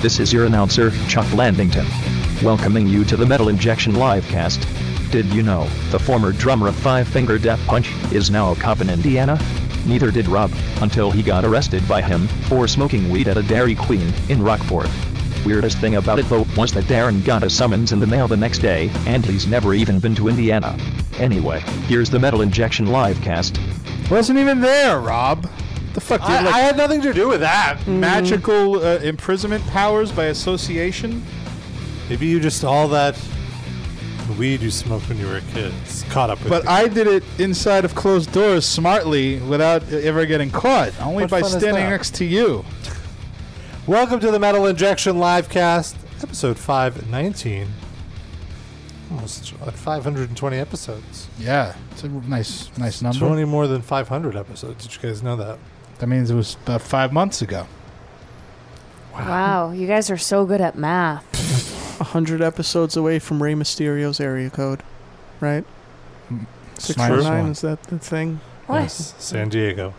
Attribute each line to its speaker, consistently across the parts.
Speaker 1: This is your announcer, Chuck Landington, welcoming you to the Metal Injection Livecast. Did you know the former drummer of Five Finger Death Punch is now a cop in Indiana? Neither did Rob until he got arrested by him for smoking weed at a Dairy Queen in Rockport. Weirdest thing about it though was that Darren got a summons in the mail the next day, and he's never even been to Indiana. Anyway, here's the Metal Injection Livecast.
Speaker 2: Wasn't even there, Rob. The fuck, dude.
Speaker 3: I,
Speaker 2: like Mm-hmm.
Speaker 3: I had nothing to do with that.
Speaker 2: magical uh, imprisonment powers by association.
Speaker 3: Maybe you just all that weed you smoked when you were a kid it's caught up with
Speaker 2: But
Speaker 3: you.
Speaker 2: I did it inside of closed doors smartly without e-, ever getting caught, only
Speaker 3: What
Speaker 2: by
Speaker 3: fun is
Speaker 2: standing
Speaker 3: that?
Speaker 2: next to you.
Speaker 3: Welcome to the Metal Injection Livecast, episode 519. Almost like 520 episodes.
Speaker 2: Yeah, it's a nice, nice number.
Speaker 3: 20 more than 500 episodes. Did you guys know that?
Speaker 2: That means it was about five months ago.
Speaker 4: Wow, you guys are so good at math.
Speaker 5: 100 episodes away from Rey Mysterio's area code, right?
Speaker 2: Mm, Six one
Speaker 5: 619,
Speaker 2: nine.
Speaker 5: is that the thing?
Speaker 4: What?
Speaker 3: Yes, San Diego.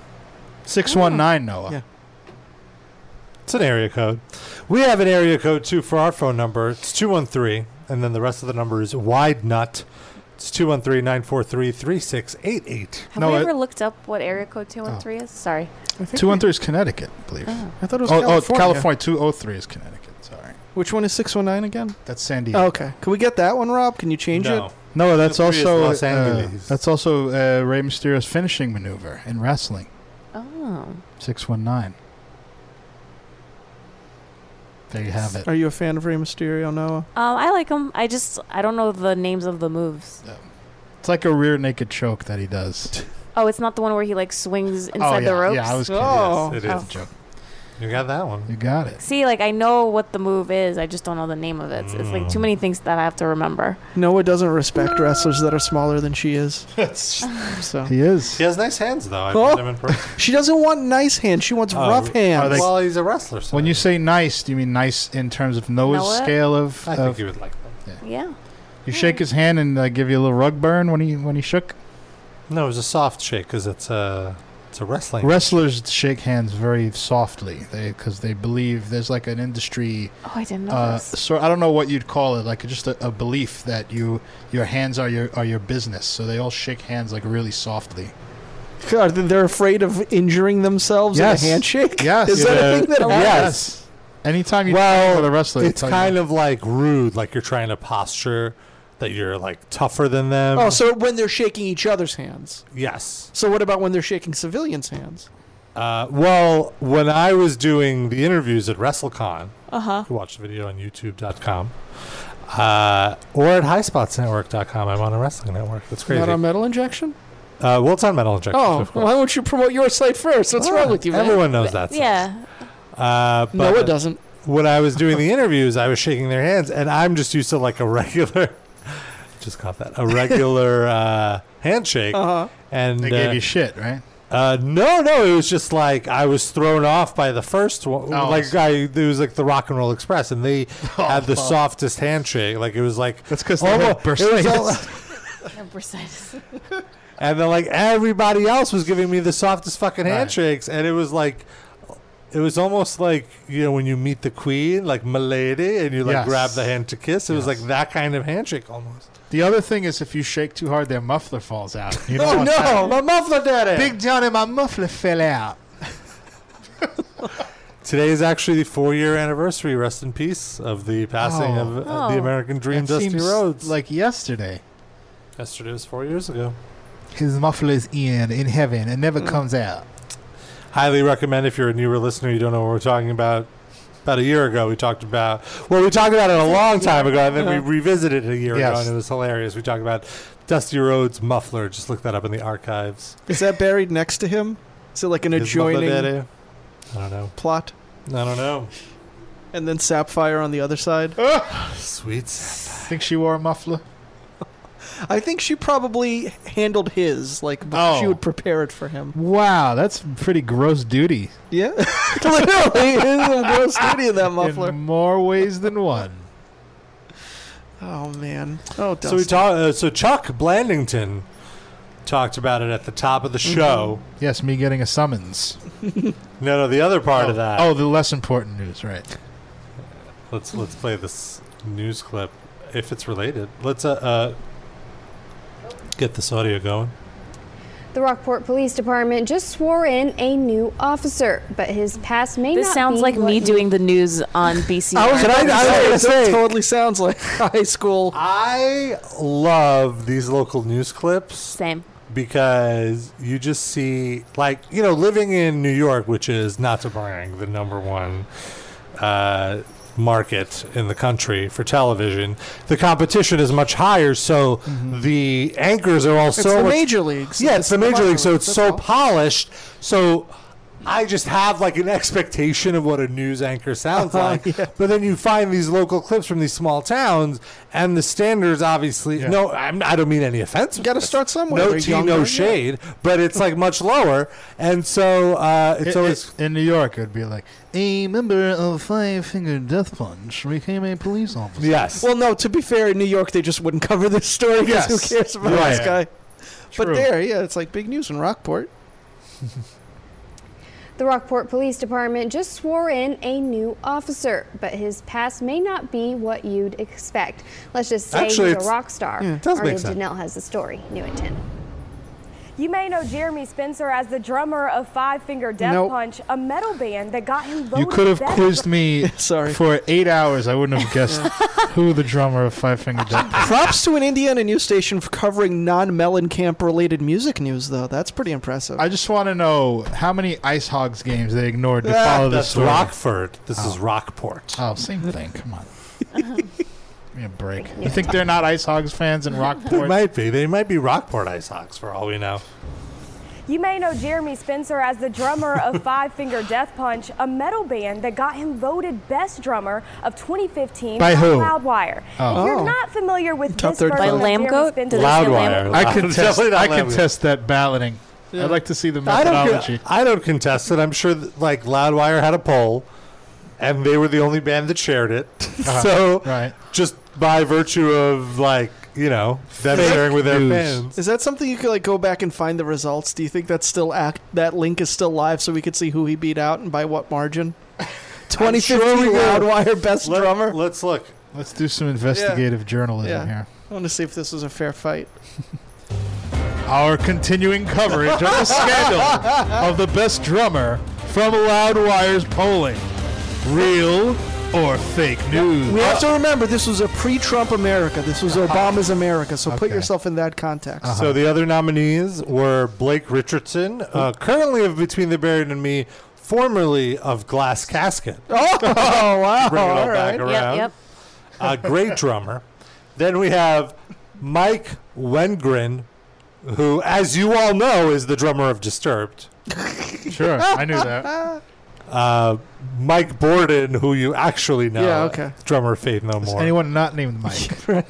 Speaker 2: Six one nine, Noah.
Speaker 5: Yeah.
Speaker 3: It's an area code. We have an area code too for our phone number. It's 213, and then the rest of the number is wide nut. It's 213 943 3688.
Speaker 4: Have
Speaker 2: No,
Speaker 4: we
Speaker 2: I-
Speaker 4: ever looked up what area code 213 is? Sorry.
Speaker 5: I think
Speaker 2: Two one
Speaker 5: we-
Speaker 2: three is Connecticut, I believe.
Speaker 4: Oh.
Speaker 5: I thought it was
Speaker 2: oh,
Speaker 5: California.
Speaker 2: oh, California two oh three is Connecticut. Sorry,
Speaker 5: Which one is 619 again?
Speaker 2: that's San Diego.
Speaker 5: Oh, okay. Can we get that one, Rob? Can you change
Speaker 3: No.
Speaker 5: it?
Speaker 2: No, that's
Speaker 3: The oh three is
Speaker 2: also
Speaker 3: Los
Speaker 2: uh,
Speaker 3: Angeles.
Speaker 2: that's also uh, Rey Mysterio's finishing maneuver in wrestling.
Speaker 4: Oh.
Speaker 2: Six one nine. There you have it.
Speaker 5: Are you a fan of Rey Mysterio, Noah?
Speaker 4: Um, I like them. I just, I don't know the names of the moves.
Speaker 2: It's like a rear naked choke that he does.
Speaker 4: Oh, it's not the one where he like swings
Speaker 2: oh,
Speaker 4: inside
Speaker 2: yeah,
Speaker 4: the ropes?
Speaker 2: Yeah, I was kidding.
Speaker 5: Oh.
Speaker 3: It is.
Speaker 4: Oh.
Speaker 2: Joke.
Speaker 3: You got that one.
Speaker 2: You got it.
Speaker 4: See, like I know what the move is. I just don't know the name of it. It's, it's like too many things that I have to remember.
Speaker 5: Noah doesn't respect wrestlers that are smaller than she is. so
Speaker 2: He is.
Speaker 3: He has nice hands, though. I've
Speaker 5: Oh.
Speaker 3: met him in person.
Speaker 5: She doesn't want nice hands. She wants
Speaker 3: Oh,
Speaker 5: rough hands.
Speaker 2: are they-
Speaker 3: well, he's a wrestler. So
Speaker 2: When you say nice, do you mean nice in terms of Noah's
Speaker 4: Noah?
Speaker 2: scale of?
Speaker 3: I
Speaker 2: of-
Speaker 3: think you would like them.
Speaker 4: Yeah.
Speaker 2: you shake his hand and uh, give you a little rug burn when he when he shook.
Speaker 3: No, it was a soft shake because it's a it's a wrestling.
Speaker 2: Wrestlers shake hands very softly, they because they believe there's like an industry.
Speaker 4: Oh, I didn't know
Speaker 2: Uh,
Speaker 4: this.
Speaker 2: so I don't know what you'd call it, like just a, a belief that you your hands are your are your business. So they all shake hands like really softly.
Speaker 5: Are they- they're afraid of injuring thememselves
Speaker 2: Yes.
Speaker 5: in a handshake?
Speaker 2: Yes.
Speaker 5: Is that a
Speaker 3: Yeah.
Speaker 5: thing that happens?
Speaker 2: Yes. Anytime you
Speaker 3: Well,
Speaker 2: for the wrestler,
Speaker 3: it's kind of like rude, like you're trying to posture that you're like tougher than them.
Speaker 5: Oh, so when they're shaking each other's hands.
Speaker 3: yes.
Speaker 5: So what about when they're shaking civilians' hands?
Speaker 3: Uh, well, when I was doing the interviews at WrestleCon,
Speaker 5: Uh huh.
Speaker 3: you can watch the video on YouTube.com uh, or at HighSpotsNetwork.com. I'm on a wrestling network. That's crazy.
Speaker 5: Not a
Speaker 3: Uh,
Speaker 5: metal injection?
Speaker 3: well, it's on Metal Injection.
Speaker 5: Oh,
Speaker 3: of course.
Speaker 5: why won't you promote your site first? What's wrong with you, man?
Speaker 3: Everyone knows that. site.
Speaker 4: yeah.
Speaker 3: Uh, but
Speaker 5: no, it doesn't.
Speaker 3: when I was doing the interviews, I was shaking their hands, and I'm just used to like a regular, just caught that a regular uh, handshake.
Speaker 5: Uh huh.
Speaker 3: And
Speaker 2: they
Speaker 3: uh,
Speaker 2: gave you shit, right?
Speaker 3: uh, no, no, it was just like I was thrown off by the first one.
Speaker 2: Oh, I
Speaker 3: like
Speaker 2: see.
Speaker 3: I, it was like the Rock and Roll Express, and they had the
Speaker 2: Oh.
Speaker 3: softest handshake. Like it was like
Speaker 2: That's because
Speaker 3: almo- it was al-
Speaker 4: Bursitis.
Speaker 3: and then like everybody else was giving me the softest fucking
Speaker 2: Right.
Speaker 3: handshakes, and it was like. It was almost like you know when you meet the queen, like milady, and you like
Speaker 2: Yes.
Speaker 3: grab the hand to kiss. It was
Speaker 2: Yes.
Speaker 3: like that kind of handshake almost.
Speaker 2: The other thing is if you shake too hard, their muffler falls out. You don't
Speaker 5: Oh
Speaker 2: want that.
Speaker 5: no!
Speaker 3: my muffler daddy.
Speaker 2: Big John and my muffler fell out.
Speaker 3: Today is actually the four-year anniversary, rest in peace, of the passing
Speaker 2: Oh.
Speaker 3: of uh, the
Speaker 4: Oh.
Speaker 3: American Dream,
Speaker 2: That
Speaker 3: Dusty
Speaker 2: seems
Speaker 3: Rhodes.
Speaker 2: Like yesterday.
Speaker 3: yesterday was four years ago. Mm.
Speaker 2: His muffler is in in heaven and never comes out.
Speaker 3: Highly recommend if you're a newer listener, you don't know what we're talking about. About a year ago, we talked about well, we talked about it a long time ago, and then
Speaker 5: Uh-huh.
Speaker 3: we revisited it a year ago,
Speaker 2: Yes.
Speaker 3: and it was hilarious. We talked about Dusty Rhodes muffler. Just look that up in the archives.
Speaker 5: Is that buried next to him? Is it like an
Speaker 3: His muffler
Speaker 5: adjoining
Speaker 3: daddy. I don't know.
Speaker 5: plot?
Speaker 3: I don't know.
Speaker 5: And then Sapphire on the other side?
Speaker 3: Ah! Sweets.
Speaker 2: Think she wore a muffler?
Speaker 5: I think she probably handled his, like, before she
Speaker 2: Oh.
Speaker 5: would prepare it for him.
Speaker 2: Wow, that's pretty gross duty.
Speaker 5: Yeah? Literally, it's a gross duty in that muffler.
Speaker 2: In more ways than one.
Speaker 5: Oh, man. Oh, Dusty.
Speaker 3: So we talked. Uh, so Chuck Blandington talked about it at the top of the
Speaker 5: Mm-hmm.
Speaker 3: show.
Speaker 2: Yes, me getting a summons.
Speaker 5: Oh.
Speaker 3: No, no, the other part of that.
Speaker 2: Oh, the less important news, right.
Speaker 3: Let's let's play this news clip if it's related. Let's uh, uh get this audio going.
Speaker 6: The Rockport Police Department just swore in a new officer, but his past may
Speaker 4: This
Speaker 6: not
Speaker 4: sounds
Speaker 6: be
Speaker 4: like
Speaker 6: what
Speaker 4: me
Speaker 6: he-
Speaker 4: doing the news on BC.
Speaker 5: I was,
Speaker 4: Nerd.
Speaker 5: I, I was gonna
Speaker 3: Say-
Speaker 5: say, totally sounds like high school.
Speaker 3: I love these local news clips
Speaker 4: Same.
Speaker 3: because you just see like you know living in New York, which is not to brag the number one uh, market in the country for television. The competition is much higher, so the anchors are all
Speaker 5: Mm-hmm. It's
Speaker 3: so
Speaker 5: the
Speaker 3: much-
Speaker 5: major leagues.
Speaker 3: Yeah, it's the major league, so it's
Speaker 5: That's
Speaker 3: so
Speaker 5: all.
Speaker 3: polished. So I just have like an expectation of what a news anchor sounds
Speaker 5: Uh-huh,
Speaker 3: like.
Speaker 5: yeah.
Speaker 3: But then you find these local clips from these small towns, and the standards obviously.
Speaker 2: Yeah.
Speaker 3: No, I'm, I don't mean any offense.
Speaker 5: You gotta start somewhere.
Speaker 3: No
Speaker 5: They're
Speaker 3: tea,
Speaker 5: younger,
Speaker 3: no
Speaker 5: yeah.
Speaker 3: shade, but it's like much lower, and so uh, it's
Speaker 2: It-
Speaker 3: always
Speaker 2: it- in New York, it would be like a member of Five Finger Death Punch became a police officer.
Speaker 3: yes.
Speaker 5: Well, no. To be fair, in New York, they just wouldn't cover this story because
Speaker 2: Yes.
Speaker 5: who cares about
Speaker 2: Right.
Speaker 5: this guy?
Speaker 2: True.
Speaker 5: But there, yeah, it's like big news in Rockport.
Speaker 6: The Rockport Police Department just swore in a new officer, but his past may not be what you'd expect. Let's just say
Speaker 3: Actually,
Speaker 6: he's
Speaker 3: it's-
Speaker 6: a rock star.
Speaker 3: yeah, it does make
Speaker 6: Arya
Speaker 3: sense.
Speaker 6: Janelle has the story. New at 10.
Speaker 7: You may know Jeremy Spencer as the drummer of Five Finger Death
Speaker 5: Nope.
Speaker 7: Punch, a metal band that got him voted
Speaker 2: You could have
Speaker 7: best
Speaker 2: quizzed me
Speaker 5: Sorry.
Speaker 2: for eight hours. I wouldn't have guessed who the drummer of Five Finger Death Punch.
Speaker 5: Props to an Indiana news station for covering non-Melon Camp related music news, though. That's pretty impressive.
Speaker 2: I just want to know how many Ice Hogs games they ignored to
Speaker 5: Ah,
Speaker 2: follow this
Speaker 3: That's
Speaker 2: story.
Speaker 3: Rockford. This is Rockport.
Speaker 2: Oh, same thing. Come on. Give me a break. You think they're not Ice Hogs fans in
Speaker 3: They
Speaker 2: Rockport?
Speaker 3: might be. They might be Rockport Ice Hawks for all we know.
Speaker 7: You may know Jeremy Spencer as the drummer of Five Finger Death Punch, a metal band that got him voted best drummer of 2015
Speaker 2: By who?
Speaker 7: Loudwire. If
Speaker 5: Oh.
Speaker 7: you're not familiar with
Speaker 5: Top
Speaker 7: this
Speaker 5: 35.
Speaker 7: version
Speaker 4: By
Speaker 7: of
Speaker 4: Lamb
Speaker 7: Jeremy
Speaker 4: Goat?
Speaker 7: Spencer,
Speaker 4: Did I say Lamb-
Speaker 3: Loudwire.
Speaker 2: I contest.
Speaker 3: Definitely not
Speaker 2: I
Speaker 3: Lamb Goat.
Speaker 2: contest that balloting. I'd like to see the
Speaker 3: I don't.
Speaker 2: methodology.
Speaker 3: con- I don't contest it. I'm sure that, like Loudwire had a poll, and they were the only band that shared it. so
Speaker 2: Uh-huh. Right.
Speaker 3: just by virtue of like you know them sharing with their
Speaker 2: news.
Speaker 3: fans.
Speaker 5: Is that something you could like go back and find the results? Do you think that's still act that link is still live so we could see who he beat out and by what margin?
Speaker 3: we
Speaker 5: 2015
Speaker 3: could.
Speaker 5: Loudwire best
Speaker 3: Let,
Speaker 5: drummer.
Speaker 3: Let's look.
Speaker 2: Let's do some investigative journalism
Speaker 5: Yeah.
Speaker 2: here.
Speaker 5: I want to see if this was a fair fight.
Speaker 2: Our continuing coverage of the scandal of the best drummer from Loudwire's polling. Real or fake news?
Speaker 5: We
Speaker 3: Uh,
Speaker 5: have to remember this was a pre-Trump America. This was
Speaker 3: Uh-huh.
Speaker 5: Obama's America. So put
Speaker 2: Okay.
Speaker 5: yourself in that context.
Speaker 3: So
Speaker 2: Uh-huh.
Speaker 3: the other nominees were Blake Richardson, uh, currently of Between the Buried and Me, formerly of Glass Casket.
Speaker 5: Oh, wow!
Speaker 3: Bring it all
Speaker 5: all
Speaker 3: back
Speaker 5: right.
Speaker 3: around.
Speaker 4: Yep, yep.
Speaker 3: a great drummer. Then we have Mike Wengren, who, as you all know, is the drummer of Disturbed.
Speaker 2: Sure, I knew that.
Speaker 3: Uh, Mike Borden, who you actually know,
Speaker 5: Yeah, okay.
Speaker 3: drummer of Faith No
Speaker 2: Is
Speaker 3: More.
Speaker 2: anyone not named Mike?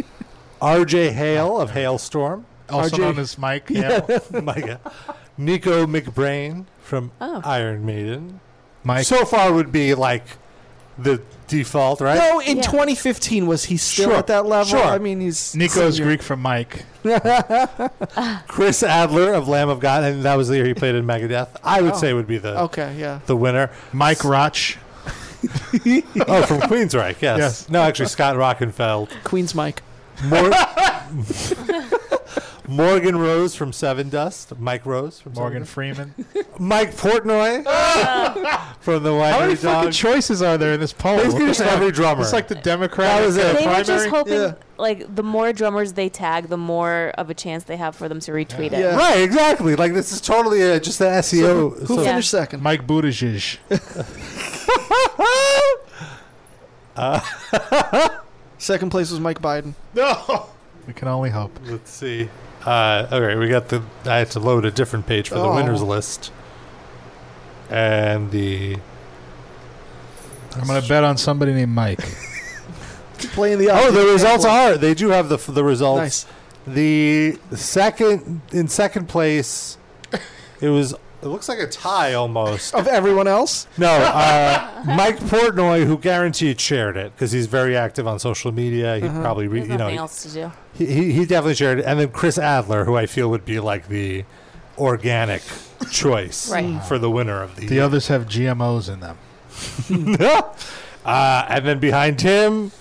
Speaker 3: R.J. Hale of Hailstorm.
Speaker 2: Also
Speaker 5: RJ.
Speaker 2: known as Mike. Yeah.
Speaker 3: Micah. Nico McBrain from
Speaker 4: Oh.
Speaker 3: Iron Maiden.
Speaker 2: Mike.
Speaker 3: so far would be like the default, right?
Speaker 5: No, in
Speaker 4: Yeah.
Speaker 5: 2015 was he still
Speaker 3: Sure,
Speaker 5: at that level?
Speaker 3: sure.
Speaker 5: I mean, he's
Speaker 2: Nico's
Speaker 5: senior.
Speaker 2: Greek for Mike.
Speaker 3: Chris Adler of Lamb of God, and that was the year he played in Megadeth. I would
Speaker 5: Oh.
Speaker 3: say would be the
Speaker 5: Okay, yeah.
Speaker 3: the winner.
Speaker 2: Mike Roch.
Speaker 3: Oh, from Queensryche, yes.
Speaker 2: Yes.
Speaker 3: No, actually, Scott Rockenfeld.
Speaker 5: Queen's Mike.
Speaker 3: Mor- Morgan Rose from Seven Dust. Mike Rose from Seven
Speaker 2: Morgan
Speaker 3: Dust.
Speaker 2: Freeman.
Speaker 3: Mike Portnoy from the
Speaker 2: How many
Speaker 3: Winery
Speaker 2: fucking
Speaker 3: Dog.
Speaker 2: choices are there in this poll?
Speaker 3: Basically, just every drummer.
Speaker 2: It's like the Democrat.
Speaker 3: That was it.
Speaker 4: They were just
Speaker 2: primary?
Speaker 4: hoping,
Speaker 5: Yeah.
Speaker 4: like, the more drummers they tag, the more of a chance they have for them to retweet it.
Speaker 5: Yeah.
Speaker 3: Right, exactly. Like this is totally uh, just the SEO.
Speaker 5: Who, who
Speaker 3: so-
Speaker 4: Yeah.
Speaker 5: finished second?
Speaker 2: Mike Buttigieg.
Speaker 5: Second place was Mike Biden.
Speaker 2: no. We can only hope.
Speaker 3: Let's see. Uh, okay, we got the. I had to load a different page for the
Speaker 5: Oh.
Speaker 3: winners list. And the
Speaker 2: I'm going to bet on somebody named Mike.
Speaker 5: Playing the
Speaker 3: oh, the
Speaker 5: opposite
Speaker 3: results
Speaker 5: example.
Speaker 3: are they do have the the results.
Speaker 5: nice.
Speaker 3: The second in second place, it was. It looks like a tie almost.
Speaker 5: Of everyone else,
Speaker 3: No, uh, Mike Portnoy, who guaranteed shared it because he's very active on social media. He
Speaker 5: Uh-huh.
Speaker 3: probably, re-
Speaker 4: There's
Speaker 3: you
Speaker 4: nothing
Speaker 3: know,
Speaker 4: else to do.
Speaker 3: he, he he definitely shared it. And then Chris Adler, who I feel would be like the organic choice
Speaker 4: Right.
Speaker 3: for the winner of the,
Speaker 2: The others have GMOs in them.
Speaker 3: year. Uh, and then behind him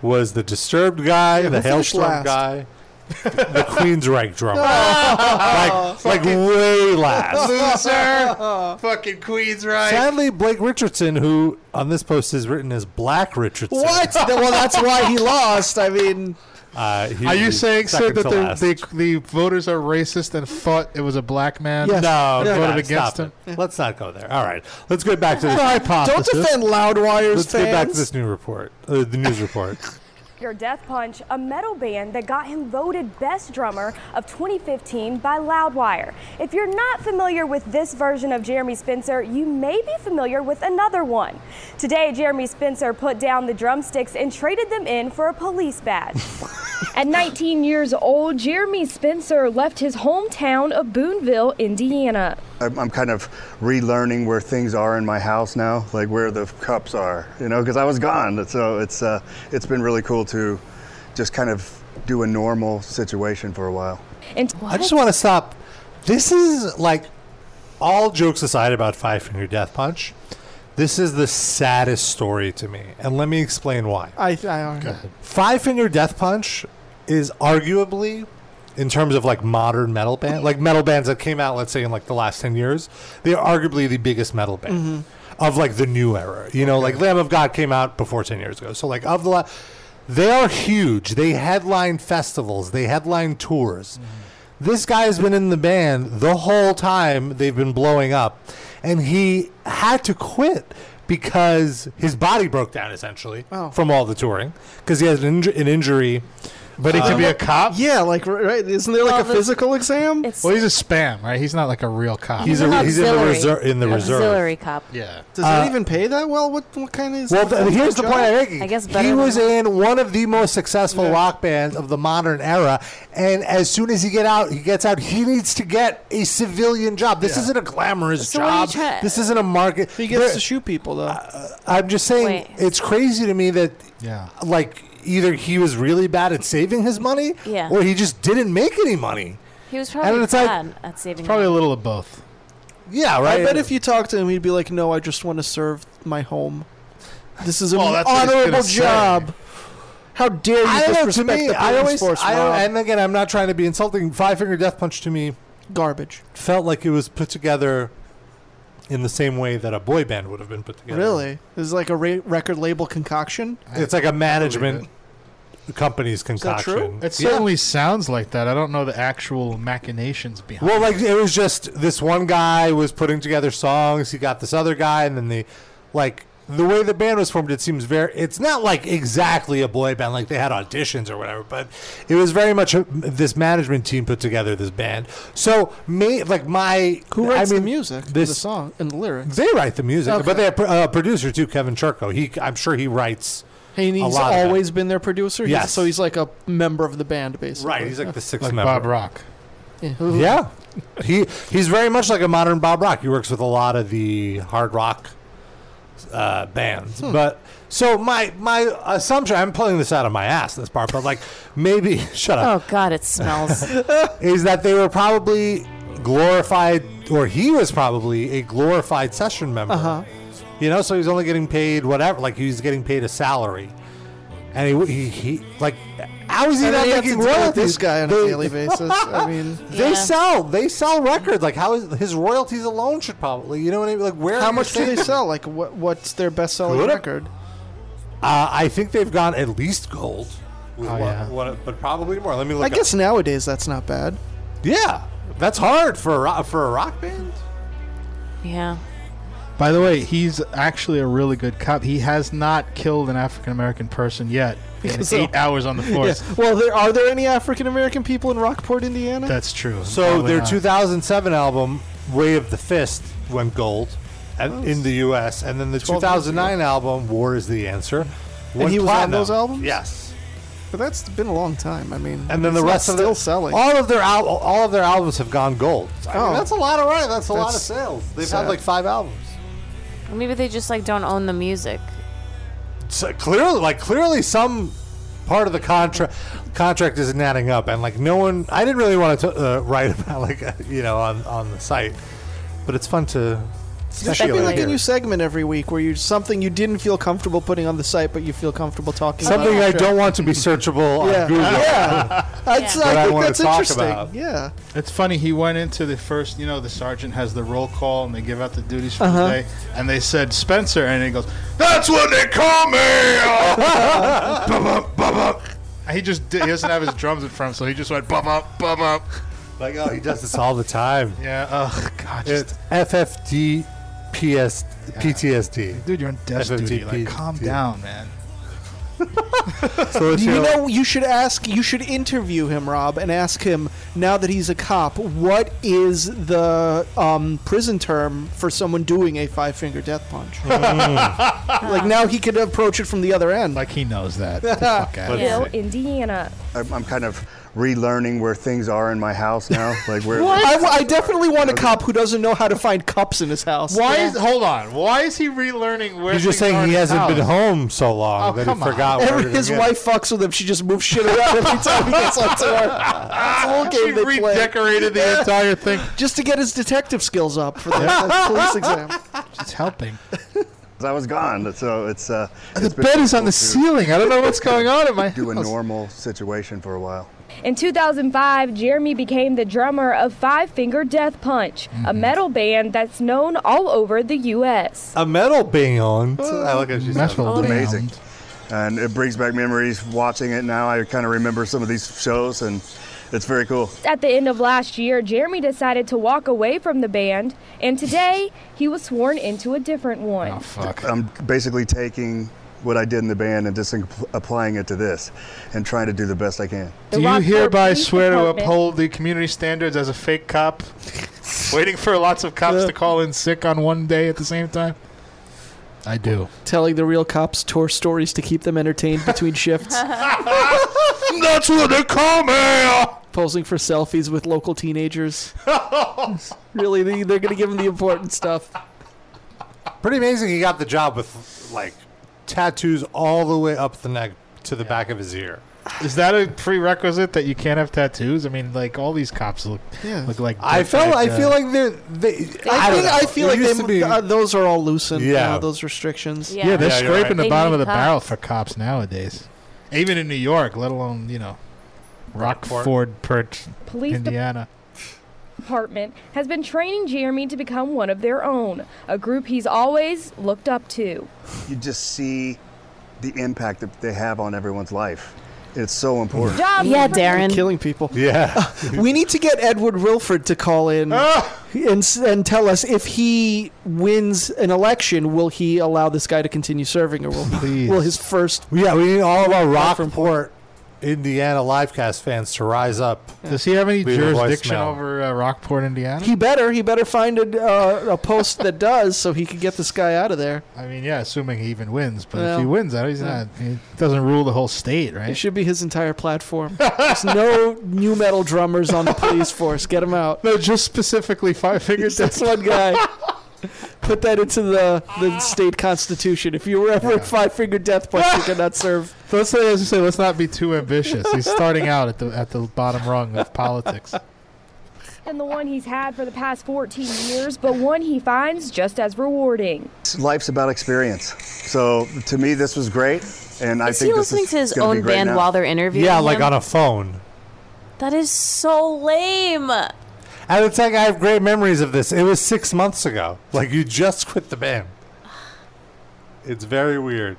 Speaker 3: was the Disturbed guy, the
Speaker 5: who finished
Speaker 3: Hailstorm
Speaker 5: last?
Speaker 3: guy, the Queensryche drummer. like, like way last.
Speaker 2: Loser. Fucking Queens, right?
Speaker 3: Sadly, Blake Richardson, who on this post is written as Black Richardson.
Speaker 5: What? Th- well, that's why he lost. I mean,
Speaker 3: Uh, he
Speaker 2: Are you
Speaker 3: was
Speaker 2: saying, Sid,
Speaker 3: second
Speaker 2: that
Speaker 3: to
Speaker 2: the,
Speaker 3: last.
Speaker 2: the, the voters are racist and thought it was a black man?
Speaker 5: Yes.
Speaker 3: No,
Speaker 5: Yeah.
Speaker 3: no,
Speaker 2: Voted
Speaker 3: no,
Speaker 2: against
Speaker 3: stop it. Let's not go there. All right, let's go back to this.
Speaker 5: don't defend Loudwire's
Speaker 3: Let's
Speaker 5: fans.
Speaker 3: get back to this new report. Uh, the news report.
Speaker 8: Your Death Punch, a metal band that got him voted Best Drummer of 2015 by Loudwire. If you're not familiar with this version of Jeremy Spencer, you may be familiar with another one. Today, Jeremy Spencer put down the drumsticks and traded them in for a police badge.
Speaker 7: At 19 years old, Jeremy Spencer left his hometown of Boonville, Indiana.
Speaker 9: I'm, I'm kind of relearning where things are in my house now, like where the cups are, you know, because I was gone. So it's uh, it's been really cool to just kind of do a normal situation for a while.
Speaker 7: And
Speaker 3: I just want to stop. This is like all jokes aside about Five Finger Death Punch. This is the saddest story to me, and let me explain why.
Speaker 5: I, I don't
Speaker 3: Five Finger Death Punch is arguably, in terms of like modern metal band, like metal bands that came out, let's say in like the last ten years, they are arguably the biggest metal band
Speaker 5: Mm-hmm.
Speaker 3: of like the new era. You know, like Lamb of God came out before ten years ago, so like of the, la- they are huge. They headline festivals, they headline tours.
Speaker 2: Mm-hmm.
Speaker 3: This guy has been in the band the whole time they've been blowing up, and he had to quit because his body broke down essentially
Speaker 5: Oh.
Speaker 3: from all the touring because he has an, inju- an injury.
Speaker 2: But he could be a cop?
Speaker 5: Yeah, like r- right? Isn't there like a physical exam?
Speaker 4: It's
Speaker 2: Well, he's a spam, right? He's not like a real cop.
Speaker 3: He's, a,
Speaker 4: an
Speaker 3: re- he's in the,
Speaker 4: auxiliary.
Speaker 3: reser- in the reserve.
Speaker 4: auxiliary cop.
Speaker 2: yeah.
Speaker 5: Does that even pay that well? What what kind is?
Speaker 3: Uh, Well,
Speaker 5: what
Speaker 3: th-
Speaker 5: kind of
Speaker 3: here's the
Speaker 5: job?
Speaker 3: point I'm making.
Speaker 4: I guess
Speaker 3: he
Speaker 4: better
Speaker 3: was
Speaker 4: than-
Speaker 3: in one of the most successful rock bands of the modern era, and as soon as he get out, he gets out. He needs to get a civilian job. This isn't a glamorous
Speaker 4: So what are you
Speaker 3: job.
Speaker 4: try-
Speaker 3: this isn't a market.
Speaker 5: He gets
Speaker 3: There-
Speaker 5: to shoot people though.
Speaker 3: I'm just saying,
Speaker 4: Wait.
Speaker 3: it's crazy to me that,
Speaker 2: Yeah.
Speaker 3: like, either he was really bad at saving his money,
Speaker 4: Yeah.
Speaker 3: or he just didn't make any money.
Speaker 4: He was
Speaker 3: And
Speaker 4: probably
Speaker 3: it's like-
Speaker 4: bad at saving.
Speaker 2: Probably a
Speaker 4: money.
Speaker 2: little of both.
Speaker 3: Yeah, right.
Speaker 5: I bet if you talk to him, he'd be like, "No, I just want to serve my home. This
Speaker 3: Oh,
Speaker 5: is an
Speaker 2: Well, that's what he's
Speaker 5: honorable
Speaker 2: gonna say.
Speaker 5: job. How dare you
Speaker 3: I don't know. To
Speaker 5: disrespect
Speaker 3: me,
Speaker 5: the
Speaker 3: I
Speaker 5: police
Speaker 3: always,
Speaker 5: force,
Speaker 3: I
Speaker 5: Rob.
Speaker 3: don't, and again, I'm not trying to be insulting. Five Finger Death Punch to me
Speaker 5: Garbage.
Speaker 3: felt like it was put together in the same way that a boy band would have been put together.
Speaker 5: Really? This is like a ra- record label concoction.
Speaker 3: It's like a management company's
Speaker 5: that true?
Speaker 3: concoction.
Speaker 2: It
Speaker 3: Yeah.
Speaker 2: certainly sounds like that. I don't know the actual machinations behind
Speaker 3: Well, like it was just this one guy was putting together songs. He got this other guy, and then the like the way the band was formed. It seems very. It's not like exactly a boy band. Like they had auditions or whatever, but it was very much a, this management team put together this band. So, may like my
Speaker 5: Who writes
Speaker 3: I mean,
Speaker 5: the music,
Speaker 3: this-
Speaker 5: the song, and the lyrics?
Speaker 3: They write the music,
Speaker 5: Okay.
Speaker 3: but they have a uh, producer too, Kevin Churko. He, I'm sure he writes.
Speaker 5: Hey, and
Speaker 3: A
Speaker 5: he's
Speaker 3: lot of it.
Speaker 5: always been their producer. He's-
Speaker 3: Yes.
Speaker 5: so he's like a member of the band, basically.
Speaker 3: Right, he's like the sixth
Speaker 2: like
Speaker 3: member.
Speaker 2: Bob Rock.
Speaker 5: Yeah.
Speaker 3: Yeah, he he's very much like a modern Bob Rock. He works with a lot of the hard rock uh, bands, but so my my assumption I'm pulling this out of my ass this part, but like maybe shut up
Speaker 4: Oh God, it smells.
Speaker 3: is that they were probably glorified, or he was probably a glorified session member.
Speaker 5: Uh-huh.
Speaker 3: You know, so he was only getting paid whatever, like he was getting paid a salary, and he he, he like how is he
Speaker 5: And
Speaker 3: not
Speaker 5: then you have
Speaker 3: making
Speaker 5: to deal with
Speaker 3: royalties?
Speaker 5: this guy on a
Speaker 3: They-
Speaker 5: daily basis. I mean,
Speaker 3: They
Speaker 4: Yeah.
Speaker 3: sell. They sell records. Like how is his royalties alone should probably. You know what I mean? Like where?
Speaker 5: how
Speaker 3: are
Speaker 5: much
Speaker 3: you
Speaker 5: do they
Speaker 3: saving?
Speaker 5: sell? Like, what what's their best-selling
Speaker 3: Good.
Speaker 5: record?
Speaker 3: Uh, I think they've gone at least gold. With
Speaker 2: Oh,
Speaker 3: one-
Speaker 2: yeah.
Speaker 3: one- but probably more. Let me look.
Speaker 5: I
Speaker 3: up.
Speaker 5: guess nowadays that's not bad.
Speaker 3: Yeah, that's hard for a rock, for a rock band.
Speaker 4: yeah.
Speaker 2: By the way, he's actually a really good cop. He has not killed an African American person yet in
Speaker 5: Because-
Speaker 2: eight hours on the force.
Speaker 5: Yeah. Well, there are there any African American people in Rockport, Indiana?
Speaker 2: That's true.
Speaker 3: So
Speaker 2: Probably
Speaker 3: their
Speaker 2: not.
Speaker 3: 2007 album Way of the Fist went gold and, in the U.S. and then the 2009 album War Is the Answer. went
Speaker 5: he was on
Speaker 3: platinum.
Speaker 5: those albums?
Speaker 3: Yes.
Speaker 5: but that's been a long time. I mean,
Speaker 3: And then
Speaker 5: it's
Speaker 3: the
Speaker 5: not
Speaker 3: rest of
Speaker 5: still
Speaker 3: the,
Speaker 5: selling.
Speaker 3: All of their al- all of their albums have gone gold. I mean,
Speaker 5: Oh.
Speaker 3: that's a lot of right. That's a lot of
Speaker 5: That's
Speaker 3: sales. They've had
Speaker 5: sad.
Speaker 3: like five albums.
Speaker 4: Or Maybe they just like don't own the music.
Speaker 3: So uh, clearly, like clearly, some part of the contract contract isn't adding up, and like no one. I didn't really want to uh, write about like uh, you know on on the site, but it's fun to
Speaker 5: There should be like a new segment every week where you something you didn't feel comfortable putting on the site, but you feel comfortable talking.
Speaker 3: Something
Speaker 5: about
Speaker 3: I
Speaker 5: on the show.
Speaker 3: don't want to be searchable
Speaker 5: Yeah.
Speaker 3: on Google.
Speaker 5: Yeah. That's- I
Speaker 3: That I
Speaker 5: think
Speaker 3: wanna
Speaker 5: that's
Speaker 3: talk
Speaker 5: interesting.
Speaker 3: about.
Speaker 5: Yeah.
Speaker 2: It's funny. He went into the first, you know, the sergeant has the roll call and they give out the duties for
Speaker 5: Uh-huh.
Speaker 2: the day. And they said Spencer. And he goes, That's what they call me. Bum, bum, bum, bum. he just did, he doesn't have his drums in front, so he just went bum up, bum up.
Speaker 3: Like, oh, he does this all the time.
Speaker 2: Yeah. Oh, God.
Speaker 3: It's
Speaker 2: Just,
Speaker 3: FFD PS, PTSD.
Speaker 2: dude, you're on desk duty. Like, calm down, man.
Speaker 3: So it's
Speaker 5: you
Speaker 3: your-
Speaker 5: know, you should ask. You should interview him, Rob, and ask him now that he's a cop. What is the um, prison term for someone doing a five finger death punch? Hmm. like now he could approach it from the other end. Like
Speaker 2: he knows that.
Speaker 7: Bill, Indiana.
Speaker 9: I'm, I'm kind of relearning where things are in my house now. Like uh, where
Speaker 5: I, w- I definitely want a cop who doesn't know how to find cups in his house.
Speaker 2: Why is, hold on. Why is he relearning where
Speaker 3: You're just
Speaker 2: things are
Speaker 3: saying
Speaker 2: in
Speaker 3: he
Speaker 2: his
Speaker 3: hasn't been
Speaker 2: house?
Speaker 3: home so
Speaker 2: Oh,
Speaker 3: long that he
Speaker 2: come on.
Speaker 3: forgot where
Speaker 5: Every,
Speaker 3: everything
Speaker 5: his
Speaker 3: is.
Speaker 5: wife fucks with him. She just moves shit around every time he gets on tour. It's a whole game they play.
Speaker 2: redecorated the entire thing
Speaker 5: just to get his detective skills up for the the police exam.
Speaker 2: It's helping.
Speaker 9: 'Cause I was gone. So it's uh,
Speaker 2: the bed is on the ceiling. I don't know what's going on in my
Speaker 9: do a
Speaker 2: house.
Speaker 9: normal situation for a while.
Speaker 7: In 2005, Jeremy became the drummer of Five Finger Death Punch, a metal band that's known all over the U.S.
Speaker 3: A metal band.
Speaker 2: Uh,
Speaker 3: I look at you.
Speaker 9: It's amazing. And it brings back memories watching it now. I kind of remember some of these shows, and it's very cool.
Speaker 7: At the end of last year, Jeremy decided to walk away from the band, and today he was sworn into a different one.
Speaker 9: I'm basically taking what I did in the band and just impl- applying it to this and trying to do the best I can.
Speaker 7: The
Speaker 2: Do you
Speaker 7: Rockport
Speaker 2: hereby
Speaker 7: Police
Speaker 2: swear to
Speaker 7: Department-
Speaker 2: uphold the community standards as a fake cop? Waiting for lots of cops to call in sick on one day at the same time? I do.
Speaker 5: Telling the real cops tour stories to keep them entertained between shifts.
Speaker 2: That's what they call me!
Speaker 5: Posing for selfies with local teenagers. really, they, they're going to give him the important stuff.
Speaker 3: Pretty amazing. He got the job with like tattoos all the way up the neck to the back of his ear.
Speaker 2: Is that a prerequisite that you can't have tattoos? I mean, like, all these cops look,
Speaker 5: Yeah.
Speaker 2: look like. uh,
Speaker 3: I felt. I feel like they're. They,
Speaker 5: I,
Speaker 3: don't
Speaker 5: think,
Speaker 3: know.
Speaker 5: I feel
Speaker 3: It
Speaker 5: like
Speaker 3: used
Speaker 5: they,
Speaker 3: to be-
Speaker 5: uh, those are all loosened. Yeah.
Speaker 3: Yeah.
Speaker 5: those restrictions.
Speaker 2: Yeah, they're
Speaker 3: Yeah, you're
Speaker 2: scraping
Speaker 3: right.
Speaker 2: the
Speaker 4: They
Speaker 2: bottom
Speaker 4: need
Speaker 2: of the
Speaker 4: cops.
Speaker 2: barrel for cops nowadays. Even in New York, let alone, you know,
Speaker 3: Rockport.
Speaker 2: Rockford, Perch,
Speaker 7: Police dep-
Speaker 2: Indiana.
Speaker 7: department has been training Jeremy to become one of their own, a group he's always looked up to.
Speaker 9: You just see the impact that they have on everyone's life. It's so important.
Speaker 7: Job
Speaker 4: Yeah,
Speaker 7: for-
Speaker 4: Darren.
Speaker 5: Killing people.
Speaker 3: Yeah.
Speaker 5: We need to get Edward Wilford to call in
Speaker 2: Ah!
Speaker 5: and, s- and tell us if he wins an election, will he allow this guy to continue serving, or will,
Speaker 2: Please.
Speaker 5: will his first
Speaker 3: yeah. We need all of our Rockport, Indiana livecast fans to rise up.
Speaker 2: Does he have any
Speaker 3: Leave a
Speaker 2: jurisdiction
Speaker 3: voicemail.
Speaker 2: over uh, Rockport, Indiana?
Speaker 5: He better. He better find a, uh, a post that does, so he could get this guy out of there.
Speaker 2: I mean, yeah, assuming he even wins. But if he
Speaker 5: Well,
Speaker 2: wins, that he's
Speaker 5: yeah.
Speaker 2: not. He doesn't rule the whole state,
Speaker 5: It
Speaker 2: right?
Speaker 5: should be his entire platform. There's no new metal drummers on the police force. Get him out.
Speaker 2: No, just specifically five fingers.
Speaker 5: That's one guy. Put that into the, the state constitution. If you were ever a five finger death punch, you cannot serve.
Speaker 2: let's say, as you say, let's not be too ambitious. He's starting out at the at the bottom rung of politics.
Speaker 7: than the one he's had for the past 14 years, but one he finds just as rewarding.
Speaker 9: Life's about experience. So to me, this was great, and I
Speaker 4: is
Speaker 9: think
Speaker 4: he
Speaker 9: this
Speaker 4: listening
Speaker 9: is
Speaker 4: to his
Speaker 9: gonna be
Speaker 4: own
Speaker 9: great
Speaker 4: band
Speaker 9: now.
Speaker 4: while they're interviewing
Speaker 3: Yeah,
Speaker 4: him?
Speaker 3: like on a phone.
Speaker 4: That is so lame.
Speaker 3: And it's like I have great memories of this. It was six months ago. Like you just quit the band. It's very weird.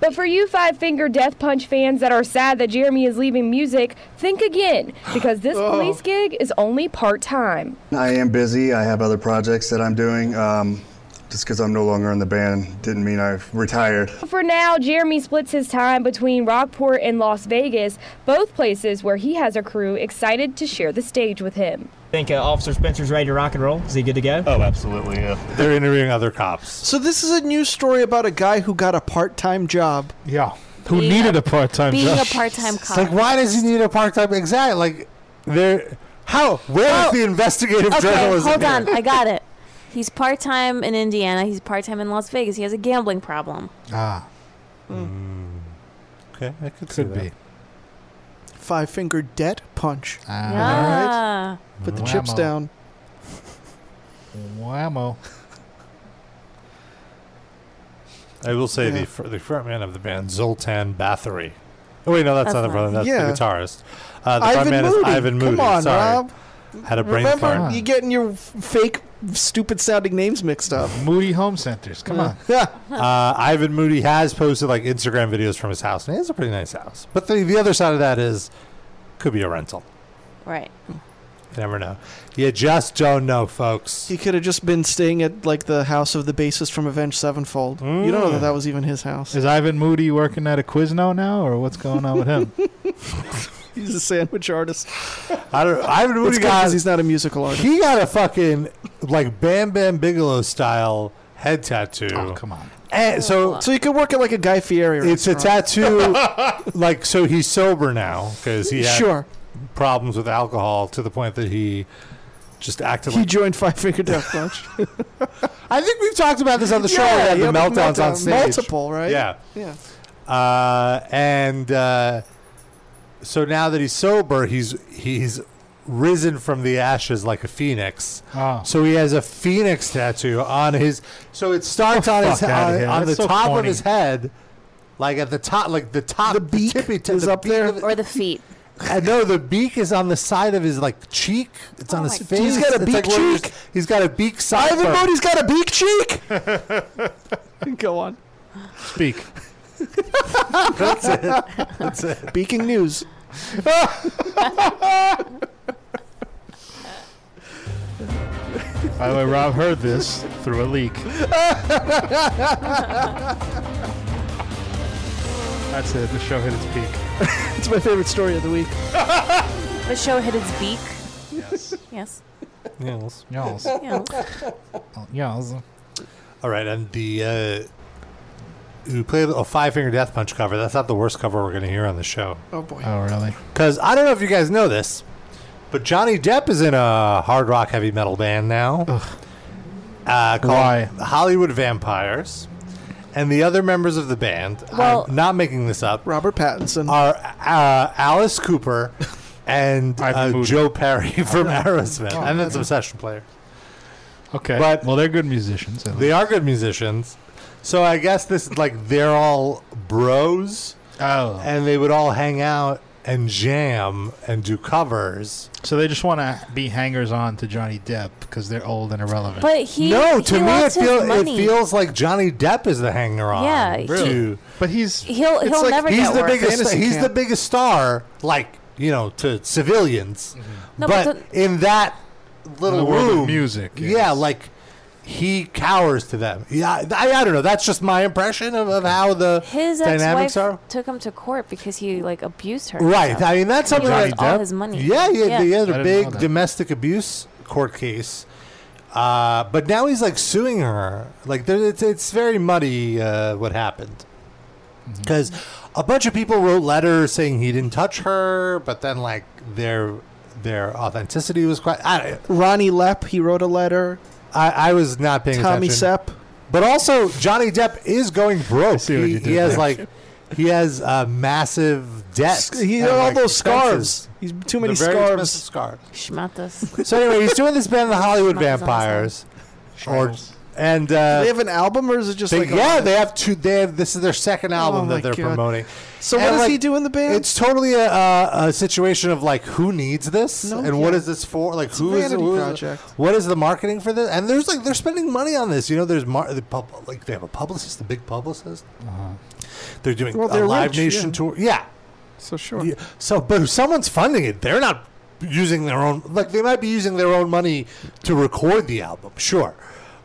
Speaker 7: But for you Five Finger Death Punch fans that are sad that Jeremy is leaving music, think again, because this police gig is only part time.
Speaker 9: I am busy. I have other projects that I'm doing. Um, just because I'm no longer in the band didn't mean I've retired.
Speaker 7: For now, Jeremy splits his time between Rockport and Las Vegas, both places where he has a crew excited to share the stage with him.
Speaker 10: Think uh, Officer Spencer's ready to rock and roll? Is he good to go? Oh, absolutely, yeah.
Speaker 3: They're interviewing other cops.
Speaker 5: So this is a news story about a guy who got a part time job.
Speaker 2: Yeah, who
Speaker 4: Being
Speaker 2: needed a part time
Speaker 4: Being
Speaker 2: job?
Speaker 4: a part time
Speaker 3: It's
Speaker 4: cop.
Speaker 3: like, why does he need a part-time exact? Like, there. How? Where is
Speaker 4: Oh.
Speaker 3: the investigative
Speaker 4: okay,
Speaker 3: journalism?
Speaker 4: hold
Speaker 3: here?
Speaker 4: on. I got it. He's part time in Indiana. He's part time in Las Vegas. He has a gambling problem.
Speaker 2: ah,
Speaker 3: Hmm. Okay, I could, see
Speaker 2: could
Speaker 3: that.
Speaker 2: be.
Speaker 5: Five finger debt punch.
Speaker 2: Ah,
Speaker 4: Yeah.
Speaker 5: Put the
Speaker 2: Whammo.
Speaker 5: chips down.
Speaker 2: Whammo.
Speaker 3: I will say
Speaker 11: Yeah.
Speaker 3: the fr- the frontman of the band, Zoltan Bathory. Oh wait, no, that's,
Speaker 11: That's
Speaker 3: not the frontman.
Speaker 11: nice.
Speaker 3: That's
Speaker 11: Yeah.
Speaker 3: the guitarist. Uh, the
Speaker 5: Ivan
Speaker 3: frontman is
Speaker 5: Moody.
Speaker 3: Ivan Moody.
Speaker 5: Come on,
Speaker 3: Sorry,
Speaker 5: Rob.
Speaker 3: had a brain
Speaker 5: Remember,
Speaker 3: fart.
Speaker 5: you getting your f- fake, stupid-sounding names mixed up.
Speaker 2: Moody Home Centers. Come on.
Speaker 3: uh, Ivan Moody has posted like Instagram videos from his house, and he has a pretty nice house. But the, the other side of that is, could be a rental.
Speaker 4: Right.
Speaker 3: You never know. You just don't know, folks.
Speaker 5: He could have just been staying at like the house of the bassist from Avenged Sevenfold. You don't know
Speaker 3: Hmm.
Speaker 5: that that was even his house.
Speaker 2: Is Ivan Moody working at a Quizno now, or what's going on with him?
Speaker 5: He's a sandwich artist.
Speaker 3: I don't. Ivan
Speaker 5: It's
Speaker 3: Moody
Speaker 5: good 'cause
Speaker 3: got.
Speaker 5: he's not a musical artist.
Speaker 3: He got a fucking like Bam Bam Bigelow style head tattoo. Oh come
Speaker 2: on.
Speaker 3: And so
Speaker 5: so you could work at like a Guy Fieri.
Speaker 3: It's a
Speaker 5: restaurant.
Speaker 3: tattoo. like so, he's sober now because he had
Speaker 5: Sure.
Speaker 3: problems with alcohol to the point that he just acted
Speaker 5: He
Speaker 3: like.
Speaker 5: joined Five Finger Death Punch.
Speaker 3: I think we've talked about this on the show.
Speaker 5: Yeah,
Speaker 3: we had
Speaker 5: yeah,
Speaker 3: the
Speaker 5: but
Speaker 3: meltdowns on
Speaker 5: meltdown-
Speaker 3: stage.
Speaker 5: multiple, right?
Speaker 3: Yeah.
Speaker 5: Yeah.
Speaker 3: Uh, and uh, so now that he's sober, he's he's risen from the ashes like a phoenix.
Speaker 2: Oh.
Speaker 3: So he has a phoenix tattoo on his. So it starts on his
Speaker 2: fuck outta
Speaker 3: on,
Speaker 2: here.
Speaker 3: on the
Speaker 2: That's so
Speaker 3: top of
Speaker 2: corny.
Speaker 3: his head, like at the top, like the top, the beak tippy, tip, is up there,
Speaker 4: or the feet.
Speaker 3: I know the beak is on the side of his like cheek. It's
Speaker 4: Oh
Speaker 3: on his face.
Speaker 5: He's got a
Speaker 3: It's like
Speaker 5: beak
Speaker 3: one of his-
Speaker 5: cheek?
Speaker 3: he's got a beak side.
Speaker 5: Ivan Moody's got a beak cheek. Go on.
Speaker 2: Speak.
Speaker 5: That's
Speaker 3: it. That's it.
Speaker 5: Beaking news.
Speaker 2: By the way, Rob heard this through a leak. That's it. The show hit its peak.
Speaker 5: it's my favorite story of the week.
Speaker 4: the show hit its beak.
Speaker 2: Yes.
Speaker 4: Yes.
Speaker 3: Yes.
Speaker 2: Yes. Yes.
Speaker 3: All right, and the uh, we played a Five Finger Death Punch cover. That's not the worst cover we're going to hear on the show.
Speaker 5: Oh boy.
Speaker 2: Oh really?
Speaker 3: Because I don't know if you guys know this, but Johnny Depp is in a hard rock heavy metal band now. Uh, called
Speaker 2: Why?
Speaker 3: Hollywood Vampires. And the other members of the band,
Speaker 5: Well-
Speaker 3: I'm not making this up,
Speaker 5: Robert Pattinson,
Speaker 3: are uh, Alice Cooper and uh, Joe Perry from Aerosmith.
Speaker 2: Oh,
Speaker 3: and that's Obsession Player.
Speaker 2: Okay.
Speaker 3: But-
Speaker 2: well, they're good musicians.
Speaker 3: They are good musicians. So I guess this is like they're all bros.
Speaker 2: Oh.
Speaker 3: And they would all hang out and jam and do covers.
Speaker 2: So they just want to be hangers on to Johnny Depp because they're old and irrelevant.
Speaker 4: But he-
Speaker 3: No,
Speaker 4: he
Speaker 3: to me it
Speaker 4: wants his
Speaker 3: feels it
Speaker 4: money.
Speaker 3: feels like Johnny Depp is the hanger on.
Speaker 4: Yeah, Really?
Speaker 3: to-
Speaker 2: But he's
Speaker 4: He'll he'll never
Speaker 3: he's
Speaker 4: get
Speaker 3: the
Speaker 4: work.
Speaker 3: biggest he's the biggest star like, you know, to civilians.
Speaker 4: No,
Speaker 3: but
Speaker 4: but
Speaker 3: in that little
Speaker 2: the world of
Speaker 3: room
Speaker 2: music,
Speaker 3: Yeah, like he cowers to them. Yeah, I, I don't know. That's just my impression of, of how the
Speaker 4: His
Speaker 3: dynamics
Speaker 4: ex-wife
Speaker 3: are.
Speaker 4: took him to court because he like abused her. and
Speaker 3: Right.
Speaker 4: stuff.
Speaker 3: I mean, that's
Speaker 4: And
Speaker 3: something
Speaker 4: he
Speaker 3: that
Speaker 4: lost all his money.
Speaker 3: Yeah, he had, he had
Speaker 2: I didn't
Speaker 3: a
Speaker 2: know
Speaker 3: big
Speaker 2: that.
Speaker 3: domestic abuse court case. Uh, but now he's like suing her. Like, there, it's, it's very muddy uh, what happened.
Speaker 2: Mm-hmm.
Speaker 3: Because a bunch of people wrote letters saying he didn't touch her, but then, like, their their authenticity was quite. I,
Speaker 5: Ronnie Lepp. He wrote a letter.
Speaker 3: I, I was not paying
Speaker 5: Tommy
Speaker 3: attention.
Speaker 5: Sepp.
Speaker 3: But also, Johnny Depp is going broke.
Speaker 5: what
Speaker 3: He,
Speaker 5: you did
Speaker 3: he has
Speaker 5: there.
Speaker 3: like, he has uh, massive debts.
Speaker 5: He
Speaker 3: and,
Speaker 5: had all
Speaker 3: like,
Speaker 5: those
Speaker 3: expenses.
Speaker 5: scarves. He's too many
Speaker 3: The very
Speaker 5: scarves.
Speaker 3: expensive scarves.
Speaker 4: Schmatas.
Speaker 3: So anyway, he's doing this band, the Hollywood
Speaker 4: Mine's awesome.
Speaker 3: Vampires, or and uh,
Speaker 5: Do they have an album, or is it just
Speaker 3: they-
Speaker 5: like a- Oh
Speaker 3: yeah, they have two. They have this is their second album
Speaker 5: my
Speaker 3: that they're
Speaker 5: God.
Speaker 3: promoting.
Speaker 5: So
Speaker 3: And,
Speaker 5: what does
Speaker 3: like,
Speaker 5: he do in the band?
Speaker 3: It's totally a, a, a situation of like who needs this and what
Speaker 5: yeah.
Speaker 3: is this for? Like
Speaker 5: a
Speaker 3: who is
Speaker 5: vanity
Speaker 3: who is-
Speaker 5: project.
Speaker 3: what is the marketing for this? And there's like they're spending money on this. You know, there's mar- the pub- like they have a publicist, a big publicist. They're doing
Speaker 5: Uh-huh. Well,
Speaker 3: a
Speaker 5: they're
Speaker 3: Live
Speaker 5: rich,
Speaker 3: Nation
Speaker 5: yeah.
Speaker 3: tour. Yeah.
Speaker 5: So sure.
Speaker 3: So, but if someone's funding it. They're not using their own. Like they might be using their own money to record the album, sure,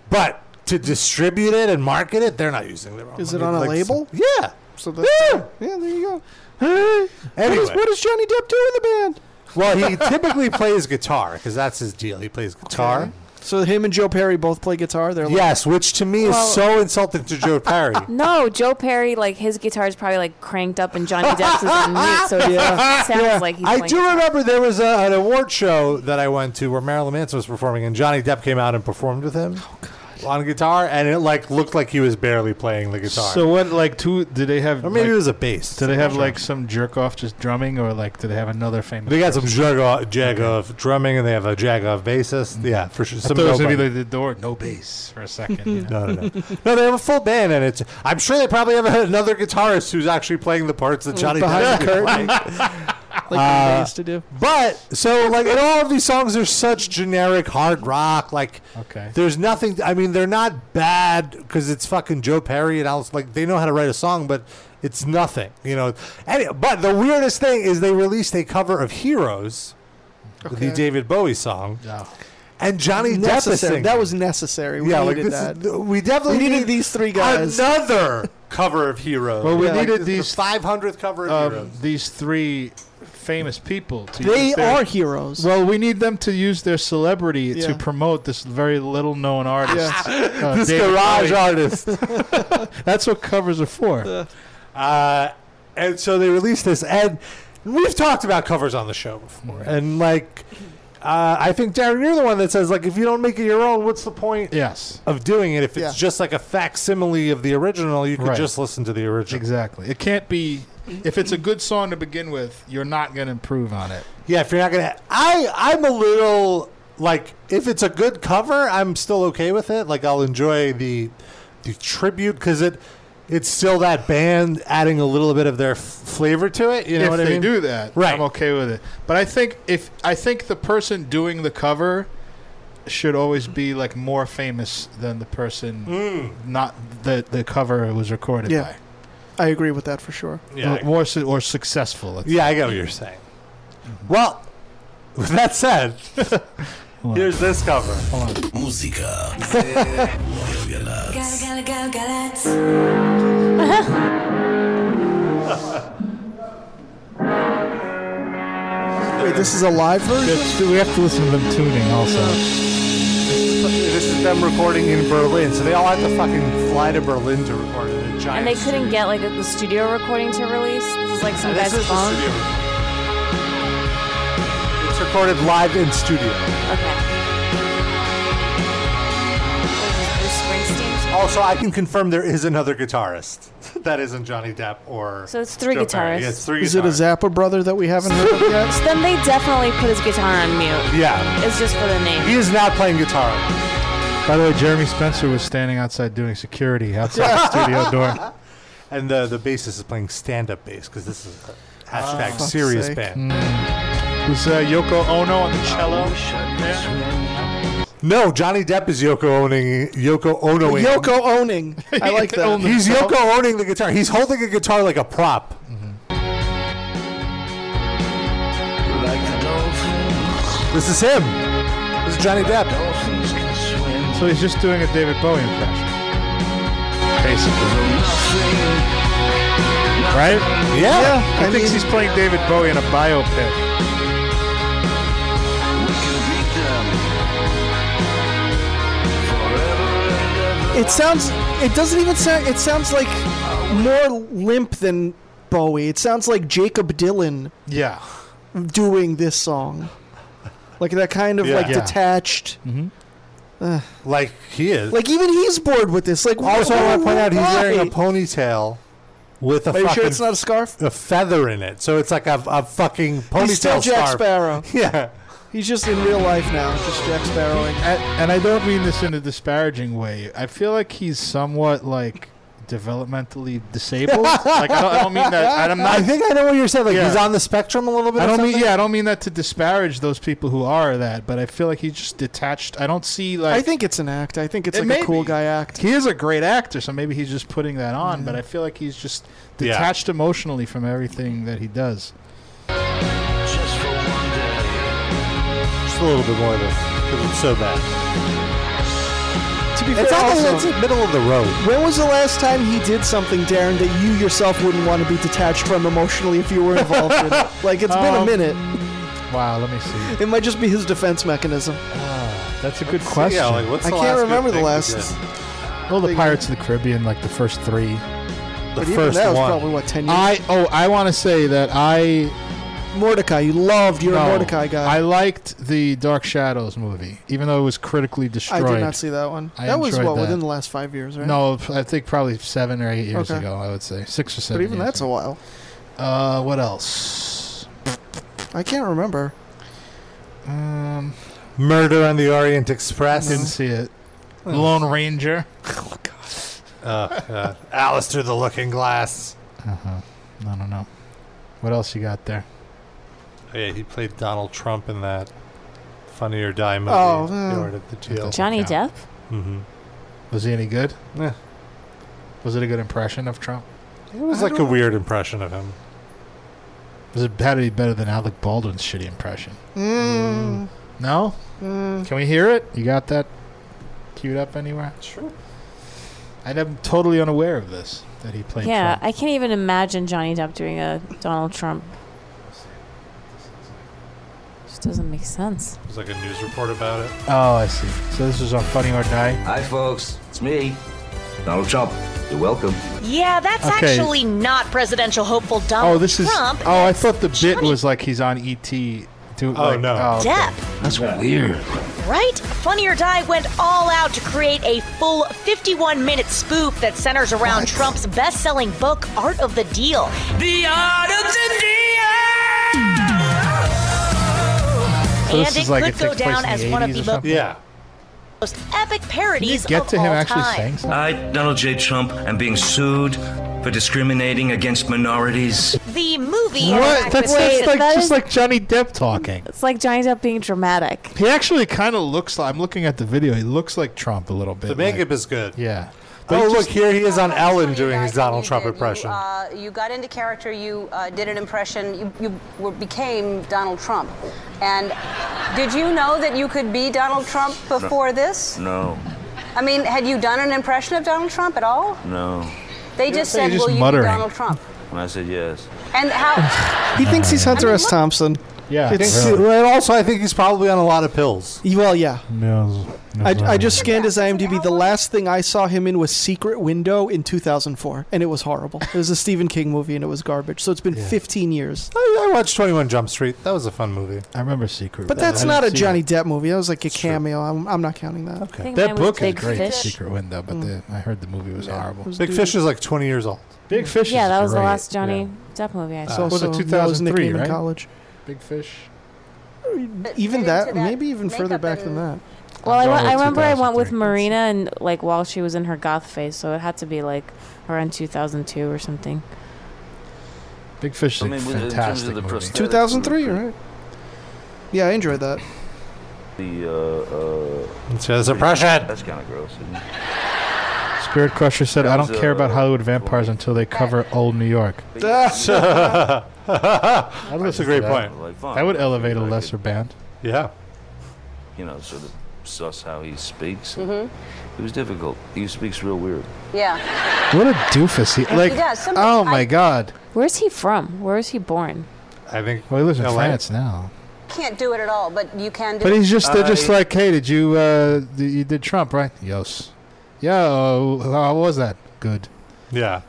Speaker 3: but to distribute it and market it, they're not using their own.
Speaker 5: Is
Speaker 3: money.
Speaker 5: it on a
Speaker 3: Like,
Speaker 5: label?
Speaker 3: So, yeah.
Speaker 5: So that's,
Speaker 3: yeah.
Speaker 5: yeah, there you go. What, is,
Speaker 3: Anyway.
Speaker 5: what does Johnny Depp do in the band?
Speaker 3: Well, he typically plays guitar because that's his deal. He plays guitar.
Speaker 5: So him and Joe Perry both play guitar. They're like,
Speaker 3: Yes, which to me
Speaker 4: Well-
Speaker 3: is so insulting to Joe Perry.
Speaker 4: No, Joe Perry, like his guitar is probably like cranked up, and Johnny Depp's is on mute, so it
Speaker 3: Yeah.
Speaker 4: sounds
Speaker 3: Yeah.
Speaker 4: like he's
Speaker 3: I
Speaker 4: playing
Speaker 3: do remember there was a, an award show that I went to where Marilyn Manson was performing, and Johnny Depp came out and performed with him. Oh God! on guitar, and it like looked like he was barely playing the guitar.
Speaker 2: So what? Like two? Did they have?
Speaker 3: Or maybe
Speaker 2: like-
Speaker 3: it was a bass.
Speaker 2: Do they have
Speaker 3: Sure.
Speaker 2: like some jerk off just drumming, or like do they have another famous?
Speaker 3: They got some
Speaker 2: person?
Speaker 3: Jagov, Jagov drumming, and they have a Jagov bassist. Yeah, for sure.
Speaker 2: I
Speaker 3: Some
Speaker 2: thought it was gonna be
Speaker 3: nobody.
Speaker 2: like the door, no bass for a second. you
Speaker 3: no,
Speaker 2: know?
Speaker 3: no, no. no, they have a full band, and it's. I'm sure they probably have another guitarist who's actually playing the parts that Johnny
Speaker 5: Behind the
Speaker 3: Depp is
Speaker 5: curtain.
Speaker 3: playing.
Speaker 5: Like
Speaker 3: Uh,
Speaker 5: we used to do.
Speaker 3: But so like, and all of these songs are such generic hard rock. Like,
Speaker 2: Okay.
Speaker 3: there's nothing. I mean, they're not bad because it's fucking Joe Perry and Alice. Like, they know how to write a song, but it's nothing, you know. Any, but the weirdest thing is they released a cover of Heroes, the
Speaker 5: Okay.
Speaker 3: David Bowie song, and Johnny Depp is
Speaker 5: necessary.
Speaker 3: singing.
Speaker 5: That was necessary. We
Speaker 3: yeah, like
Speaker 5: needed
Speaker 3: this
Speaker 5: that.
Speaker 3: Is, we definitely
Speaker 5: We needed
Speaker 3: need
Speaker 5: these three guys.
Speaker 3: Another cover of Heroes.
Speaker 2: Well, we
Speaker 3: Yeah, like
Speaker 2: needed
Speaker 3: this-
Speaker 2: these
Speaker 3: the 500th cover of Heroes.
Speaker 2: um, these three famous people. To
Speaker 5: They
Speaker 2: use their-
Speaker 5: are heroes.
Speaker 2: Well, we need them to use their celebrity
Speaker 5: Yeah.
Speaker 2: to promote this very little known artist.
Speaker 5: Yeah.
Speaker 2: uh,
Speaker 3: This
Speaker 2: David
Speaker 3: garage
Speaker 2: Bowie.
Speaker 3: artist.
Speaker 2: That's what covers are for.
Speaker 3: Uh, and so they released this, and we've talked about covers on the show before, and like. Uh, I think Darren, you're the one that says like if you don't make it your own, what's the point?
Speaker 2: Yes.
Speaker 3: of doing it if it's
Speaker 2: Yeah.
Speaker 3: just like a facsimile of the original. You could
Speaker 2: Right.
Speaker 3: just listen to the original.
Speaker 2: Exactly. It can't be. If it's a good song to begin with, you're not going to improve on it.
Speaker 3: Yeah, if you're not gonna, I I'm a little like if it's a good cover, I'm still okay with it. Like I'll enjoy the the tribute because it it's still that band adding a little bit of their f- flavor to it. You know
Speaker 2: if
Speaker 3: what I
Speaker 2: they
Speaker 3: mean?
Speaker 2: do that,
Speaker 3: Right.
Speaker 2: I'm okay with it. But I think if I think the person doing the cover should always be like more famous than the person
Speaker 3: Hmm.
Speaker 2: not the the cover it was recorded
Speaker 5: Yeah.
Speaker 2: by.
Speaker 5: I agree with that for sure.
Speaker 2: or, more su- or successful. let's
Speaker 3: Yeah, I
Speaker 2: say.
Speaker 3: get what you're saying. Well, with that said, here's this cover.
Speaker 12: Música.
Speaker 13: Gala, gala, gala,
Speaker 5: Wait, this is a live version?
Speaker 2: We have to listen to them tuning also.
Speaker 3: This is them recording in Berlin, so they all had to fucking fly to Berlin to record it. in a giant
Speaker 4: And they couldn't get like the studio recording to release. This is like some
Speaker 3: This
Speaker 4: guy's
Speaker 3: is the
Speaker 4: phone.
Speaker 3: studio. It's recorded live in studio.
Speaker 4: Okay.
Speaker 3: Also, I can confirm there is another guitarist. that isn't Johnny Depp or.
Speaker 4: So it's three
Speaker 3: Joe Perry.
Speaker 4: guitarists.
Speaker 3: Yeah, it's three
Speaker 5: Is it a
Speaker 3: guitarists.
Speaker 5: Zappa brother that we haven't heard of yet?
Speaker 4: So then they definitely put his guitar on mute.
Speaker 3: Yeah.
Speaker 4: It's just for the name.
Speaker 3: He is not playing guitar.
Speaker 2: By the way, Jeremy Spencer was standing outside doing security outside the studio door.
Speaker 3: And the, the bassist is playing stand up bass because this is a hashtag
Speaker 2: Ah, fuck's
Speaker 3: serious
Speaker 2: sake.
Speaker 3: band.
Speaker 2: Was uh, Yoko Ono on the cello?
Speaker 3: No, Johnny Depp is Yoko owning Yoko Onoing.
Speaker 5: Yoko owning. I like that.
Speaker 3: He's Yoko owning the guitar. He's holding a guitar like a prop. This is him. This is Johnny Depp.
Speaker 2: So he's just doing a David Bowie impression. Basically. Right?
Speaker 3: Yeah.
Speaker 2: He thinks he's playing David Bowie in a biopic.
Speaker 5: It sounds. It doesn't even sound. It sounds like more limp than Bowie. It sounds like Jacob Dylan
Speaker 2: Yeah.
Speaker 5: doing this song, like that kind of
Speaker 3: Yeah.
Speaker 5: like
Speaker 3: Yeah.
Speaker 5: detached.
Speaker 3: Mm-hmm.
Speaker 5: Ugh.
Speaker 3: Like he is.
Speaker 5: like even he's bored with this. Like
Speaker 3: also, I want to point out he's
Speaker 5: why?
Speaker 3: wearing a ponytail with a
Speaker 5: Are you
Speaker 3: fucking
Speaker 5: sure it's not a scarf?
Speaker 3: a feather in it. So it's like a, a fucking ponytail
Speaker 5: He's still Jack
Speaker 3: scarf.
Speaker 5: Sparrow.
Speaker 3: Yeah.
Speaker 5: He's just in real life now, just Jack Sparrowing.
Speaker 2: And, and I don't mean this in a disparaging way. I feel like he's somewhat like developmentally disabled. like I don't, I don't mean that. and I'm not.
Speaker 3: I think I know what you're saying. Like
Speaker 2: Yeah.
Speaker 3: he's on the spectrum a little bit.
Speaker 2: I
Speaker 3: or
Speaker 2: don't mean
Speaker 3: something?
Speaker 2: yeah, I don't mean that to disparage those people who are that, but I feel like he's just detached. I don't see like
Speaker 5: I think it's an act. I think it's
Speaker 2: It
Speaker 5: like
Speaker 2: may
Speaker 5: a cool
Speaker 2: be.
Speaker 5: guy act.
Speaker 2: he is a great actor, so maybe he's just putting that on, but I feel like he's just
Speaker 3: Yeah.
Speaker 2: detached emotionally from everything that he does.
Speaker 3: Just a little bit more of this because it's so bad.
Speaker 5: To be fair,
Speaker 3: It's, on the,
Speaker 5: also-
Speaker 3: it's the middle of the road.
Speaker 5: When was the last time he did something, Darren, that you yourself wouldn't want to be detached from emotionally if you were involved in it? Like, it's been a
Speaker 2: Um,
Speaker 5: minute.
Speaker 2: Wow, let me see.
Speaker 5: It might just be his defense mechanism.
Speaker 2: Ah, That's a good question.
Speaker 3: Yeah, like what's
Speaker 5: I
Speaker 3: the
Speaker 5: can't
Speaker 3: last
Speaker 5: remember
Speaker 3: good
Speaker 5: the
Speaker 3: thing he
Speaker 5: last.
Speaker 3: did?
Speaker 2: well, the Pirates of the Caribbean, like the first three.
Speaker 5: but
Speaker 3: The
Speaker 5: even
Speaker 3: first
Speaker 5: that was
Speaker 3: one.
Speaker 5: probably, what, 10 years?
Speaker 2: I oh, I want to say that I
Speaker 5: Mordecai, you loved. You're
Speaker 2: No.
Speaker 5: a Mordecai guy.
Speaker 2: I liked the Dark Shadows movie, even though it was critically destroyed.
Speaker 5: did not see that one.
Speaker 2: I
Speaker 5: that was
Speaker 2: enjoyed
Speaker 5: what
Speaker 2: that.
Speaker 5: within the last five years, right?
Speaker 2: No, I think probably seven or eight years
Speaker 5: Okay.
Speaker 2: ago. I would say six or
Speaker 5: but
Speaker 2: seven.
Speaker 5: even
Speaker 2: years
Speaker 5: that's a
Speaker 2: ago.
Speaker 5: while.
Speaker 2: Uh, what else?
Speaker 5: I can't remember.
Speaker 2: Um,
Speaker 3: Murder on the Orient Express.
Speaker 2: Didn't see it. Lone Ranger.
Speaker 3: Oh, God. Alice through the Looking Glass.
Speaker 2: Uh huh. I don't know. What else you got there?
Speaker 3: Oh, yeah, he played Donald Trump in that Funny or Die movie.
Speaker 5: Oh,
Speaker 3: The
Speaker 5: uh,
Speaker 3: Order of the Deal.
Speaker 4: Johnny Depp?
Speaker 3: Mm-hmm.
Speaker 2: Was he any good?
Speaker 3: Yeah.
Speaker 2: Was it a good impression of Trump?
Speaker 3: It was
Speaker 2: I
Speaker 3: like a
Speaker 2: don't-
Speaker 3: weird impression of him.
Speaker 2: Was it had to be better than Alec Baldwin's shitty impression?
Speaker 5: Mm.
Speaker 2: No.
Speaker 5: Mm.
Speaker 2: Can we hear it? You got that queued up anywhere?
Speaker 3: Sure.
Speaker 2: I'm totally unaware of this that he played.
Speaker 4: yeah,
Speaker 2: Trump.
Speaker 4: I can't even imagine Johnny Depp doing a Donald Trump. Just doesn't make sense.
Speaker 3: It was like a news report about it.
Speaker 2: Oh, I see. So this was on Funny or Die.
Speaker 12: Hi, folks. It's me, Donald Trump. You're welcome.
Speaker 13: Yeah, that's
Speaker 2: Okay.
Speaker 13: actually not presidential hopeful Donald
Speaker 2: Oh, this is.
Speaker 13: Um, Trump.
Speaker 2: Oh, I thought the bit was like he's on ET. Do, oh
Speaker 3: no.
Speaker 13: Depp.
Speaker 12: That's weird.
Speaker 13: Right? Funny or Die went all out to create a full 51 minute spoof that centers around Trump's best selling book, Art of the Deal. The Art of the
Speaker 2: So
Speaker 13: Deal!
Speaker 2: this
Speaker 13: and it
Speaker 2: is like
Speaker 13: could
Speaker 2: it
Speaker 13: go
Speaker 2: takes place
Speaker 13: down
Speaker 2: in the
Speaker 13: as one of
Speaker 2: 80s or
Speaker 13: the
Speaker 2: something? Yeah.
Speaker 13: most epic parodies
Speaker 2: get
Speaker 13: of
Speaker 2: to him
Speaker 13: all
Speaker 2: actually
Speaker 13: time.
Speaker 2: saying
Speaker 12: I, Donald J. Trump, am being sued for discriminating against minorities.
Speaker 13: The movie.
Speaker 2: What? That's, that's like
Speaker 4: that
Speaker 2: just
Speaker 4: is-
Speaker 2: like Johnny Depp talking.
Speaker 4: It's like Johnny Depp being dramatic.
Speaker 2: He actually kind of looks like. I'm looking at the video. He looks like Trump a little bit.
Speaker 3: The
Speaker 2: like-
Speaker 3: makeup is good.
Speaker 2: Yeah.
Speaker 3: oh,
Speaker 2: he
Speaker 3: look,
Speaker 2: just-
Speaker 3: here he is on Ellen doing his Donald Trump impression.
Speaker 14: Uh, you got into character, you uh, did an impression, you, you were, became Donald Trump. And did you know that you could be Donald Trump before this?
Speaker 12: No,
Speaker 14: I mean, had you done an impression of Donald Trump at all?
Speaker 12: no.
Speaker 14: They just
Speaker 12: you're
Speaker 14: said,
Speaker 12: just
Speaker 14: "Will you
Speaker 12: muttering."
Speaker 14: be Donald Trump?"
Speaker 12: And I said yes.
Speaker 14: And how?
Speaker 5: He thinks
Speaker 2: Uh,
Speaker 5: he's Hunter S. Thompson.
Speaker 2: Yeah,
Speaker 5: He thinks-
Speaker 3: Really. And also, I think he's probably on a lot of pills.
Speaker 5: Well, yeah. I, I just scanned his
Speaker 14: That's an
Speaker 5: IMDb. The last thing I saw him in was Secret Window in 2004, and it was horrible. It was a Stephen King movie, and it was garbage. So it's been 15 years.
Speaker 3: I, I watched 21 Jump Street. That was a fun movie.
Speaker 2: I remember Secret.
Speaker 5: But that's not a Johnny Depp movie. That was like a cameo. I'm, I'm not counting that.
Speaker 4: I think
Speaker 2: That
Speaker 4: mine was
Speaker 2: book is
Speaker 4: Big
Speaker 2: great,
Speaker 4: Fish.
Speaker 2: Secret Window, but the, I heard the movie was horrible.
Speaker 5: was
Speaker 3: Big
Speaker 5: dude-
Speaker 3: Fish is like 20 years old.
Speaker 2: Big Fish.
Speaker 4: yeah,
Speaker 2: is
Speaker 4: that was the
Speaker 2: great.
Speaker 4: last Johnny Depp movie I
Speaker 3: It's
Speaker 4: saw.
Speaker 3: also
Speaker 2: Was it
Speaker 5: that was
Speaker 2: 2003,
Speaker 5: nickname
Speaker 2: right?
Speaker 5: in college.
Speaker 2: Big Fish.
Speaker 5: Even that, maybe even further back than that.
Speaker 4: Well, I,
Speaker 5: Well,
Speaker 4: went, I remember I went with
Speaker 5: 2003.
Speaker 4: Marina and like while she was in her goth phase, so it had to be like around 2002 or something.
Speaker 2: Big Fish is
Speaker 12: I
Speaker 2: a
Speaker 12: mean, with- in terms of
Speaker 2: fantastic
Speaker 12: the
Speaker 2: movie.
Speaker 12: prosthetic-
Speaker 5: 2003, right? Yeah, I enjoyed that.
Speaker 12: The, uh, uh.
Speaker 3: It's a suppression.
Speaker 12: That's kind of gross, isn't it?
Speaker 2: Spirit Crusher said,
Speaker 12: That
Speaker 2: "I
Speaker 12: was,
Speaker 2: don't care
Speaker 12: uh,
Speaker 2: about Hollywood vampires until they cover old New York."
Speaker 3: That's
Speaker 2: That's
Speaker 3: a great point.
Speaker 2: That would elevate a lesser band.
Speaker 3: Yeah.
Speaker 12: You know, sort of suss how he speaks.
Speaker 14: Mhm.
Speaker 12: It was difficult. He speaks real weird.
Speaker 14: Yeah.
Speaker 2: What a doofus he like.
Speaker 4: does. Sometimes
Speaker 2: oh my god.
Speaker 4: Where's he from? Where is he born?
Speaker 3: I think.
Speaker 2: Well, he lives in
Speaker 3: LA.
Speaker 2: France now.
Speaker 14: Can't do it at all, but you can. Do
Speaker 2: But
Speaker 14: it.
Speaker 2: he's just they're just like, hey, did you uh, d- you did Trump right? Yes. Yo, how was that? Good.
Speaker 3: Yeah.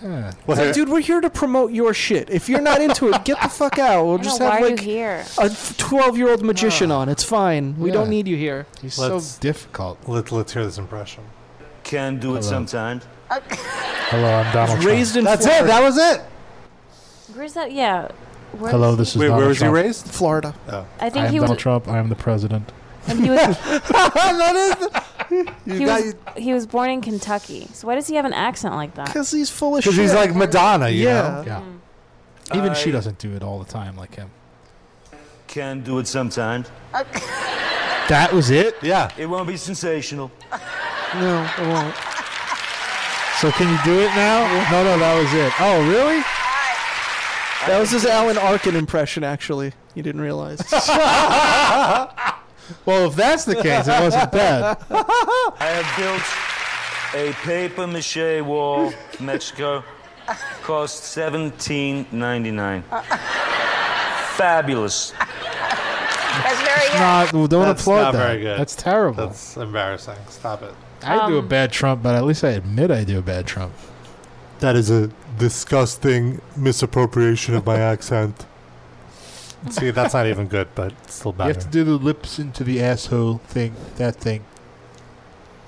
Speaker 2: Yeah.
Speaker 5: It's like, dude, we're here to promote your shit. If you're not into it, get the fuck out. We'll
Speaker 4: I
Speaker 5: just
Speaker 4: know,
Speaker 5: have
Speaker 4: why are you
Speaker 5: like
Speaker 4: here?
Speaker 5: a 12 year old magician on. It's fine. We
Speaker 12: Yeah.
Speaker 5: don't need you here.
Speaker 2: Ah. He's
Speaker 3: Let's-
Speaker 2: difficult.
Speaker 3: Let, let's hear this impression.
Speaker 12: Can do it
Speaker 3: Hello.
Speaker 12: sometimes.
Speaker 2: Hello, Uh, I'm Donald Trump.
Speaker 5: raised in
Speaker 3: That's
Speaker 5: Florida.
Speaker 3: it. That was it.
Speaker 4: Where's that? Yeah. Where
Speaker 2: Hello,
Speaker 4: is
Speaker 2: this is
Speaker 3: Wait,
Speaker 2: Donald
Speaker 3: where was he
Speaker 2: Trump.
Speaker 3: raised?
Speaker 5: Florida.
Speaker 3: Oh.
Speaker 4: I think
Speaker 2: I am
Speaker 4: he was-
Speaker 2: Donald Trump. I am the president.
Speaker 4: And he was. he,
Speaker 3: got-
Speaker 4: was he was born in Kentucky. So why does he have an accent like that?
Speaker 5: Because he's full of
Speaker 3: Because he's like Madonna, you
Speaker 5: Yeah.
Speaker 3: know?
Speaker 2: Yeah. Even she
Speaker 12: I-
Speaker 2: doesn't do it all the time like him.
Speaker 12: Can do it sometimes.
Speaker 2: That was it.
Speaker 3: Yeah.
Speaker 12: It won't be sensational.
Speaker 5: No, it won't.
Speaker 2: So can you do it now? No, no, that was it. Oh, really?
Speaker 5: That was his Alan Arkin impression, actually. You didn't realize.
Speaker 2: well, if that's the case, it wasn't bad.
Speaker 12: I have built a paper mache wall, Mexico. Cost seventeen ninety nine. Fabulous.
Speaker 14: That's very good.
Speaker 2: Not, well, don't
Speaker 3: That's
Speaker 2: applaud
Speaker 3: not
Speaker 2: that.
Speaker 3: very good.
Speaker 2: That's terrible.
Speaker 3: That's embarrassing. Stop it.
Speaker 2: I do a
Speaker 4: Um,
Speaker 2: bad Trump, but at least I admit I do a bad Trump.
Speaker 3: That is a disgusting misappropriation of my accent. See, that's not even good, but it's still
Speaker 2: You
Speaker 3: better.
Speaker 2: have to do the lips into the asshole thing, that thing.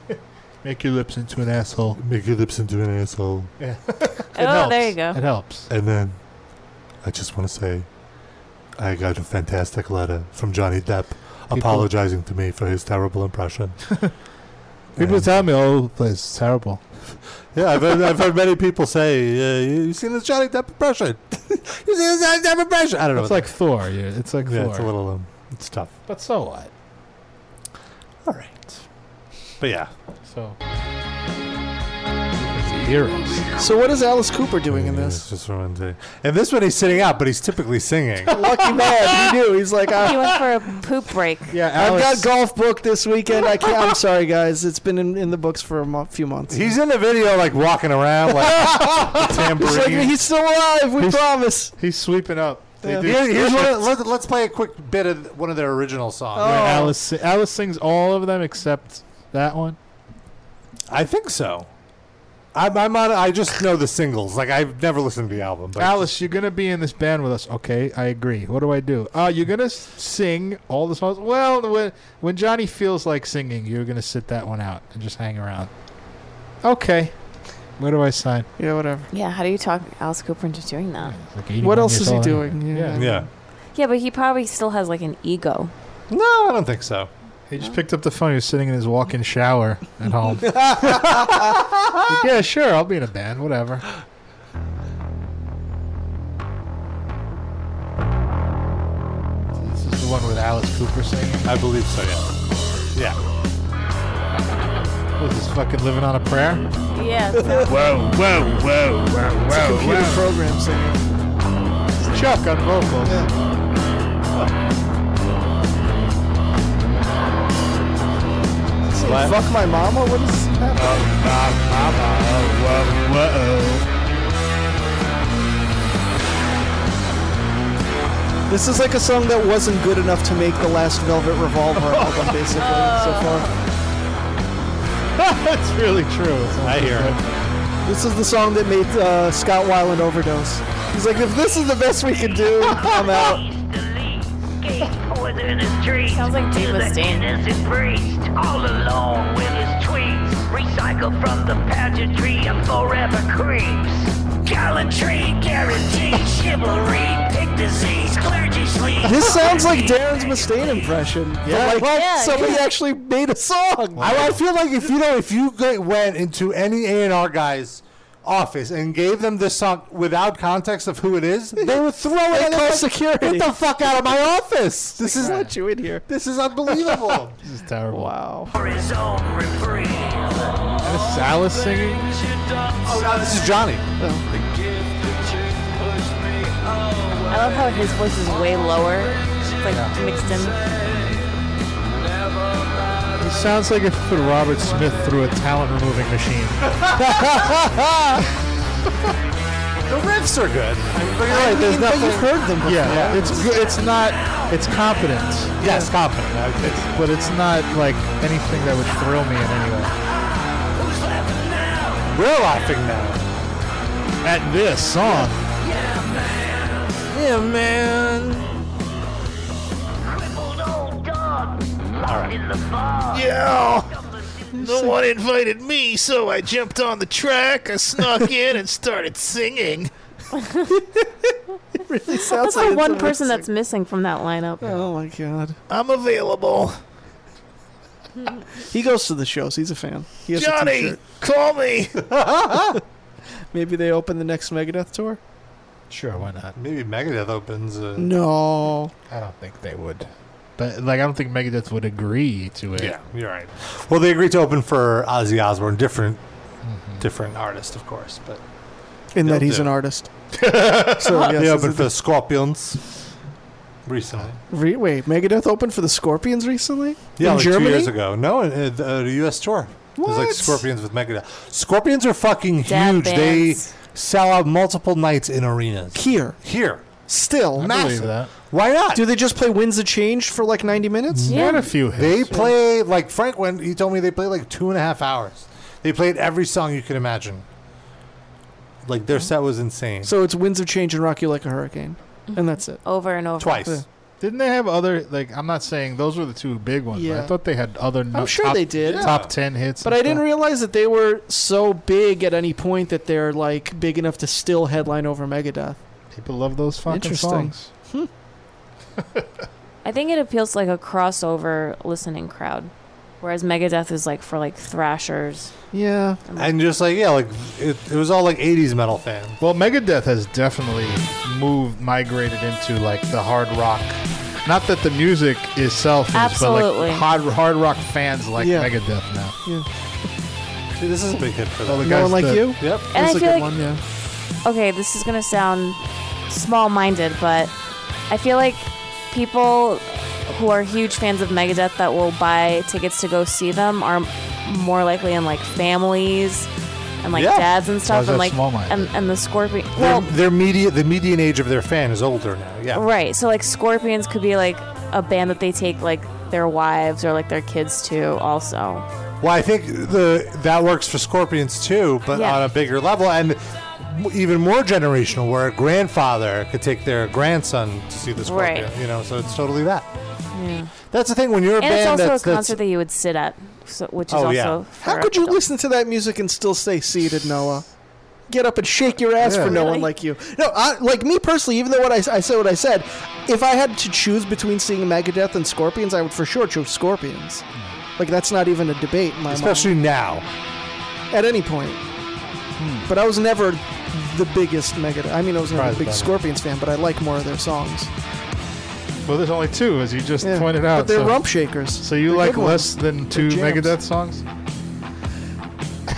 Speaker 2: Make your lips into an asshole.
Speaker 3: Make your lips into an asshole.
Speaker 2: Yeah.
Speaker 4: Oh, there you go.
Speaker 2: It helps.
Speaker 3: And then I just want to say I got a fantastic letter from Johnny Depp apologizing to me for his terrible impression.
Speaker 2: People tell me all over the place it's terrible.
Speaker 3: yeah, I've heard, I've heard many people say, uh, You've seen this Johnny Depp impression. You've seen this Johnny Depp impression. I don't know.
Speaker 11: It's
Speaker 3: what
Speaker 11: like
Speaker 3: that-
Speaker 11: Thor, yeah, it's like
Speaker 3: yeah,
Speaker 11: Thor.
Speaker 3: It's a little, um, it's tough.
Speaker 11: But so what?
Speaker 3: All right. But yeah.
Speaker 11: So.
Speaker 5: So what is Alice Cooper doing in this?
Speaker 3: It's just one day. And this one he's sitting out, but he's typically singing.
Speaker 5: Lucky man, he knew. He's like,
Speaker 4: he
Speaker 5: I,
Speaker 4: went for a poop break.
Speaker 5: Yeah, I've got golf booked this weekend. I can't. I'm sorry, guys. It's been in, in the books for a mo- few months.
Speaker 3: He's in the video, like walking around, like a
Speaker 5: He's like,
Speaker 3: tambourine.
Speaker 5: he's still alive. We promise.
Speaker 2: He's sweeping up.
Speaker 5: They do-
Speaker 3: Here- here's one of- let, us play a quick bit of one of their original songs.
Speaker 2: Oh.
Speaker 11: Where Alice si- Alice sings all of them except that one.
Speaker 3: I think so. I'm, I'm on, I just know the singles. Like I've never listened to the album. But
Speaker 2: Alice, you're gonna be in this band with us. Okay, I agree. What do I do? Uh, you're gonna s- sing all the songs. Well, when when Johnny feels like singing, you're gonna sit that one out and just hang around. Okay, where do I sign?
Speaker 5: Yeah, whatever.
Speaker 4: Yeah, how do you talk Alice Cooper into doing that?
Speaker 5: What else is he doing?
Speaker 2: Yeah.
Speaker 3: yeah.
Speaker 4: Yeah, but he probably still has like an ego.
Speaker 3: No, I don't think so.
Speaker 2: He just picked up the phone. He was sitting in his walk-in shower at home.
Speaker 3: Ah!
Speaker 2: Like, yeah, sure, I'll be in a band. Whatever. This is the one with Alice Cooper singing.
Speaker 3: I believe so. Yeah. Yeah.
Speaker 2: What is this fucking living on a prayer?
Speaker 4: Yeah.
Speaker 2: Whoa, whoa, whoa, whoa,
Speaker 5: It's a computer program singer.
Speaker 2: Chuck on vocals.
Speaker 5: Say,
Speaker 3: What?
Speaker 5: Fuck my mama. What is
Speaker 2: Oh,
Speaker 5: happening? This is like a song that wasn't good enough to make the last Velvet Revolver album, basically. so
Speaker 3: Oh.
Speaker 5: far,
Speaker 2: That's really true.
Speaker 3: I hear it.
Speaker 5: this is the song that made uh, Scott Weiland overdose. He's like, if this is the best we can do, I'm out.
Speaker 4: Sounds like Dave Mustaine.
Speaker 15: all alone with his tweets. Recycled from the pageantry and forever creeps. Gallantry, guaranteed chivalry, pick disease, clergy sleep.
Speaker 5: This sounds like Darren's Mustaine impression.
Speaker 3: Yeah.
Speaker 5: but like
Speaker 3: Yeah,
Speaker 5: somebody
Speaker 3: yeah.
Speaker 5: actually made a song.
Speaker 3: I, I feel like if you know if you go- went into any A and R guy's office and gave them this song without context of who it is, they would throw it.
Speaker 5: They
Speaker 3: at
Speaker 5: call
Speaker 3: them,
Speaker 5: security.
Speaker 3: Get the fuck out of my office! This is
Speaker 5: let you in here.
Speaker 3: this is unbelievable.
Speaker 2: This is terrible.
Speaker 5: Wow.
Speaker 2: This is Alice singing.
Speaker 3: oh no, this is Johnny.
Speaker 4: I love how his voice is way lower. It's like mixed in.
Speaker 2: It sounds like if you put Robert Smith through a talent removing machine.
Speaker 3: The riffs are good. But you're
Speaker 5: I
Speaker 3: right. There's
Speaker 5: mean, but
Speaker 3: nothing.
Speaker 5: you've heard them.
Speaker 2: Yeah,
Speaker 5: before.
Speaker 2: it's good. It's not. It's competence,
Speaker 3: Yes, confident. I- it's-
Speaker 2: but it's not like anything that would thrill me in any way.
Speaker 3: We're laughing now.
Speaker 11: At this song,
Speaker 3: Yeah, man. All right.
Speaker 15: Yeah.
Speaker 2: No one invited me, so I jumped on the track. I snuck in and started singing.
Speaker 5: It sounds
Speaker 4: That's
Speaker 5: like
Speaker 4: the one
Speaker 5: it's a mixing.
Speaker 4: person that's missing from that lineup.
Speaker 5: Oh my god.
Speaker 2: I'm available.
Speaker 5: He goes to the shows. He's a fan. He has a
Speaker 15: Johnny,
Speaker 5: t-shirt.
Speaker 15: call me.
Speaker 5: Maybe they open the next Megadeth tour.
Speaker 2: Sure, why not?
Speaker 3: Maybe Megadeth opens. Uh,
Speaker 5: No.
Speaker 2: I don't think they would. But like, I don't think Megadeth would agree to it.
Speaker 3: Yeah, you're right. Well, they agreed to open for Ozzy Osbourne, different, different artist, of course. But
Speaker 5: In
Speaker 3: They'll
Speaker 5: that he's
Speaker 3: do.
Speaker 5: an artist. so yes,
Speaker 3: they
Speaker 5: is
Speaker 3: opened
Speaker 5: it
Speaker 3: for Scorpions recently.
Speaker 5: the- Re- wait, Megadeth opened for the Scorpions recently
Speaker 3: Yeah,
Speaker 5: in
Speaker 3: like
Speaker 5: Germany.
Speaker 3: two years ago. No, in, uh, the, uh, the U.S. tour. It was like
Speaker 5: What?
Speaker 3: Scorpions with Megadeth. Scorpions are fucking
Speaker 4: Dad
Speaker 3: huge.
Speaker 4: bands.
Speaker 3: They sell out multiple nights in arenas
Speaker 5: Here,
Speaker 3: here.
Speaker 5: still
Speaker 2: I
Speaker 5: massive.
Speaker 2: believe that.
Speaker 3: Why not?
Speaker 5: Do they just play Winds of Change for like 90 minutes?
Speaker 4: Yeah.
Speaker 2: Had a few hits.
Speaker 3: They play like Frank went. He told me they played like two and a half hours. They played every song you could imagine. Like their set was insane.
Speaker 5: So it's Winds of Change and Rock You Like a Hurricane. and that's it.
Speaker 4: Mm-hmm. Over and over.
Speaker 5: Yeah.
Speaker 2: Didn't they have other like? I'm not saying those were the two big ones. but
Speaker 5: Yeah.
Speaker 2: I thought they had other. no-
Speaker 5: I'm sure
Speaker 2: top-
Speaker 5: they did.
Speaker 2: Top ten hits,
Speaker 5: But
Speaker 2: and
Speaker 5: I didn't
Speaker 2: stuff.
Speaker 5: realize that they were so big at any point that they're like big enough to still headline over Megadeth.
Speaker 2: People love those fucking
Speaker 5: Interesting.
Speaker 2: songs.
Speaker 4: I think it appeals to like a crossover listening crowd, whereas Megadeth is like for like thrashers.
Speaker 5: Yeah.
Speaker 3: And just like yeah, like it, it was all like '80s metal fans.
Speaker 2: Well, Megadeth has definitely moved, migrated into like the hard rock. Not that the music is selfish, but
Speaker 4: Absolutely.
Speaker 2: like hard hard rock fans like
Speaker 4: Yeah.
Speaker 2: Megadeth now.
Speaker 3: See, this is a big hit for
Speaker 2: Well,
Speaker 3: them.
Speaker 2: Oh, the No guys one like that- you?
Speaker 3: Yep.
Speaker 4: And I feel like,
Speaker 5: yeah.
Speaker 4: okay, this is gonna sound small-minded, but I feel like people who are huge fans of Megadeth that will buy tickets to go see them are more likely in like families and like
Speaker 3: Yeah.
Speaker 4: dads and
Speaker 3: Sounds
Speaker 4: stuff, and
Speaker 3: like
Speaker 4: like
Speaker 3: small-minded.
Speaker 4: and, and the Scorpion.
Speaker 3: Their,
Speaker 4: Well,
Speaker 3: their media, the median age of their fan is older now. Yeah.
Speaker 4: Right. So like Scorpions could be like a band that they take like their wives or like their kids to also.
Speaker 3: Well, I think the that works for Scorpions too, but
Speaker 4: Yeah.
Speaker 3: on a bigger level and even more generational, where a grandfather could take their grandson to see the Scorpion.
Speaker 4: Right.
Speaker 3: You know, so it's totally that.
Speaker 4: Yeah.
Speaker 3: That's the thing when you're a
Speaker 4: and
Speaker 3: band
Speaker 4: it's also
Speaker 3: that's,
Speaker 4: a
Speaker 3: that's
Speaker 4: concert that you would sit at, so, which is
Speaker 3: Oh,
Speaker 4: also.
Speaker 3: yeah.
Speaker 5: How could you listen to that music and still stay seated, Noah? Get up and shake your ass
Speaker 4: Yeah.
Speaker 5: for no
Speaker 4: Really?
Speaker 5: one like you. No, I, like me personally, even though what I, s- I said what I said, if I had to choose between seeing Megadeth and Scorpions, I would for sure choose Scorpions. Like that's not even a debate in my
Speaker 3: especially
Speaker 5: mind.
Speaker 3: now. Hmm.
Speaker 5: at any point. But I was never the biggest Megadeth. I mean, I was never
Speaker 2: Surprised
Speaker 5: a big
Speaker 2: by that.
Speaker 5: Scorpions fan, but I like more of their songs.
Speaker 2: Well, there's only two, as you just
Speaker 5: Yeah,
Speaker 2: pointed
Speaker 5: but
Speaker 2: out.
Speaker 5: they're
Speaker 2: so.
Speaker 5: rump shakers.
Speaker 2: So you
Speaker 5: They're
Speaker 2: like
Speaker 5: good ones.
Speaker 2: less than
Speaker 5: They're
Speaker 2: two
Speaker 5: jams.
Speaker 2: Megadeth songs?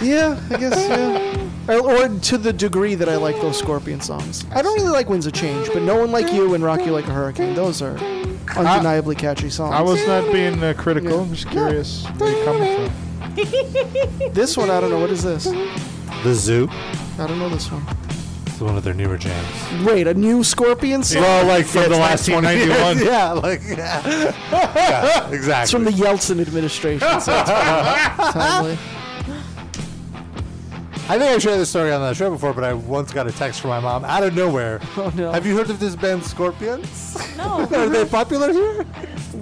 Speaker 5: Yeah, I guess. Yeah. Or, or to the degree that I like those Scorpion songs. I don't really like Winds of Change, but No One Like You and Rock You Like a Hurricane, those are undeniably catchy songs.
Speaker 2: I was not being uh, critical. I'm just curious where you're coming from.
Speaker 5: This one, I don't know. What is this?
Speaker 3: The Zoo.
Speaker 5: I don't know this one.
Speaker 3: It's one of their newer jams.
Speaker 5: Wait, a new Scorpion song?
Speaker 3: Well, like from the last
Speaker 5: 1991.
Speaker 3: yeah, like yeah. Yeah, exactly.
Speaker 5: It's from the Yeltsin administration. So it's pretty timely.
Speaker 3: I think I shared this story on the show before, but I once got a text from my mom out of nowhere.
Speaker 5: Oh no!
Speaker 3: Have you heard of this band Scorpions?
Speaker 5: No.
Speaker 3: Are they popular here?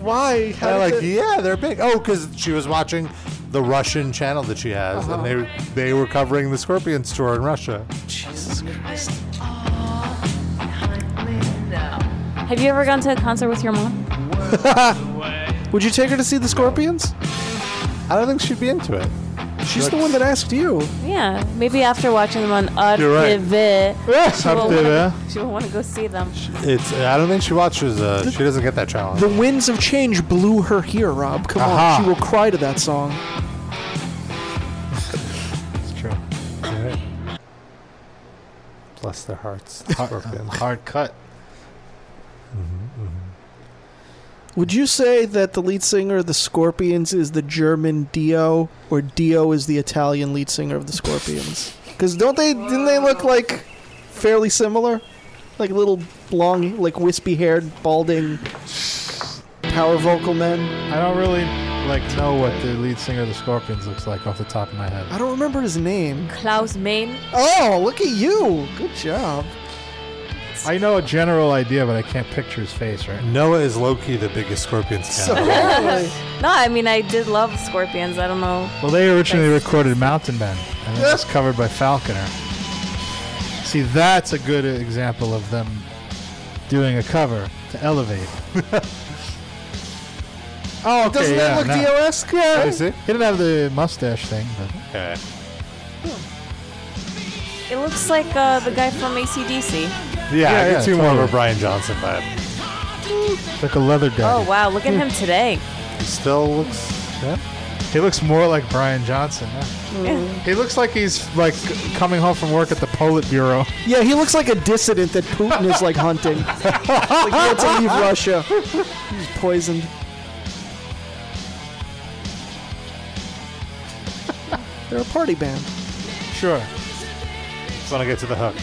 Speaker 5: Why?
Speaker 3: And I'm
Speaker 5: did
Speaker 3: like,
Speaker 5: they-
Speaker 3: yeah, they're big. Oh, because she was watching the Russian channel that she has, and they they were covering the Scorpions tour in Russia.
Speaker 5: Jesus Christ.
Speaker 4: Have you ever gone to a concert with your mom?
Speaker 5: Would you take her to see the Scorpions?
Speaker 3: I don't think she'd be into it.
Speaker 5: She's the one that asked you.
Speaker 4: Yeah, maybe after watching them on Art
Speaker 3: You're right.
Speaker 4: TV, she
Speaker 3: Art
Speaker 4: will
Speaker 3: TV.
Speaker 4: wanna- she will want to go see them.
Speaker 3: It's I don't think she watches. Uh, she doesn't get that challenge.
Speaker 5: The winds of change blew her here, Rob. Come
Speaker 3: Aha.
Speaker 5: on, she will cry to that song.
Speaker 3: It's true. Bless their hearts. the Scorpions.
Speaker 2: Hard cut.
Speaker 5: Would you say that the lead singer of the Scorpions is the German Dio, or Dio is the Italian lead singer of the Scorpions? Because don't they didn't they look like fairly similar, like little long, like wispy-haired, balding, power vocal men?
Speaker 2: I don't really like know what the lead singer of the Scorpions looks like off the top of my head.
Speaker 5: I don't remember his name.
Speaker 4: Klaus Main.
Speaker 5: Oh, look at you! Good job.
Speaker 2: I know a general idea, but I can't picture his face right
Speaker 3: Noah is Loki, the biggest Scorpions fan.
Speaker 4: no, I mean I did love Scorpions. I don't know.
Speaker 2: Well, they originally recorded Mountain Men, and it was covered by Falconer. See, that's a good example of them doing a cover to elevate. oh, okay,
Speaker 5: Doesn't that
Speaker 2: yeah,
Speaker 5: look
Speaker 2: no.
Speaker 5: Dio-esque? Yeah.
Speaker 2: I see. He didn't have the mustache thing, but
Speaker 3: okay.
Speaker 4: It looks like uh, the guy from ACDC.
Speaker 3: Yeah, I can
Speaker 2: yeah,
Speaker 3: see more of
Speaker 2: totally.
Speaker 3: a Brian Johnson vibe.
Speaker 2: like a leather guy.
Speaker 4: Oh wow, look at
Speaker 2: Hmm.
Speaker 4: him today.
Speaker 3: He still looks. Yeah.
Speaker 2: He looks more like Brian Johnson. huh?
Speaker 5: Mm.
Speaker 2: He looks like he's like coming home from work at the Politburo.
Speaker 5: Yeah, he looks like a dissident that Putin is like hunting. like he had to leave Russia. He's poisoned. They're a party band.
Speaker 2: Sure.
Speaker 3: Just want to get to the hook.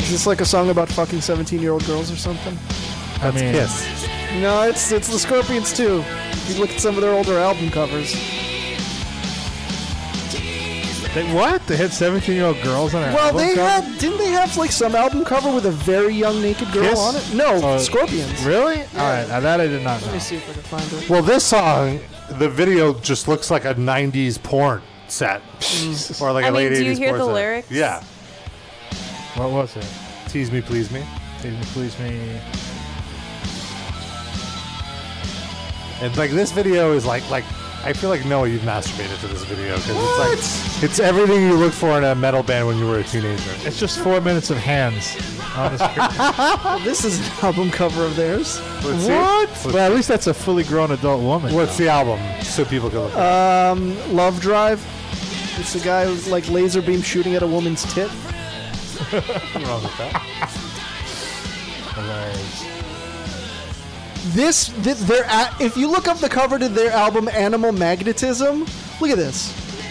Speaker 5: Is this like a song about fucking 17 year old girls or something?
Speaker 2: I mean,
Speaker 3: Kiss.
Speaker 5: No, it's it's the Scorpions too. If you look at some of their older album covers.
Speaker 11: They, what? They had 17 year old girls on their
Speaker 5: Well,
Speaker 11: album
Speaker 5: they
Speaker 11: cover?
Speaker 5: had didn't they have like some album cover with a very young naked girl
Speaker 11: Kiss?
Speaker 5: on it? No,
Speaker 2: Uh,
Speaker 11: Oh,
Speaker 5: Scorpions.
Speaker 11: Really?
Speaker 3: All right, now that I did not
Speaker 5: Let
Speaker 3: know.
Speaker 5: me see if I can find it.
Speaker 3: Well, this song, the video just looks like a '90s porn set, or like
Speaker 4: I
Speaker 3: a
Speaker 4: mean,
Speaker 3: late
Speaker 4: do you
Speaker 3: 80s
Speaker 4: hear
Speaker 3: porn
Speaker 4: the
Speaker 3: set.
Speaker 4: lyrics?
Speaker 3: Yeah.
Speaker 2: What was it?
Speaker 3: Tease me, please me.
Speaker 2: Tease me, please me.
Speaker 3: And like this video is like like I feel like Noah, you've masturbated to this video because it's like it's everything you look for in a metal band when you were a teenager.
Speaker 2: It's just four minutes of hands.
Speaker 5: Well, this is an album cover of theirs.
Speaker 3: Let's see.
Speaker 2: what?
Speaker 3: Let's
Speaker 2: well, at least that's a fully grown adult woman.
Speaker 3: What's the album? So people can look.
Speaker 5: Um, Love Drive. It's a guy who's like laser beam shooting at a woman's tit.
Speaker 3: Nothing wrong with that.
Speaker 5: This, th- their a- if you look up the cover to their album Animal Magnetism, look at this.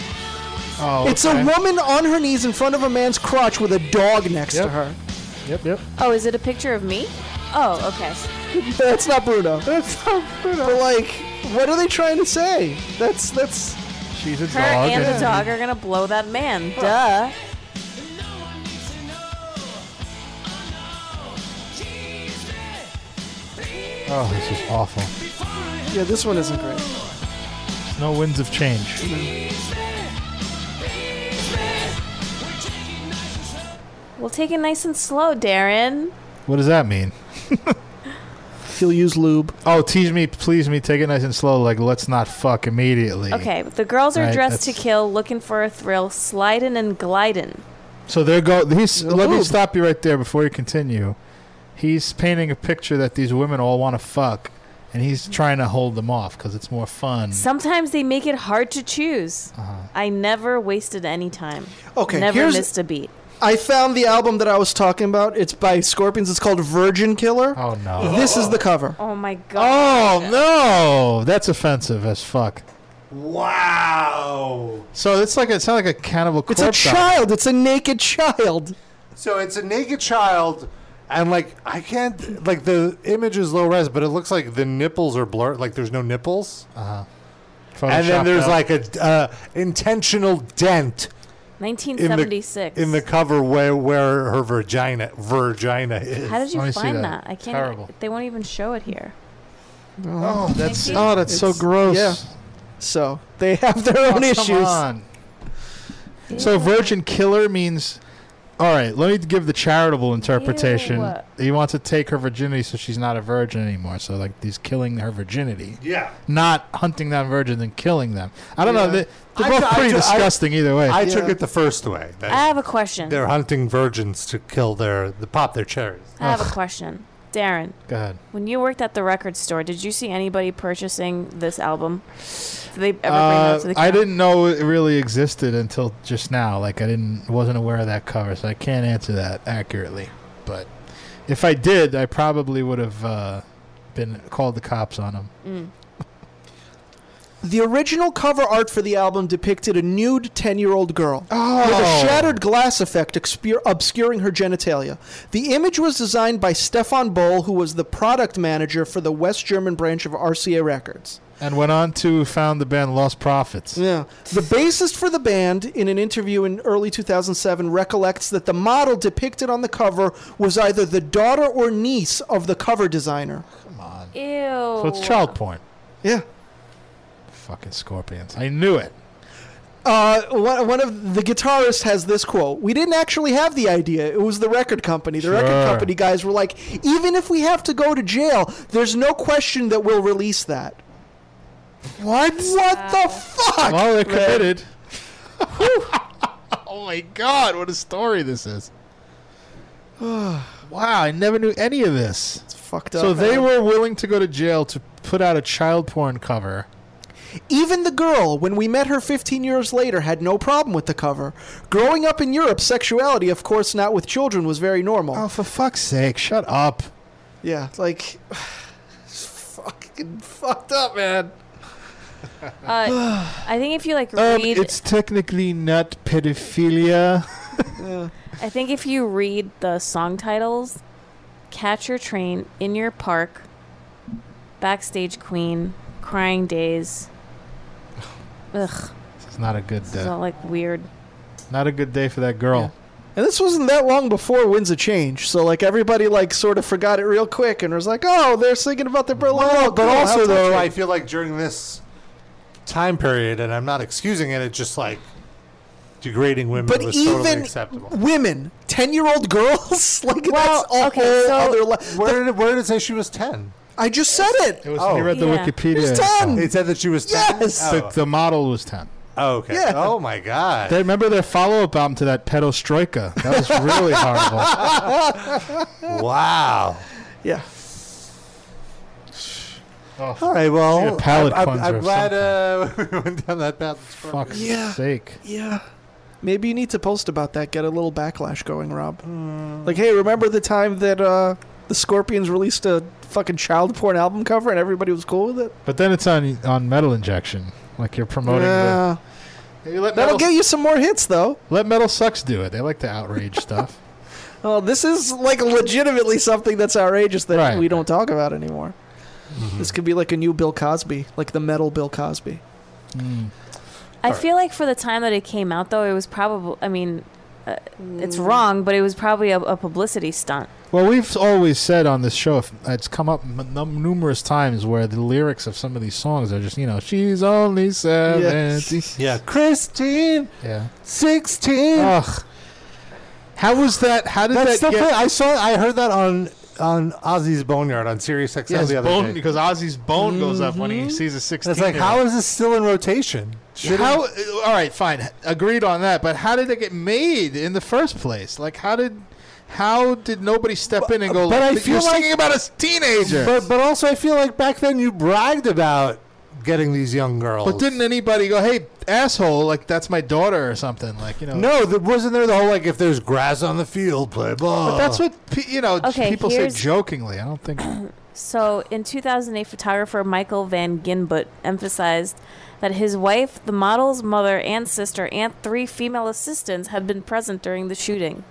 Speaker 2: Oh,
Speaker 5: It's a woman on her knees in front of a man's crotch with a dog next to
Speaker 2: Yep.
Speaker 5: her.
Speaker 2: Yep, yep.
Speaker 4: Oh, is it a picture of me? Oh, okay.
Speaker 5: That's not Bruno. That's
Speaker 2: not Bruno.
Speaker 5: But like, what are they trying to say? That's that's.
Speaker 2: She's a
Speaker 4: Her and the dog are gonna blow that man. Duh.
Speaker 2: Oh, this is awful.
Speaker 5: Yeah, this one isn't great.
Speaker 2: There's no winds of change.
Speaker 4: We'll take it nice and slow, Darren.
Speaker 2: What does that mean?
Speaker 5: He'll use lube.
Speaker 2: Oh, tease me, please me, take it nice and slow. Like, let's not fuck immediately.
Speaker 4: Okay, the girls are
Speaker 2: Right,
Speaker 4: dressed to
Speaker 2: that's-
Speaker 4: kill, looking for a thrill, sliding and gliding.
Speaker 2: So there go. He's. Let me
Speaker 4: lube.
Speaker 2: stop you right there before you continue. He's painting a picture that these women all want to fuck, and he's trying to hold them off because it's more fun.
Speaker 4: Sometimes they make it hard to choose. I never wasted any time.
Speaker 5: Okay,
Speaker 4: never
Speaker 5: here's-
Speaker 4: missed a beat.
Speaker 5: I found the album that I was talking about. It's by Scorpions. It's called Virgin Killer.
Speaker 2: Oh no.
Speaker 5: This is the cover.
Speaker 4: Oh my god.
Speaker 2: Oh no, that's offensive as fuck.
Speaker 3: Wow.
Speaker 2: So it's like it's not like a cannibal.
Speaker 5: It's a
Speaker 2: Corpse album.
Speaker 5: child. It's a naked child.
Speaker 3: So it's a naked child, and like I can't like the image is low res, but it looks like the nipples are blurred. Like there's no nipples.
Speaker 2: Uh huh.
Speaker 3: And then there's like a uh, intentional dent
Speaker 4: 1976.
Speaker 3: in the cover where where her vagina vagina is.
Speaker 4: How did you find that? I can't. e- They won't even show it here.
Speaker 2: Oh, that's
Speaker 4: Nikki?
Speaker 2: oh, that's so
Speaker 5: It's-
Speaker 2: gross.
Speaker 5: yeah. So they have their own
Speaker 2: Oh,
Speaker 5: issues.
Speaker 2: Come on. So virgin killer means. All right, let me give the charitable interpretation.
Speaker 4: Ew.
Speaker 2: He wants to take her virginity so she's not a virgin anymore. So like he's killing her virginity.
Speaker 3: Yeah.
Speaker 2: Not hunting down virgins and killing them. I don't know.
Speaker 3: Yeah.
Speaker 2: They, they're
Speaker 3: I
Speaker 2: both
Speaker 3: t- I
Speaker 2: pretty
Speaker 3: t- I-
Speaker 2: disgusting either way.
Speaker 3: I took it the first way.
Speaker 4: I
Speaker 3: that
Speaker 4: have a question.
Speaker 3: They're hunting virgins to kill their the pop their cherries.
Speaker 4: I have a question, Darren.
Speaker 2: Go ahead.
Speaker 4: When you worked at the record store, did you see anybody purchasing this album? Did they ever bring
Speaker 2: Uh,
Speaker 4: that to the?
Speaker 2: I didn't know it really existed until just now. Like I didn't wasn't aware of that cover, so I can't answer that accurately. But if I did, I probably would have uh, been called the cops on him.
Speaker 5: The original cover art for the album depicted a nude 10 year old girl with
Speaker 2: Oh.
Speaker 5: a shattered glass effect expe- obscuring her genitalia. The image was designed by Stefan Boll, who was the product manager for the West German branch of RCA Records.
Speaker 2: And went on to found the band Lost Prophets.
Speaker 5: Yeah. The bassist for the band, in an interview in early 2007, recollects that the model depicted on the cover was either the daughter or niece of the cover designer.
Speaker 4: Ew.
Speaker 2: So it's child porn.
Speaker 5: Yeah.
Speaker 2: Fucking scorpions. I knew it.
Speaker 5: Uh, one, one of the guitarist has this quote. We didn't actually have the idea. It was the record company. The record
Speaker 2: Sure.
Speaker 5: company guys were like, even if we have to go to jail, there's no question that we'll release that.
Speaker 2: What?
Speaker 5: What the fuck?
Speaker 2: Well, they're
Speaker 5: man?
Speaker 2: committed. oh my god, what a story this is. wow, I never knew any of this. It's
Speaker 5: fucked
Speaker 2: So
Speaker 5: up,
Speaker 2: they
Speaker 5: man.
Speaker 2: were willing to go to jail to put out a child porn cover.
Speaker 5: Even the girl, when we met her 15 years later, had no problem with the cover. Growing up in Europe, sexuality, of course, not with children, was very normal.
Speaker 2: Oh, for fuck's sake, shut up.
Speaker 5: Yeah, like, it's fucking fucked up, man.
Speaker 4: Uh, I think if you like
Speaker 2: Um,
Speaker 4: read,
Speaker 2: it's technically not pedophilia.
Speaker 4: I think if you read the song titles, "Catch Your Train," "In Your Park," "Backstage Queen," "Crying Days," ugh,
Speaker 2: It's not a good.
Speaker 4: it's
Speaker 2: Uh,
Speaker 4: all like weird.
Speaker 2: Not a good day for that girl.
Speaker 5: And this wasn't that long before Winds of Change, so like everybody like sort of forgot it real quick and was like, "Oh, they're singing about the Berlin Wall."
Speaker 3: but
Speaker 5: Cool, how
Speaker 3: also though,
Speaker 5: touching.
Speaker 3: I feel like during this time period, and I'm not excusing it, it's just like degrading women
Speaker 5: But
Speaker 3: was
Speaker 5: even
Speaker 3: totally acceptable.
Speaker 5: women, ten-year-old girls, like that's a whole other. Le-
Speaker 3: where, did, where did it say she was ten?
Speaker 5: I just said it.
Speaker 2: It was
Speaker 3: Oh.
Speaker 2: when you read the Wikipedia.
Speaker 5: She's ten.
Speaker 3: It said that she was ten.
Speaker 5: Yes.
Speaker 2: The,
Speaker 3: Oh.
Speaker 2: the model was 10.
Speaker 3: Oh, okay.
Speaker 5: Yeah.
Speaker 3: Oh my god.
Speaker 2: They remember their follow-up album to that Pedostroika. That was really horrible.
Speaker 3: wow.
Speaker 5: Yeah.
Speaker 3: All right.
Speaker 2: Need
Speaker 3: Well,
Speaker 2: a Oh. palate
Speaker 3: I'm, I'm,
Speaker 2: cleanser
Speaker 3: I'm
Speaker 2: of
Speaker 3: glad uh, we went down that path.
Speaker 2: Fuck's
Speaker 5: Yeah.
Speaker 2: sake.
Speaker 5: Yeah. Maybe you need to post about that. Get a little backlash going, Rob. Like, hey, remember the time that uh, the Scorpions released a fucking child porn album cover and everybody was cool with it?
Speaker 2: But then it's on on metal injection. Like you're promoting the
Speaker 5: Yeah.
Speaker 2: let
Speaker 5: That'll
Speaker 2: metal-
Speaker 5: get you some more hits, though.
Speaker 2: Let Metal Sucks do it. They like to outrage stuff.
Speaker 5: Well, this is like legitimately something that's outrageous that we don't talk about anymore.
Speaker 2: Mm-hmm.
Speaker 5: This could be like a new Bill Cosby, like the metal Bill Cosby.
Speaker 4: I
Speaker 5: Alright.
Speaker 4: feel like for the time that it came out, though, it was probably, I mean, uh, it's wrong, but it was probably a, a publicity stunt.
Speaker 2: Well, we've always said on this show, if- it's come up m- num- numerous times where the lyrics of some of these songs are just, you know, she's only 70.
Speaker 3: Yeah, Christine.
Speaker 2: Yeah.
Speaker 3: 16.
Speaker 2: Ugh. How was that? How did
Speaker 3: That's
Speaker 2: that
Speaker 3: the
Speaker 2: get?
Speaker 3: thing. I saw. I heard that on on Ozzy's Boneyard on Sirius XM
Speaker 2: Yes,
Speaker 3: the other
Speaker 2: bone,
Speaker 3: day.
Speaker 2: because Ozzy's bone goes up when
Speaker 5: Mm-hmm.
Speaker 2: he sees a 16.
Speaker 3: It's like, how is this still in rotation? Should
Speaker 2: How? uh,
Speaker 3: it-
Speaker 2: All right, fine. Agreed on that. But how did it get made in the first place? Like, how did? How did nobody step in and go?
Speaker 3: but I
Speaker 2: like,
Speaker 3: feel
Speaker 2: you're
Speaker 3: like-
Speaker 2: singing about a teenager.
Speaker 3: But but also, I feel like back then you bragged about getting these young girls.
Speaker 2: But didn't anybody go, hey, asshole, like that's my daughter or something? Like, you know.
Speaker 3: no, there wasn't there the whole like if there's grass on the field, play ball.
Speaker 2: But that's what, pe- you know,
Speaker 4: Okay,
Speaker 2: people say
Speaker 4: here's-
Speaker 2: jokingly. I don't think.
Speaker 4: So in 2008, photographer Michael Van Ginbut emphasized that his wife, the model's mother, and sister, and three female assistants had been present during the shooting.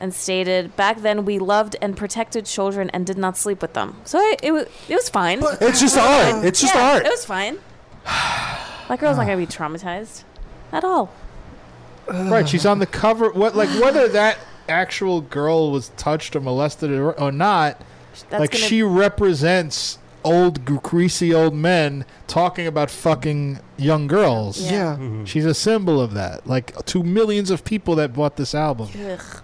Speaker 4: And stated, back then we loved and protected children and did not sleep with them. So it, it, was, it was fine.
Speaker 3: it's just
Speaker 4: It was
Speaker 3: art.
Speaker 4: fine.
Speaker 3: It's just
Speaker 4: Yeah,
Speaker 3: art. Ah.
Speaker 4: It was fine. That girl's not going to be traumatized at all.
Speaker 2: right, she's on the cover. What, like, whether that actual girl was touched or molested or, or not,
Speaker 4: That's
Speaker 2: like,
Speaker 4: gonna-
Speaker 2: she represents old, gr- greasy old men talking about fucking young girls.
Speaker 4: Yeah. Yeah.
Speaker 3: Mm-hmm.
Speaker 2: She's a symbol of that. Like, to millions of people that bought this album.
Speaker 4: Ugh.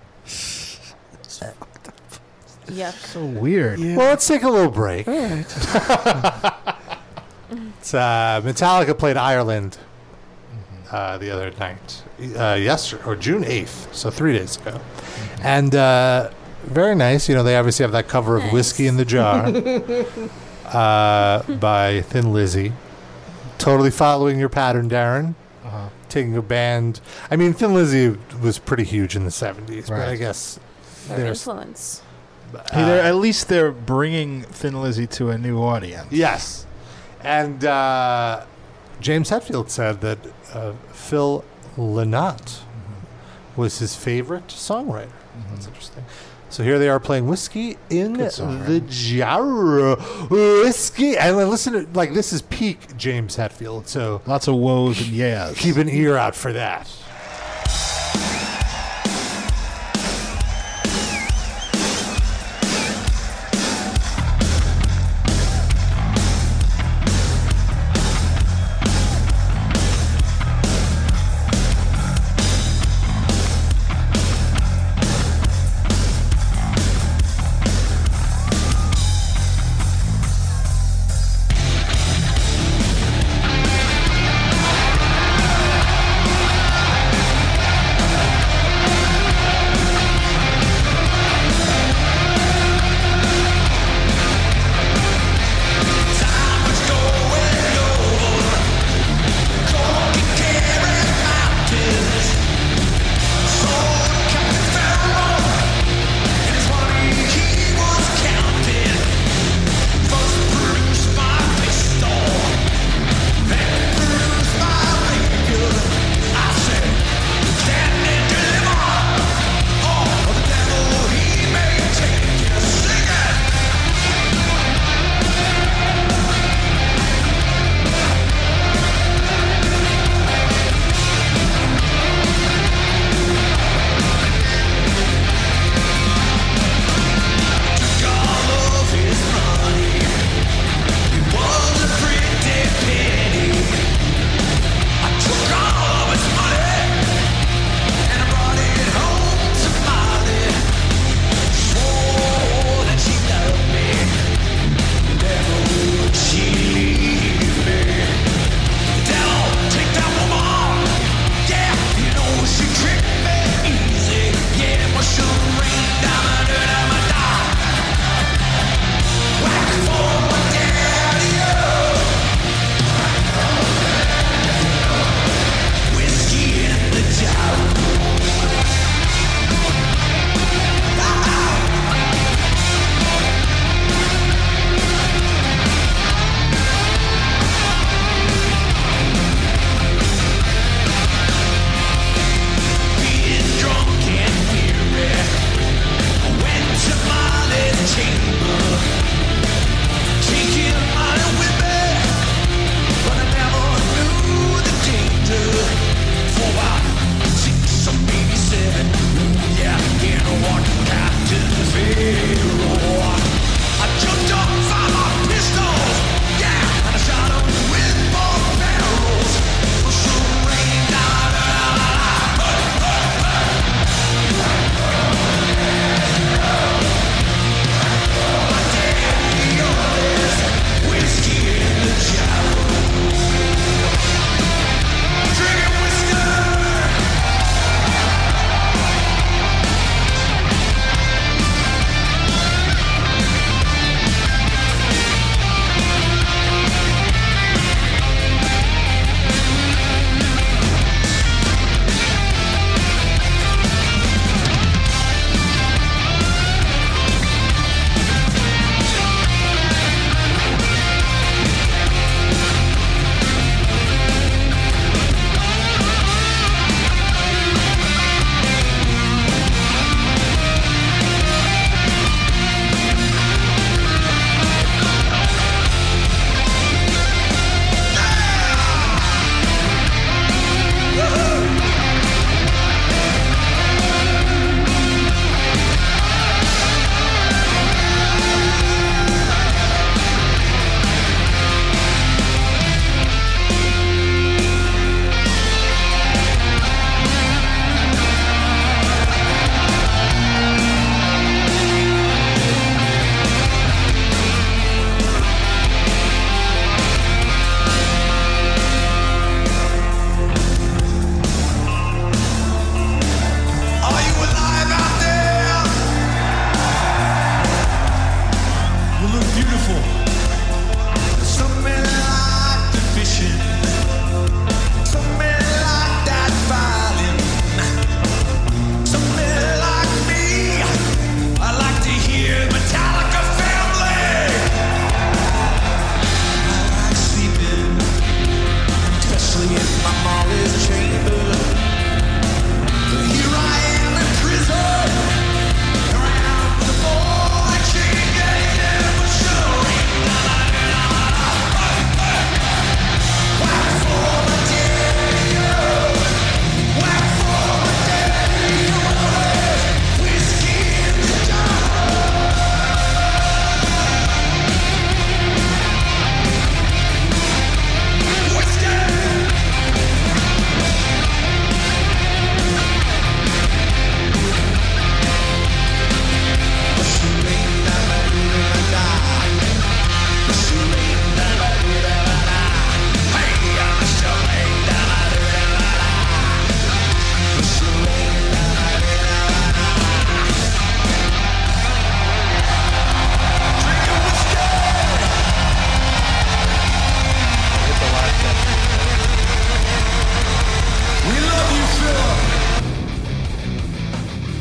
Speaker 4: Yuck.
Speaker 2: So weird.
Speaker 3: Well, let's take a little break.
Speaker 5: All right.
Speaker 3: It's, uh, Metallica played Ireland uh, the other night, uh, yesterday or June eighth, so three days ago, and uh, very nice. You know, they obviously have that cover of "Whiskey in the Jar" uh, by Thin Lizzy. Totally following your pattern, Darren.
Speaker 2: Uh-huh.
Speaker 3: Taking a band. I mean, Thin Lizzy was pretty huge in the seventies, but
Speaker 2: Right.
Speaker 3: I guess
Speaker 4: Their
Speaker 3: there's
Speaker 4: influence.
Speaker 2: Hey, they're, at least they're bringing Thin Lizzy to a new audience.
Speaker 3: Yes. And uh, James Hetfield said that uh, Phil Lynott was his favorite songwriter. That's interesting. So here they are playing whiskey in
Speaker 2: Mm-hmm. Good song,
Speaker 3: the jar. Whiskey. And then listen to, like, this is peak James Hetfield. So
Speaker 2: lots of woes and yes.
Speaker 3: Keep an ear out for that.
Speaker 15: Thank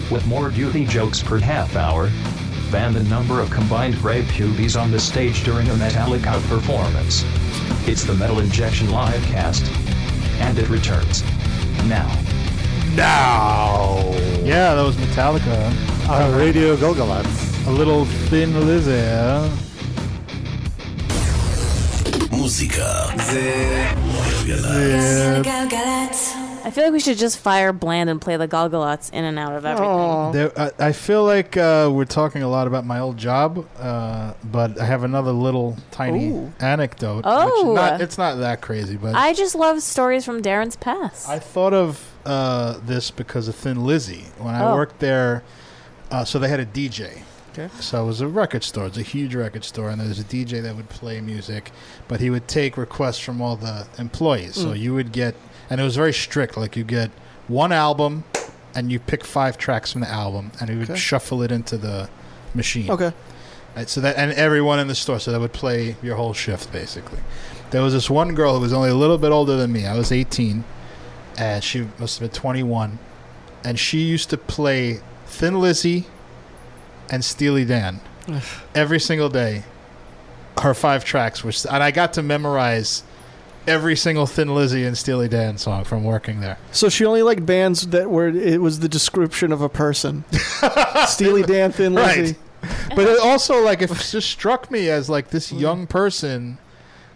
Speaker 1: with more duty jokes per half hour than the number of combined gray pubes on the stage during a Metallica performance. It's the Metal Injection live cast, and it returns now.
Speaker 3: Now.
Speaker 2: Oh. Yeah, that was Metallica.
Speaker 3: On Radio Golgolots.
Speaker 2: A little thin lizard.
Speaker 16: מוזיקה זה
Speaker 4: Yeah.
Speaker 16: גלגלצ.
Speaker 4: I feel like we should just fire Bland and play the Golgolots in and out of everything.
Speaker 2: There, I, I feel like uh, we're talking a lot about my old job, uh, but I have another little tiny
Speaker 4: Ooh.
Speaker 2: anecdote.
Speaker 4: Oh.
Speaker 2: which not, it's not that crazy, but
Speaker 4: I just love stories from Darren's past.
Speaker 2: I thought of uh, this because of Thin Lizzy. When I
Speaker 4: Oh.
Speaker 2: worked there, uh, so they had a DJ.
Speaker 5: Okay.
Speaker 2: So it was a record store. It's a huge record store, and there was a DJ that would play music, but he would take requests from all the employees. So
Speaker 5: Mm.
Speaker 2: you would get, and it was very strict. Like you get one album, and you pick five tracks from the album, and he would
Speaker 5: Okay.
Speaker 2: shuffle it into the machine.
Speaker 5: Okay.
Speaker 2: Right, so that and everyone in the store, so that would play your whole shift basically. There was this one girl who was only a little bit older than me. I was 18, and she must have been 21, and she used to play Thin Lizzy and Steely Dan
Speaker 5: Ugh.
Speaker 2: every single day. Her five tracks, which and I got to memorize every single Thin Lizzy and Steely Dan song from working there.
Speaker 5: So she only liked bands that were it was the description of a person. Steely Dan, Thin Lizzy.
Speaker 2: but it also like it just struck me as like this young person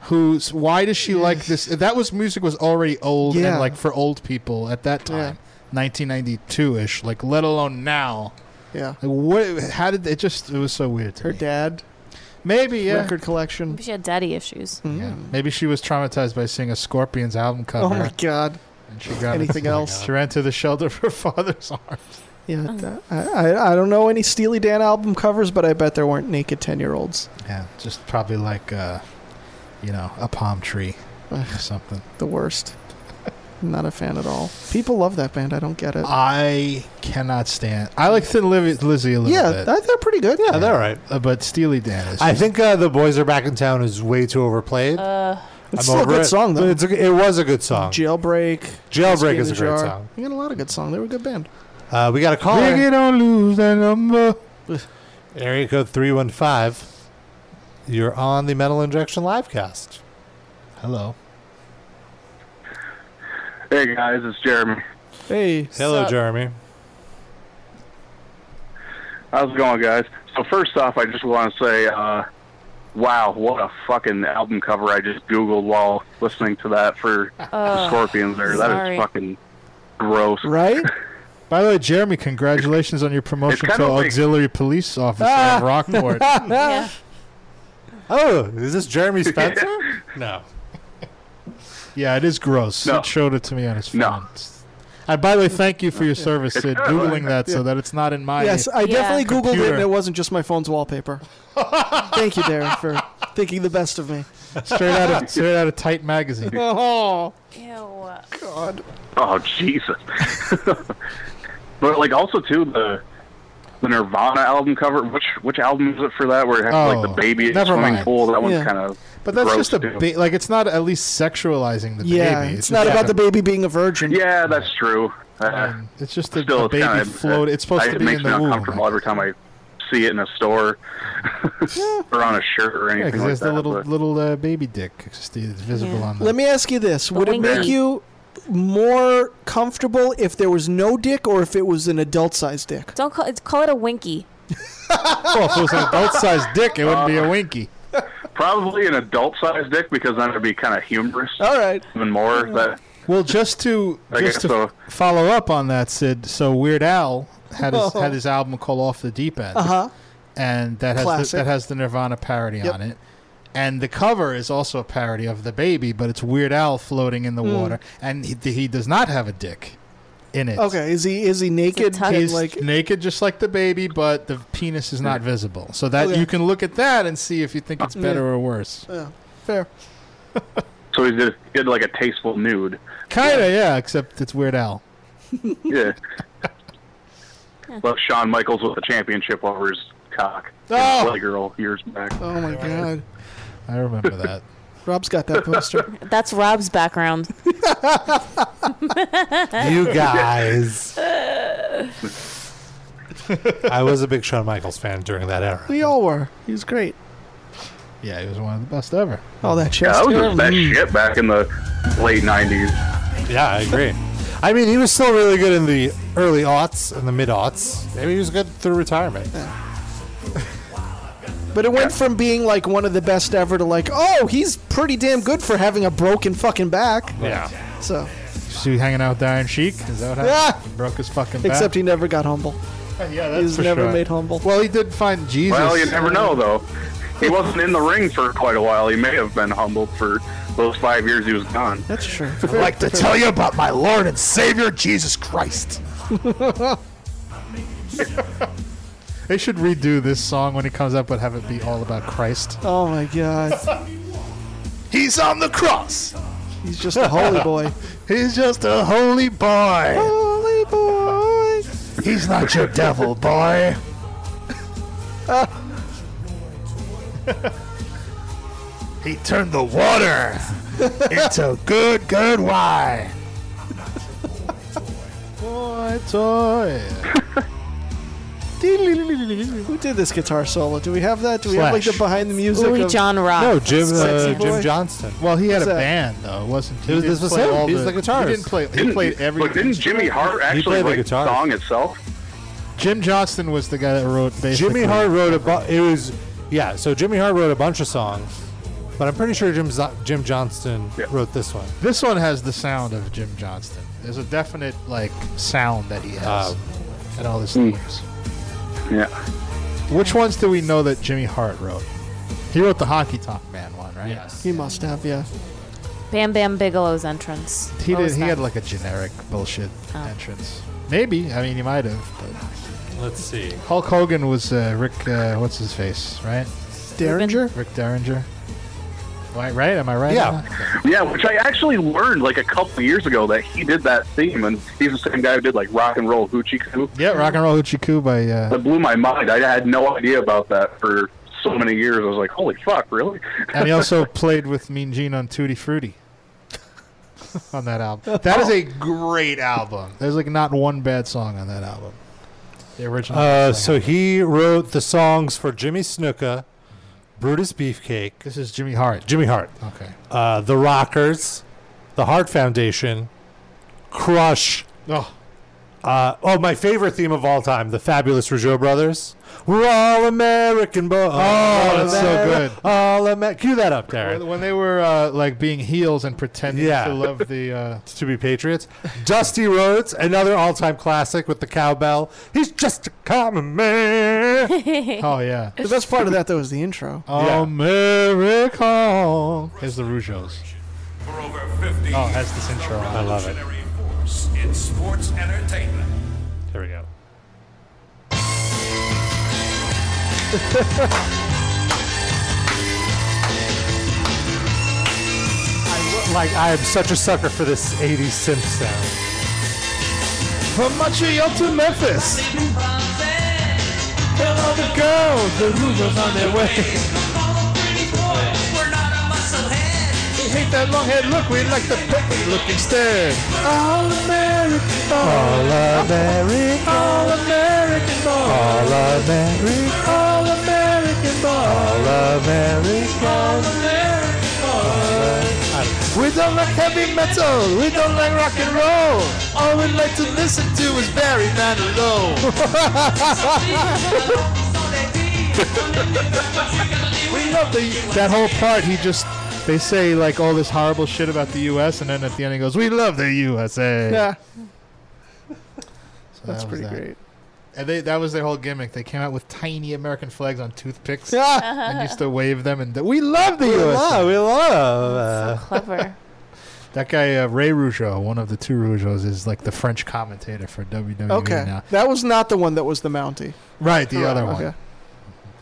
Speaker 2: who's why does she like this that was music was already old
Speaker 5: Yeah.
Speaker 2: and like for old people at that time 1992ish like let alone now
Speaker 5: yeah
Speaker 2: like, what how did it just it was so weird to her
Speaker 5: dad
Speaker 2: maybe yeah
Speaker 5: Record collection.
Speaker 4: Maybe she had daddy issues.
Speaker 2: Mm-hmm. Yeah. maybe she was traumatized by seeing a scorpions album cover
Speaker 5: Oh my god.
Speaker 2: and she grabbed
Speaker 5: Anything else?
Speaker 2: she ran to the shelter of her father's arms
Speaker 5: Yeah, that- I, I I don't know any Steely Dan album covers, but I bet there weren't naked ten year olds.
Speaker 2: yeah just probably like uh you know a palm tree or something
Speaker 5: The worst. Not a fan at all. People love that band. I don't get it.
Speaker 2: I cannot stand. I like Thin Liv- Lizzy a little
Speaker 5: yeah,
Speaker 2: bit.
Speaker 5: I- they're pretty good. Yeah,
Speaker 2: they're all right. Uh, but Steely Dan is.
Speaker 3: I think uh, the boys are back in town is way too overplayed.
Speaker 4: Uh,
Speaker 5: It's still a good song, though.
Speaker 3: But It's a, it was a good song.
Speaker 5: Jailbreak.
Speaker 3: Jailbreak
Speaker 5: Whiskey in
Speaker 3: is
Speaker 5: the
Speaker 3: a great
Speaker 5: Jar.
Speaker 3: song.
Speaker 5: They got a lot of good songs. They were a good band.
Speaker 3: Uh, we got a call.
Speaker 5: Biggie,
Speaker 2: don't lose that number.
Speaker 3: Area code three one five. You're on the Metal Injection livecast.
Speaker 2: Hello.
Speaker 17: Hey guys, it's Jeremy.
Speaker 5: Hey.
Speaker 3: Hello,
Speaker 17: Sup?
Speaker 3: Jeremy.
Speaker 17: How's it going, guys? So first off, I just want to say, uh, wow, what a fucking album cover I just googled while listening to that for the
Speaker 2: Uh,
Speaker 17: Scorpions. There, that
Speaker 2: sorry.
Speaker 17: is fucking gross.
Speaker 5: Right?
Speaker 2: By the way, Jeremy, congratulations on your promotion
Speaker 17: kinda
Speaker 2: to
Speaker 17: like-
Speaker 2: auxiliary police officer of Rockport.
Speaker 3: Oh, is this Jeremy Spencer? no.
Speaker 2: yeah, it is gross. Sid showed it to me on his phone. And by the way, thank you for your service, Sid,
Speaker 5: kinda
Speaker 2: googling
Speaker 5: like-
Speaker 2: that
Speaker 5: yeah.
Speaker 2: so that it's not in my.
Speaker 5: yes, I definitely googled it,
Speaker 2: computer.
Speaker 5: and it wasn't just my phone's wallpaper. Thank you, Darren, for thinking the best of me.
Speaker 2: straight out of straight out of Tight magazine.
Speaker 5: Oh.
Speaker 4: Ew.
Speaker 5: God.
Speaker 17: Oh Jesus! but like also too the the Nirvana album cover. Which which album is it for that? Where it has like
Speaker 2: Oh,
Speaker 17: the baby in the
Speaker 2: never
Speaker 17: swimming
Speaker 2: mind.
Speaker 17: pool. That one's
Speaker 2: Yeah.
Speaker 17: kind of.
Speaker 2: But that's
Speaker 17: gross
Speaker 2: just a
Speaker 17: too.
Speaker 2: ba- like it's not at least sexualizing the
Speaker 5: Yeah,
Speaker 2: baby.
Speaker 5: it's, not
Speaker 2: just
Speaker 5: about the
Speaker 2: a-
Speaker 5: baby being a virgin.
Speaker 17: Yeah, that's true. Uh,
Speaker 2: It's just a,
Speaker 17: still
Speaker 2: a baby
Speaker 17: kinda- uh,
Speaker 2: float. It's supposed
Speaker 17: I-
Speaker 2: to
Speaker 17: it
Speaker 2: be
Speaker 17: makes
Speaker 2: in
Speaker 17: me
Speaker 2: the womb.
Speaker 17: uncomfortable every time I see it in a store or on a shirt or
Speaker 2: Yeah,
Speaker 17: anything
Speaker 2: because
Speaker 17: like
Speaker 2: there's
Speaker 17: that.
Speaker 2: the little
Speaker 17: but-
Speaker 2: little uh, baby dick. It's just- it's visible on the.
Speaker 5: Let me ask you this: Would it make
Speaker 2: winky.
Speaker 5: you more comfortable if there was no dick, or if it was an adult-sized dick?
Speaker 4: Don't call it, call it a winky.
Speaker 2: well, if Oh, it was an adult-sized dick, it wouldn't be a winky.
Speaker 17: probably an adult-sized dick because then it'd be kind of humorous.
Speaker 5: All right,
Speaker 17: even more. But
Speaker 2: Well, just to
Speaker 17: I
Speaker 2: just
Speaker 17: guess
Speaker 2: to
Speaker 17: so.
Speaker 2: follow up on that, Sid. So Weird Al had his
Speaker 5: Oh.
Speaker 2: had his album called Off the Deep End,
Speaker 5: Uh-huh.
Speaker 2: and that has
Speaker 5: Classic.
Speaker 2: the, that has the Nirvana parody
Speaker 5: Yep.
Speaker 2: on it. And the cover is also a parody of the baby, but it's Weird Al floating in the
Speaker 5: Mm.
Speaker 2: water, and he, he does not have a dick in it.
Speaker 5: Okay, is he is he naked?
Speaker 2: He's
Speaker 5: and, like
Speaker 2: naked, just like the baby, but the penis is not visible. So that
Speaker 5: Okay.
Speaker 2: you can look at that and see if you think it's
Speaker 5: Yeah.
Speaker 2: better or worse.
Speaker 5: yeah, fair.
Speaker 17: so he did, did like a tasteful nude.
Speaker 2: Kinda, yeah. Except it's Weird Al.
Speaker 17: yeah. Left Shawn Michaels with the championship over his cock.
Speaker 5: Oh!
Speaker 17: girl years back.
Speaker 5: Oh my god,
Speaker 2: I remember that.
Speaker 5: Rob's got that poster.
Speaker 4: That's Rob's background.
Speaker 3: You guys. I was a big Shawn Michaels fan during that era.
Speaker 5: We all were. He was great.
Speaker 2: Yeah, he was one of the best ever.
Speaker 5: All that
Speaker 17: Yeah, that was just that shit back in the late '90s.
Speaker 3: Yeah, I agree. I mean, he was still really good in the early aughts and the mid aughts. Maybe he was good through retirement.
Speaker 5: But it went from being like one of the best ever to like, oh, he's pretty damn good for having a broken fucking back.
Speaker 2: Yeah.
Speaker 5: So,
Speaker 2: So he hanging out with Iron Sheik? Is that what happened?
Speaker 5: Yeah.
Speaker 2: He broke his fucking back.
Speaker 5: except he never got humble.
Speaker 2: yeah,
Speaker 5: he was
Speaker 2: for
Speaker 5: never
Speaker 2: sure.
Speaker 5: made humble.
Speaker 2: Well, he did find Jesus.
Speaker 17: Well, you never know though. He wasn't in the ring for quite a while. He may have been humbled for those five years he was gone.
Speaker 5: That's true.
Speaker 18: I'd like to tell you about my Lord and Savior, Jesus Christ.
Speaker 2: They should redo this song when it comes up, but have it be all about Christ.
Speaker 5: Oh my god.
Speaker 18: He's on the cross.
Speaker 5: He's just a holy boy.
Speaker 18: He's just a holy boy. Holy boy. He's not your devil boy. he turned the water into good, good wine.
Speaker 2: Boy, toy.
Speaker 5: Who did this guitar solo? Do we have that? Do we have like the
Speaker 2: Slash.
Speaker 5: behind the music?
Speaker 4: Louis
Speaker 5: of-
Speaker 4: John Roth. No, Jim-
Speaker 5: Sexy
Speaker 4: uh,
Speaker 5: boy?
Speaker 4: Jim
Speaker 3: Johnston.
Speaker 2: Well, he had
Speaker 5: Who's
Speaker 2: a
Speaker 5: that?
Speaker 2: band though, wasn't he?
Speaker 3: It was-
Speaker 2: didn't
Speaker 3: this was
Speaker 2: play
Speaker 3: him.
Speaker 2: all
Speaker 3: He's the guitarist.
Speaker 2: He didn't play. He
Speaker 17: Didn't-
Speaker 2: played every.
Speaker 17: But didn't Jimmy Hart actually write the, song itself?
Speaker 2: Jim Johnston was the guy that wrote. Basically.
Speaker 3: Jimmy Hart wrote a bu- it was yeah. So Jimmy Hart wrote a bunch of songs, but I'm pretty sure Jim Zo- Jim Johnston wrote this one.
Speaker 2: This one has the sound of Jim Johnston. There's a definite like sound that he has,
Speaker 3: Oh.
Speaker 2: and all his
Speaker 3: Hmm.
Speaker 2: themes.
Speaker 17: Yeah.
Speaker 2: Which ones do we know that Jimmy Hart wrote? He wrote the Hockey Talk Man one, right? Yes.
Speaker 5: He must have, yeah.
Speaker 4: Bam Bam Bigelow's entrance.
Speaker 2: He
Speaker 4: What
Speaker 2: did.
Speaker 4: was
Speaker 2: He
Speaker 4: that? Oh.
Speaker 2: had like a generic bullshit entrance. Maybe. I mean, he might have.
Speaker 3: Let's see.
Speaker 2: But Hulk Hogan was uh, Rick. Uh, what's his face? Right.
Speaker 5: Derringer?
Speaker 2: Rick Derringer. Right. Right. Am I right?
Speaker 17: Yeah. Yeah, which I actually learned like a couple years ago that he did that theme, and he's the same guy who did like rock and roll hoochie coo.
Speaker 2: Yeah. Rock and Roll Hoochie Coo by. Uh,
Speaker 17: That blew my mind. I had no idea about that for so many years. I was like, holy fuck, really?
Speaker 2: and he also played with Mean Gene on Tutti Frutti. on that album. That is a great album. There's like not one bad song on that album. The original.
Speaker 3: Uh, so he wrote the songs for Jimmy Snuka, Brutus Beefcake.
Speaker 2: This is Jimmy Hart.
Speaker 3: Jimmy Hart.
Speaker 2: Okay.
Speaker 3: Uh, the Rockers, the Hart Foundation, Crush.
Speaker 2: Oh.
Speaker 3: Uh, oh, my favorite theme of all time, the fabulous Rougeau Brothers. We're all American, boys. Oh,
Speaker 2: that's so good.
Speaker 3: All Amer- Cue that up, Derek.
Speaker 2: When when they were uh, like being heels and pretending
Speaker 3: Yeah.
Speaker 2: to love the uh,
Speaker 3: to be Patriots. Dusty Rhodes, another all-time classic with the cowbell. He's just a common man.
Speaker 2: Oh, yeah. Oh,
Speaker 5: The best part of that though is the intro.
Speaker 2: America. Here's the Rougeos.
Speaker 16: Oh,
Speaker 2: has this intro. I love it.
Speaker 16: In sports entertainment.
Speaker 3: There we go. Like I am such a sucker for this '80s synth sound.
Speaker 18: From Montreal to Memphis. Tell all the girls the Rougeau's on their way. We hate that long head look, we like the peppy look instead. All American
Speaker 3: All American.
Speaker 18: All American boys.
Speaker 3: All
Speaker 18: American. All American boys. All American. All American boys. We don't like heavy metal. We don't like rock and roll. All we like to listen to is Barry Manilow.
Speaker 2: We love the that whole part. He just they say like all this horrible shit about the U.S. and then at the end he goes, "We love the USA."
Speaker 5: Yeah.
Speaker 2: So
Speaker 5: That's
Speaker 2: that was
Speaker 5: pretty
Speaker 2: that.
Speaker 5: great.
Speaker 2: And they, that was their whole gimmick. They came out with tiny American flags on toothpicks
Speaker 5: Yeah.
Speaker 2: and used to wave them. And we love the
Speaker 3: We
Speaker 2: USA.
Speaker 3: love- we love.
Speaker 2: uh,
Speaker 4: Clever.
Speaker 2: that guy uh, Ray Rougeau, one of the two Rougeaus, is like the French commentator for WWE
Speaker 5: Okay.
Speaker 2: now.
Speaker 5: That was not the one that was the Mountie.
Speaker 2: Right, the
Speaker 3: Oh,
Speaker 5: Correct,
Speaker 2: other one.
Speaker 5: okay.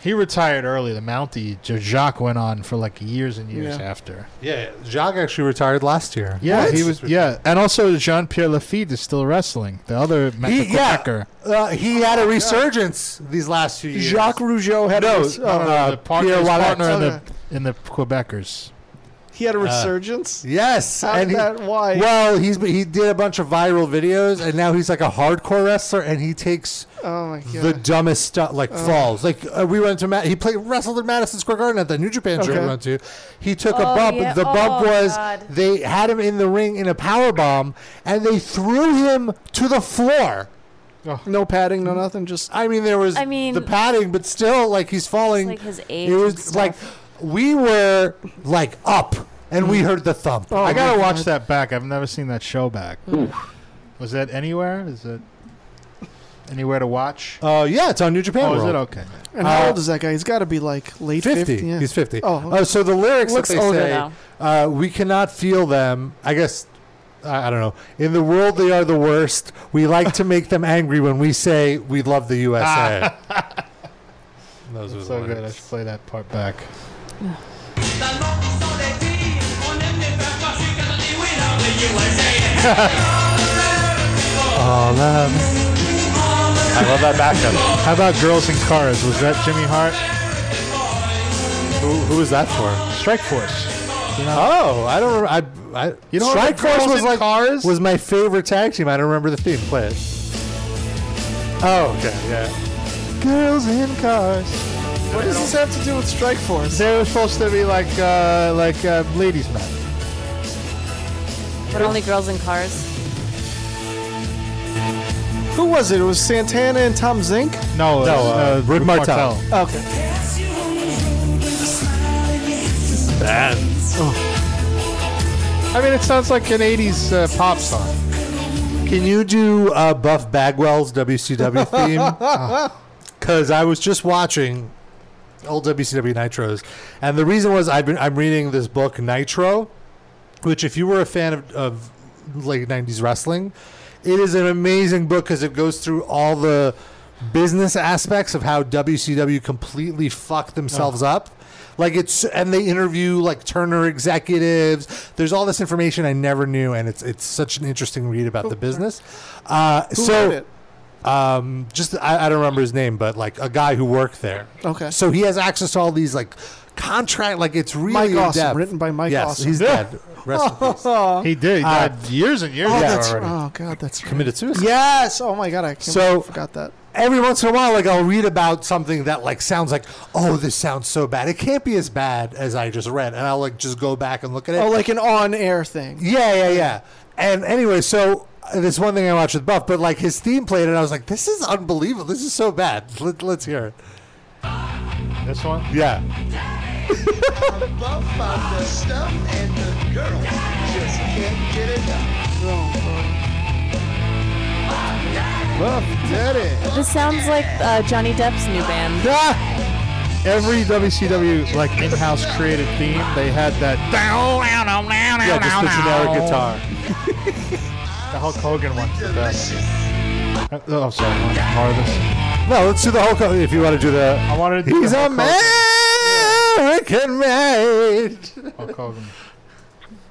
Speaker 2: He retired early. The Mountie J- Jacques went on for like years and years
Speaker 3: Yeah.
Speaker 2: after.
Speaker 3: Yeah, Jacques actually retired last year.
Speaker 2: Yeah, he was. Yeah, and also Jean Pierre Lafitte is still wrestling. The other
Speaker 3: He,
Speaker 2: Mexican
Speaker 3: yeah,
Speaker 2: hacker.
Speaker 3: uh, he had a resurgence these last few years.
Speaker 5: Jacques Rougeau had
Speaker 3: no,
Speaker 5: a-
Speaker 3: uh,
Speaker 2: the part-
Speaker 3: Pierre
Speaker 2: his
Speaker 3: Wallet.
Speaker 2: partner in the in the Quebecers.
Speaker 5: He had a
Speaker 3: Uh,
Speaker 5: resurgence.
Speaker 3: yes,
Speaker 5: How
Speaker 3: and he-
Speaker 5: did that? Why?
Speaker 3: Well, he's he did a bunch of viral videos, and now he's like a hardcore wrestler, and he takes
Speaker 5: Oh my god.
Speaker 3: the dumbest stuff, like
Speaker 5: Ugh.
Speaker 3: falls. Like uh, we went to Matt, he played wrestled at Madison Square Garden at the New Japan show
Speaker 5: Okay.
Speaker 3: we went to. He took
Speaker 5: Oh,
Speaker 3: a bump.
Speaker 5: yeah.
Speaker 3: The bump
Speaker 5: Oh,
Speaker 3: was
Speaker 5: God.
Speaker 3: they had him in the ring in a power bomb, and they threw him to the floor.
Speaker 5: No padding, no nothing. Just
Speaker 3: I mean, there was
Speaker 4: I mean-
Speaker 3: the padding, but still, like he's falling.
Speaker 4: like his age
Speaker 3: It
Speaker 4: and
Speaker 3: was like we were like up, and we heard the thump.
Speaker 5: Oh
Speaker 2: I gotta
Speaker 3: my
Speaker 2: watch
Speaker 3: God.
Speaker 2: that back. I've never seen that show back. Was that anywhere? Is it anywhere to watch?
Speaker 3: Uh, yeah, it's on New Japan.
Speaker 2: Oh, is
Speaker 3: World.
Speaker 2: it okay?
Speaker 5: And how
Speaker 3: Uh,
Speaker 5: old is that guy? He's got to be like late
Speaker 3: 50.
Speaker 5: 50. yeah.
Speaker 3: He's 50.
Speaker 5: Oh, okay.
Speaker 3: Uh, so the lyrics
Speaker 5: Looks
Speaker 3: that they
Speaker 5: older
Speaker 3: say,
Speaker 5: now.
Speaker 3: uh, we cannot feel them. I guess, I, I don't know. In the world, they are the worst. We like to make them angry when we say we love the USA.
Speaker 2: Ah.
Speaker 3: Those
Speaker 2: That's so good. I should play that part back.
Speaker 3: All of Oh, I love that backup.
Speaker 2: How about Girls in Cars? Was that Jimmy Hart?
Speaker 3: Who, who was that for?
Speaker 2: Strike Force.
Speaker 3: Oh, I don't remember. I, I,
Speaker 2: You don't remember
Speaker 3: Strike Force
Speaker 2: Girls
Speaker 3: was
Speaker 2: in
Speaker 3: like
Speaker 2: Cars?
Speaker 3: was my favorite tag team. I don't remember the theme. Play it. Oh, okay, yeah.
Speaker 2: Girls in Cars.
Speaker 5: What does this have to do with Strike Force?
Speaker 2: They were supposed to be like uh, like uh, ladies' men.
Speaker 4: But only girls in cars.
Speaker 5: Who was it? It was Santana and Tom Zink?
Speaker 2: No,
Speaker 3: No, uh, Rick Martel.
Speaker 5: Okay.
Speaker 3: Bad.
Speaker 2: Oh. I mean, it sounds like an '80s uh, pop song.
Speaker 3: Can you do uh, Buff Bagwell's WCW
Speaker 5: Uh,
Speaker 3: theme? Because I was just watching old WCW Nitros, and the reason was I've been I'm reading this book Nitro, which if you were a fan of, of late '90s wrestling, it is an amazing book because it goes through all the business aspects of how WCW completely fucked
Speaker 5: Oh.
Speaker 3: themselves up. Like it's and they interview like Turner executives. There's all this information I never knew, and it's it's such an interesting read about the business. Uh,
Speaker 5: Who
Speaker 3: so
Speaker 5: wrote it?
Speaker 3: um just I, I don't remember his name but like a guy who worked there
Speaker 5: Okay.
Speaker 3: so he has access to all these like contract like it's really
Speaker 5: Mike Awesome,
Speaker 3: in-depth.
Speaker 5: written by Mike
Speaker 3: yes
Speaker 5: Awesome.
Speaker 3: he's
Speaker 5: Yeah.
Speaker 3: dead Rest in peace.
Speaker 2: He did. He
Speaker 3: Uh,
Speaker 2: died years and years
Speaker 5: oh,
Speaker 2: ago
Speaker 5: that's,
Speaker 2: already.
Speaker 5: oh, God, that's right.
Speaker 3: committed suicide
Speaker 5: Yes. Oh, my God. I can't
Speaker 3: So-
Speaker 5: believe I forgot that.
Speaker 3: every once in a while like i'll read about something that like sounds like oh this sounds so bad it can't be as bad as i just read and i'll like just go back and look at it
Speaker 5: Oh, like an on air thing.
Speaker 3: Yeah, yeah, yeah. And anyway, so uh, this one thing I watched with Buff, but like his theme played, and I was like, this is unbelievable. This is so bad. Let, let's hear it.
Speaker 2: This one?
Speaker 3: Yeah.
Speaker 4: This sounds like uh, Johnny Depp's new band.
Speaker 2: Ah! Every WCW like in-house created theme, they had that.
Speaker 3: Yeah, just the generic guitar.
Speaker 2: The Hulk Hogan one's the best. Uh, Oh, I'm sorry. I'm Harvest.
Speaker 3: No, let's do the whole. Co- if you want to do the, I
Speaker 2: wanted.
Speaker 3: To He's
Speaker 2: the Hulk
Speaker 3: American made.
Speaker 2: Hulk Hogan.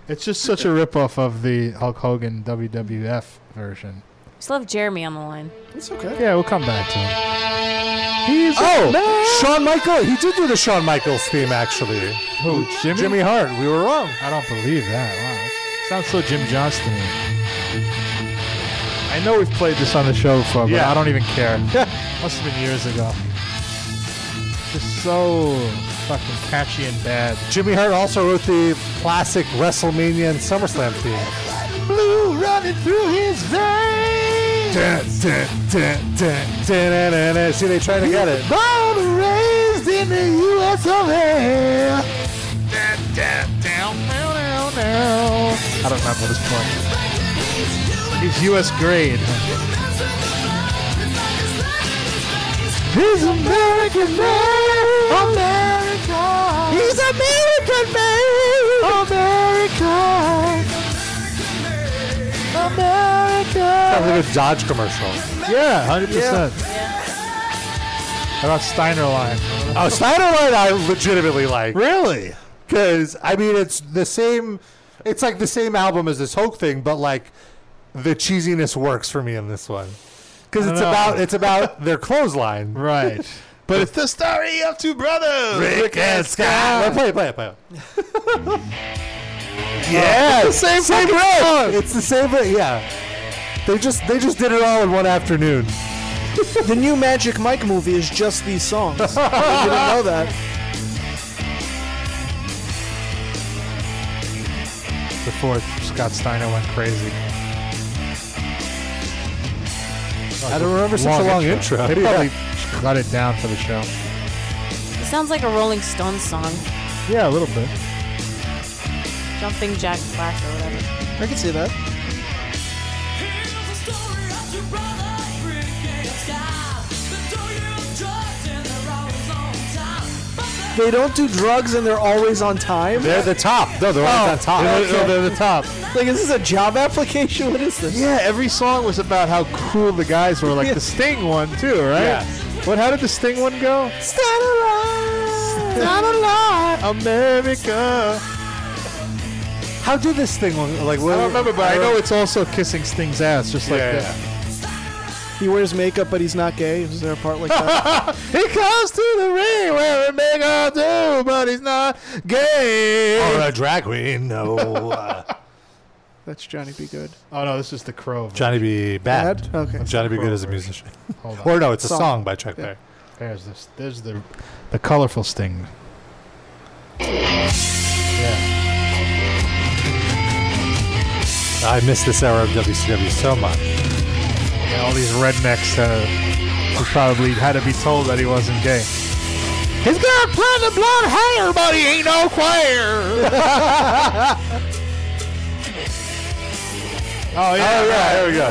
Speaker 2: It's just such a ripoff of the Hulk Hogan WWF version.
Speaker 4: We still have Jeremy on the line.
Speaker 5: It's okay.
Speaker 2: Yeah, we'll come back to him. He's
Speaker 3: Oh, Shawn Michaels. He did do the Shawn Michaels theme actually.
Speaker 2: Who, Jimmy?
Speaker 3: Jimmy Hart. We were wrong.
Speaker 2: I don't believe that. Wow. Sounds so Jim Johnston. I know we've played this on the show before, but
Speaker 3: Yeah.
Speaker 2: I don't even care. Must have been years ago. Just so fucking catchy and bad.
Speaker 3: Jimmy Hart also wrote the classic WrestleMania and SummerSlam theme. Blue running through his veins. Dun, dun, dun, dun, dun, dun, dun, dun. See, they try to get it. Born and raised in the U.S. of A.
Speaker 2: I don't remember this point. He's U.S. grade.
Speaker 3: He's American man. America. He's American man. America. Sounds
Speaker 2: America.
Speaker 3: like a Dodge commercial.
Speaker 2: Yeah, hundred percent. How about Steiner line?
Speaker 3: Oh, Spider-Man I legitimately like.
Speaker 2: Really?
Speaker 3: Because I mean, it's the same. It's like the same album as this Hulk thing, but like the cheesiness works for me in this one. Because
Speaker 2: I
Speaker 3: it's
Speaker 2: dunno.
Speaker 3: about it's about their clothesline.
Speaker 2: Right. But it's the story of two brothers,
Speaker 3: Rick and Scott. Play it, play it, play it. Yeah,
Speaker 18: It's the same fucking
Speaker 3: riff.
Speaker 18: song.
Speaker 3: It's the same riff. Yeah, they just they just did it all in one afternoon.
Speaker 5: the new Magic Mike movie is just these songs. I didn't know that.
Speaker 2: The fourth, Scott Steiner went crazy.
Speaker 3: I don't remember such a long intro.
Speaker 2: They
Speaker 3: Yeah.
Speaker 2: probably cut it down for the show.
Speaker 4: It sounds like a Rolling Stones song.
Speaker 2: Yeah, a little bit.
Speaker 4: Jumping Jack Black or whatever.
Speaker 5: I can see that. They don't do drugs and they're always on time. Oh.
Speaker 3: They're the top. No, they're always on top. They're- they're the top.
Speaker 5: Like, is this a job application? What is this?
Speaker 2: Yeah, every song was about how cool the guys were. Like the Sting one too, right?
Speaker 5: Yeah.
Speaker 2: What? How did the Sting one go?
Speaker 5: Stand alive, stand alive,
Speaker 2: America.
Speaker 3: How did this thing? Like,
Speaker 2: I don't remember, but I know it's also kissing Sting's ass, just like
Speaker 5: Yeah,
Speaker 2: that.
Speaker 5: He wears makeup, but he's not gay. Is there a part like that?
Speaker 2: he comes to the ring wearing makeup too, but he's not gay.
Speaker 3: Or a drag queen? No. uh,
Speaker 5: That's Johnny B. Good.
Speaker 2: Oh no, this is the Crow.
Speaker 3: Johnny B. Bad.
Speaker 5: Okay.
Speaker 3: Johnny B. Good is a musician. Or no, it's a song by Chuck Berry.
Speaker 2: There's this. There's the the colorful Sting.
Speaker 3: I miss this era of WCW so much.
Speaker 2: Yeah, all these rednecks uh, who probably had to be told that he wasn't gay. He's got platinum blonde hair, but he ain't no queer. Oh yeah,
Speaker 3: yeah, there we go.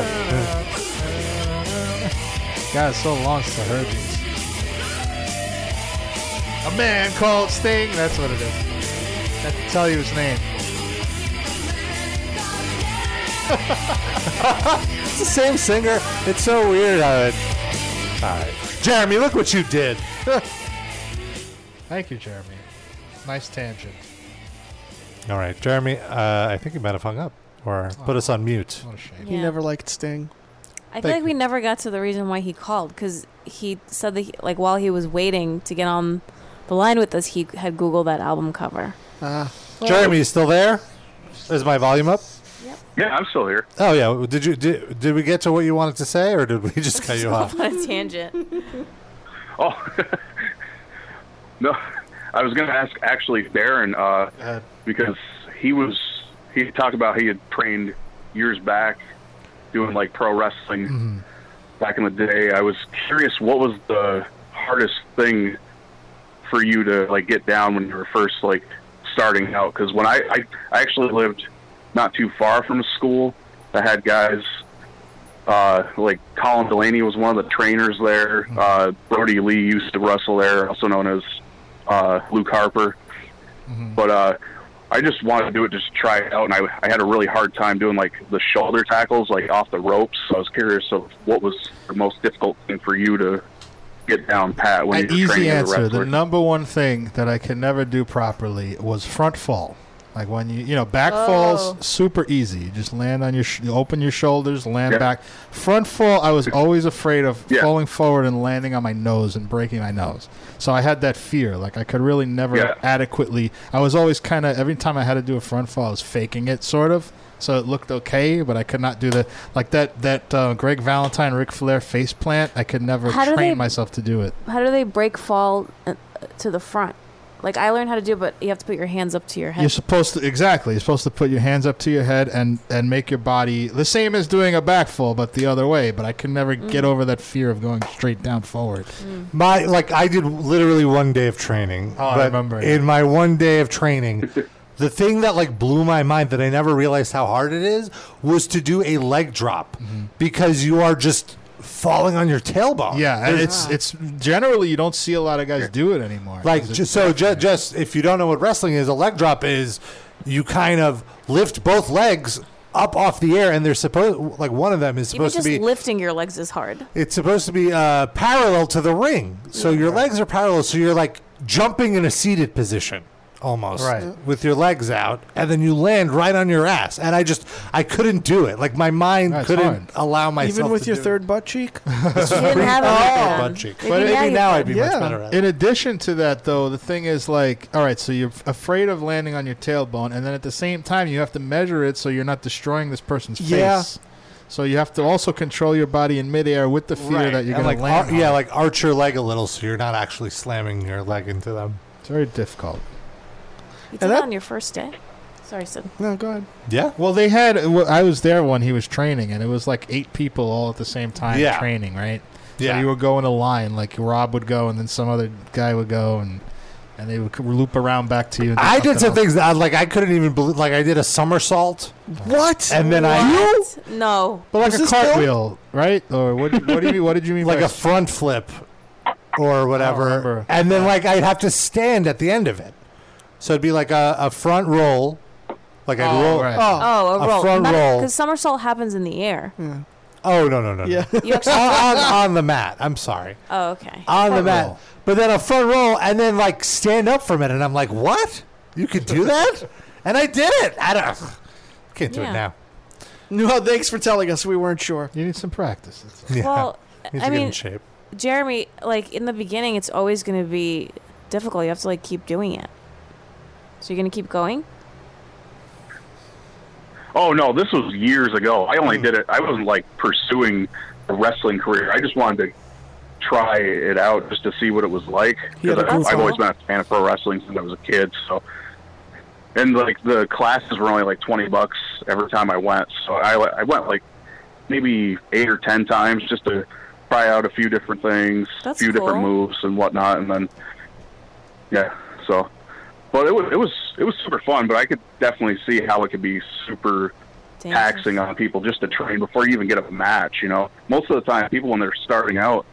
Speaker 2: God, it's so long since I heard these. A man called Sting. That's what it is. I can tell you his name.
Speaker 3: it's the same singer. It's so weird how it. All right, Jeremy, look what you did.
Speaker 2: Thank you, Jeremy. Nice tangent.
Speaker 3: All right, Jeremy. Uh, I think you might have hung up or put us on mute.
Speaker 2: Oh,
Speaker 5: He never liked Sting.
Speaker 4: I feel like we never got to the reason why he called because he said that, he, like, while he was waiting to get on the line with us, he had Googled that album cover.
Speaker 5: Ah.
Speaker 3: Jeremy, you still there? Is my volume up?
Speaker 17: Yeah, I'm still here.
Speaker 3: Oh yeah. Did you did, did we get to what you wanted to say, or did we just cut you off?
Speaker 4: on a tangent.
Speaker 17: Oh, no. I was going to ask actually Darren uh, because he was he talked about he had trained years back doing like pro wrestling back in the day. I was curious what was the hardest thing for you to like get down when you were first like starting out because when I, I I actually lived not too far from a school that had guys uh, like Colin Delaney was one of the trainers there.
Speaker 2: Mm-hmm.
Speaker 17: Uh, Brody Lee used to wrestle there, also known as uh, Luke Harper.
Speaker 2: Mm-hmm.
Speaker 17: But uh, I just wanted to do it, just to try it out, and I, I had a really hard time doing like the shoulder tackles, like off the ropes. So I was curious of what was the most difficult thing for you to get down pat when
Speaker 2: An
Speaker 17: you
Speaker 2: easy
Speaker 17: were training as a
Speaker 2: answer.
Speaker 17: wrestler.
Speaker 2: The number one thing that I could never do properly was front fall. Like when you, you know, back
Speaker 4: Oh.
Speaker 2: falls super easy. You just land on your, sh- you open your shoulders, land
Speaker 17: Yeah.
Speaker 2: back. Front fall, I was always afraid of
Speaker 17: Yeah.
Speaker 2: falling forward and landing on my nose and breaking my nose. So I had that fear. Like I could really never
Speaker 17: Yeah.
Speaker 2: adequately. I was always kind of every time I had to do a front fall, I was faking it sort of. So it looked okay, but I could not do the like that that uh, Greg Valentine, Ric Flair face plant. I could never
Speaker 4: How do
Speaker 2: train
Speaker 4: they-
Speaker 2: myself to do it.
Speaker 4: How do they break fall uh, to the front? Like, I learned how to do it, but you have to put your hands up to your head.
Speaker 2: You're supposed to exactly. You're supposed to put your hands up to your head and and make your body the same as doing a back full, but the other way. But I can never get over that fear of going straight down forward.
Speaker 3: My like I did literally one day of training.
Speaker 2: Oh, I
Speaker 3: but
Speaker 2: remember.
Speaker 3: In my one day of training, the thing that like blew my mind that I never realized how hard it is was to do a leg drop
Speaker 2: Mm-hmm.
Speaker 3: because you are just falling on your tailbone.
Speaker 2: Yeah, and
Speaker 3: There's-
Speaker 2: it's it's generally you don't see a lot of guys do it anymore.
Speaker 3: like just so ju- just if you don't know what wrestling is, a leg drop is you kind of lift both legs up off the air and they're supposed like one of them is
Speaker 4: Even
Speaker 3: supposed
Speaker 4: just
Speaker 3: to be
Speaker 4: lifting your legs is hard.
Speaker 3: it's supposed to be uh, parallel to the ring. So your legs are parallel. So you're like jumping in a seated position. almost
Speaker 11: Right.
Speaker 3: with your legs out and then you land right on your ass and i just i couldn't do it like my mind
Speaker 5: That's
Speaker 3: couldn't
Speaker 5: hard.
Speaker 3: allow myself
Speaker 5: Even with
Speaker 3: to
Speaker 5: your
Speaker 3: do it.
Speaker 5: third butt cheek?
Speaker 3: This was pre- oh, butt cheek. But maybe now I'd be much better at it.
Speaker 2: In addition to that, though, the thing is like, all right, so you're f- afraid of landing on your tailbone, and then at the same time, you have to measure it so you're not destroying this person's
Speaker 3: Yeah.
Speaker 2: face. So you have to also control your body in midair with the fear
Speaker 3: Right.
Speaker 2: that you're
Speaker 3: And,
Speaker 2: going
Speaker 3: like
Speaker 2: to land.
Speaker 3: ar- yeah
Speaker 2: on.
Speaker 3: like arch your leg a little so you're not actually slamming your leg into them
Speaker 2: it's very difficult
Speaker 4: You did that on your first day? Sorry, Sid.
Speaker 5: No, go ahead.
Speaker 3: Yeah.
Speaker 2: Well, they had. w- I was there when he was training, and it was like eight people all at the same time
Speaker 3: Yeah.
Speaker 2: training, right?
Speaker 3: Yeah.
Speaker 2: So you would go in a line, like Rob would go, and then some other guy would go, and and they would c- loop around back to you. and do
Speaker 3: i did
Speaker 2: something
Speaker 3: some things that I, like i couldn't even believe like i did a somersault
Speaker 5: what
Speaker 3: and then i
Speaker 4: What? No.
Speaker 2: But like a cartwheel, right? Or what? What do you mean? What did you mean?
Speaker 3: like a front flip or whatever. And then like I'd have to stand at the end of it. So it'd be like a, a front roll. Like I'd roll.
Speaker 4: Oh, a roll.
Speaker 3: front roll.
Speaker 4: Because somersault happens in the air.
Speaker 3: Oh no no no. Yeah.
Speaker 4: You actually-
Speaker 3: on, on- on the mat. I'm sorry.
Speaker 4: Oh, okay.
Speaker 3: On the
Speaker 4: Front
Speaker 3: mat.
Speaker 4: roll.
Speaker 3: But then a front roll and then like stand up from it and I'm like, "What? You could do that?" and I did it. I don't Can't do it now.
Speaker 5: No, thanks for telling us. We weren't sure.
Speaker 2: You need some practice. That's
Speaker 3: Yeah.
Speaker 4: Well,
Speaker 3: Needs
Speaker 4: I
Speaker 3: to get in
Speaker 4: mean,
Speaker 3: shape.
Speaker 4: Jeremy, like in the beginning, it's always going to be difficult. You have to like keep doing it. So you're going to keep going.
Speaker 17: Oh no, this was years ago. I only did it. I wasn't like pursuing a wrestling career. I just wanted to try it out just to see what it was like.
Speaker 5: Yeah,
Speaker 17: Because
Speaker 5: that's
Speaker 17: I've
Speaker 5: all.
Speaker 17: always been a fan of pro wrestling since I was a kid. So, and like the classes were only like twenty bucks every time I went. So I I went like maybe eight or ten times just to try out a few different things, a
Speaker 4: That's
Speaker 17: few different
Speaker 4: cool.
Speaker 17: moves and whatnot, and then yeah. So, but it was it was it was super fun. But I could definitely see how it could be super taxing on people just to train before you even get a match. You know, most of the time, people when they're starting out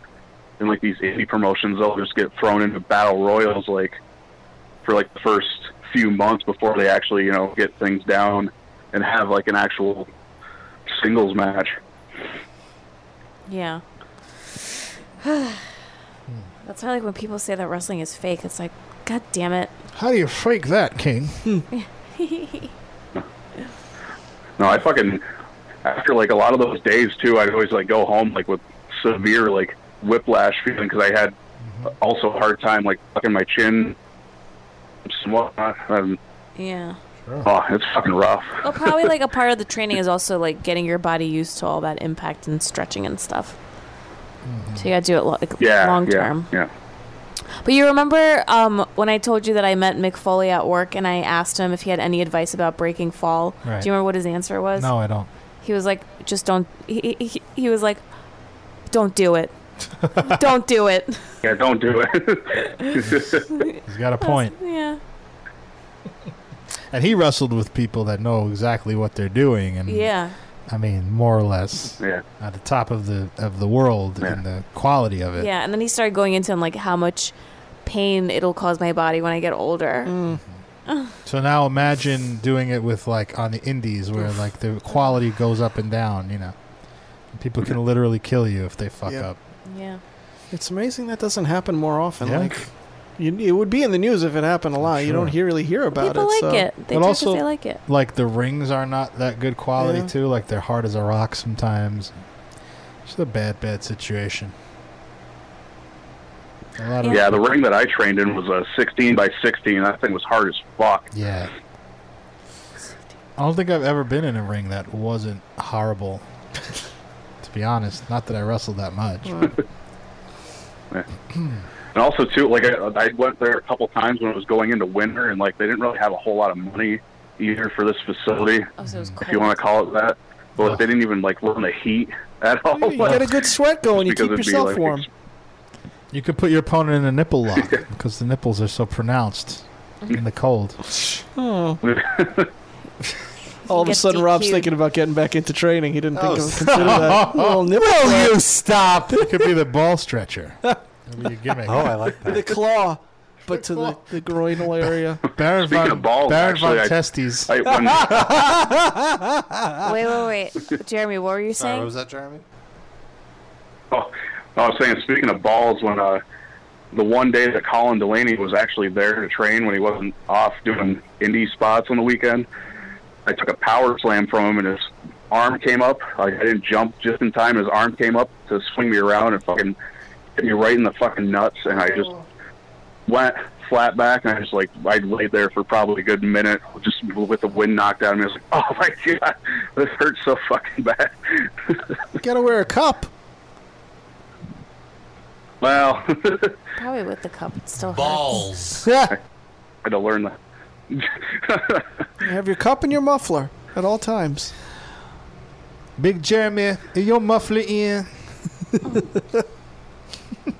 Speaker 17: in like these indie promotions, they'll just get thrown into battle royals like for like the first few months before they actually you know get things down and have like an actual singles match.
Speaker 4: Yeah. That's why, like, when people say that wrestling is fake, it's like, God damn it.
Speaker 2: How do you fake that, King?
Speaker 17: No, I fucking after like a lot of those days too, I'd always like go home like with severe like whiplash feeling because I had also a hard time like fucking my chin and whatnot. And,
Speaker 4: yeah.
Speaker 17: Oh, it's fucking rough.
Speaker 4: Well, probably like a part of the training is also like getting your body used to all that impact and stretching and stuff. So you gotta do it lo- like
Speaker 17: yeah,
Speaker 4: long
Speaker 17: yeah,
Speaker 4: term.
Speaker 17: Yeah,
Speaker 4: But you remember um, when I told you that I met Mick Foley at work and I asked him if he had any advice about breaking fall?
Speaker 2: Right.
Speaker 4: Do you remember what his answer was?
Speaker 2: No, I don't.
Speaker 4: He was like, just don't. He, he, he- he was like, don't do it. don't do it.
Speaker 17: yeah. Don't do it.
Speaker 2: He's got a point.
Speaker 4: Yeah.
Speaker 2: And he wrestled with people that know exactly what they're doing, and
Speaker 4: Yeah.
Speaker 2: I mean, more or less,
Speaker 17: yeah.
Speaker 2: at the top of the of the world and the quality of it.
Speaker 4: Yeah. And then he started going into like how much pain it'll cause my body when I get older.
Speaker 2: So now imagine doing it with like on the indies where
Speaker 4: Oof.
Speaker 2: like the quality goes up and down, you know. People can literally kill you if they fuck
Speaker 5: Yeah.
Speaker 2: up.
Speaker 4: Yeah.
Speaker 5: It's amazing that doesn't happen more often.
Speaker 2: Yeah.
Speaker 5: Like, you, it would be in the news if it happened a lot. You don't
Speaker 2: Sure.
Speaker 5: hear, really hear about
Speaker 4: People
Speaker 5: it.
Speaker 4: like
Speaker 5: so-
Speaker 4: it. They do it 'cause they like it.
Speaker 2: Like the rings are not that good quality
Speaker 5: Yeah.
Speaker 2: too. Like they're hard as a rock sometimes. It's a bad, bad situation. A lot of
Speaker 17: yeah, the ring that I trained in was a 16 by 16. That thing was hard as fuck.
Speaker 2: Yeah. I don't think I've ever been in a ring that wasn't horrible. to be honest, not that I wrestled that much.
Speaker 17: And also too, like I, I went there a couple times when it was going into winter, and like they didn't really have a whole lot of money either for this facility, if you want to call it that. But like, they didn't even like run the heat at all.
Speaker 5: You get a good sweat going. You
Speaker 17: Because
Speaker 5: keep
Speaker 17: it'd be
Speaker 5: yourself
Speaker 17: like
Speaker 5: warm.
Speaker 2: You could put your opponent in a nipple lock because the nipples are so pronounced in the cold.
Speaker 5: Oh. All of a
Speaker 2: Get
Speaker 5: sudden, Rob's
Speaker 2: DQ'd.
Speaker 5: thinking about getting back into training. He didn't
Speaker 2: Oh,
Speaker 5: think of consider that. Little nipple
Speaker 2: Will
Speaker 5: flap.
Speaker 2: you stop? It could be the ball stretcher. gimmick.
Speaker 3: Oh, I like that.
Speaker 5: The claw, but to the, the groinal area.
Speaker 2: Baron
Speaker 17: Speaking
Speaker 2: von,
Speaker 17: of balls,
Speaker 2: Baron
Speaker 17: actually,
Speaker 2: von
Speaker 17: I-
Speaker 2: Testes.
Speaker 17: I- when-
Speaker 4: wait, wait, wait. Jeremy, what were you saying?
Speaker 3: that, Jeremy?
Speaker 17: I was saying, speaking of balls, when uh, the one day that Colin Delaney was actually there to train when he wasn't off doing indie spots on the weekend, I took a power slam from him and his arm came up. Like I didn't jump just in time. His arm came up to swing me around and fucking hit me right in the fucking nuts. And I just went flat back and I just like I laid there for probably a good minute, just with the wind knocked out of me. I was like, oh my god, this hurts so fucking bad.
Speaker 5: Gotta wear a cup.
Speaker 17: Well,
Speaker 4: Probably with the cup, it still
Speaker 17: balls.
Speaker 5: I
Speaker 17: had to learn that.
Speaker 5: Have your cup and your muffler at all times.
Speaker 2: Big Jeremy, is your muffler in?
Speaker 17: I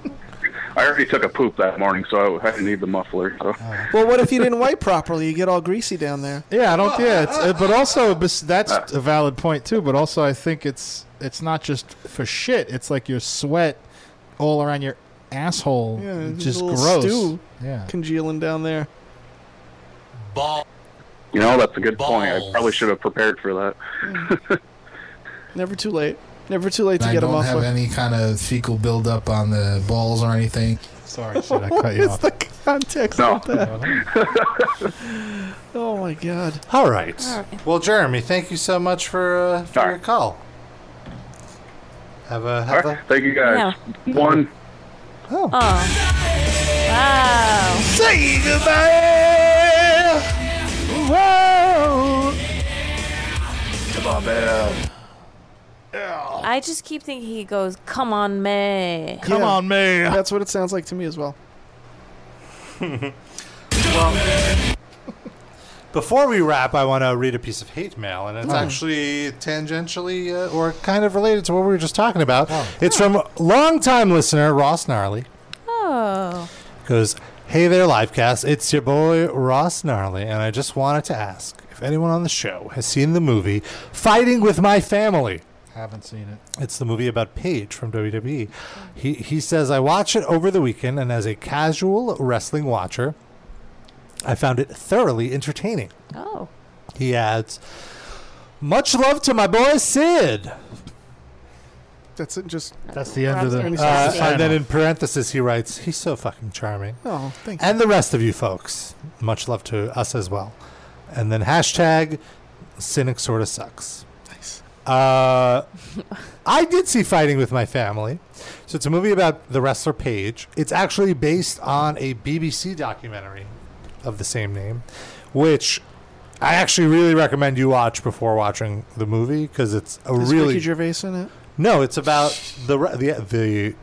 Speaker 17: already took a poop that morning, so I didn't need the muffler. So.
Speaker 5: Well, what if you didn't wipe properly? You get all greasy down there.
Speaker 2: Yeah, I don't. Yeah, it's, uh, but also bes- that's
Speaker 17: Uh.
Speaker 2: a valid point too. But also, I think it's it's not just for shit. It's like your sweat all around your asshole.
Speaker 5: Yeah,
Speaker 2: It's
Speaker 5: there's
Speaker 2: just
Speaker 5: a little
Speaker 2: gross.
Speaker 5: stew
Speaker 2: Yeah.
Speaker 5: congealing down there.
Speaker 17: Ball. You know, that's a good point. I probably should have prepared for that.
Speaker 5: Never too late. Never too late to
Speaker 19: I
Speaker 5: get a
Speaker 19: don't have
Speaker 5: muffler.
Speaker 19: any kind of fecal buildup on the balls or anything.
Speaker 2: Sorry,
Speaker 5: should I cut you It's off? the Context
Speaker 19: No.
Speaker 5: of that. oh my god.
Speaker 3: All right.
Speaker 5: All
Speaker 3: Well, Jeremy, thank you so much for, uh, for your call. Have a have a.
Speaker 17: Thank you guys. One.
Speaker 3: Oh.
Speaker 4: Oh. Wow.
Speaker 18: Say goodbye.
Speaker 4: Oh.
Speaker 18: Whoa. Come on, man.
Speaker 4: I just keep thinking he goes, "Come on, May."
Speaker 5: Yeah. That's what it sounds like to me as well.
Speaker 3: Before we wrap, I want to read a piece of hate mail, and it's
Speaker 19: Oh.
Speaker 3: actually tangentially uh, or kind of related to what we were just talking about.
Speaker 19: Oh.
Speaker 3: It's from longtime listener Ross Gnarly.
Speaker 4: Oh.
Speaker 3: goes, Hey there, Livecast. It's your boy, Ross Gnarly, and I just wanted to ask if anyone on the show has seen the movie Fighting with My Family.
Speaker 2: Haven't seen it.
Speaker 3: It's the movie about Paige from WWE. He, he says, I watched it over the weekend, and as a casual wrestling watcher, I found it thoroughly entertaining.
Speaker 4: Oh.
Speaker 3: He adds, Much love to my boy Sid.
Speaker 5: That's it. Just
Speaker 2: that's the end of the-
Speaker 3: Uh, and then in parenthesis, he writes, He's so fucking charming.
Speaker 5: oh, thank you.
Speaker 3: And the rest of you folks, much love to us as well. And then hashtag cynic sort of sucks. Nice. Uh, I did see Fighting with My Family. So it's a movie about the wrestler Paige. It's actually based on a BBC documentary of the same name, which I actually really recommend you watch before watching the movie because it's a
Speaker 5: Is
Speaker 3: really
Speaker 5: Ricky Gervais in it?
Speaker 3: no, it's about the re- the the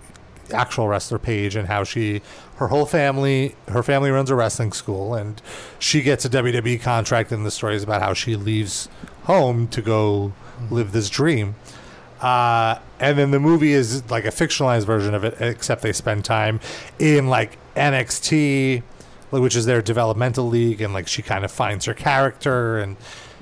Speaker 3: actual wrestler Paige and how she her whole family her family runs a wrestling school and she gets a WWE contract and the story is about how she leaves home to go live this dream. Uh, and then the movie is like a fictionalized version of it, except they spend time in like NXT, like, which is their developmental league, and like she kind of finds her character, and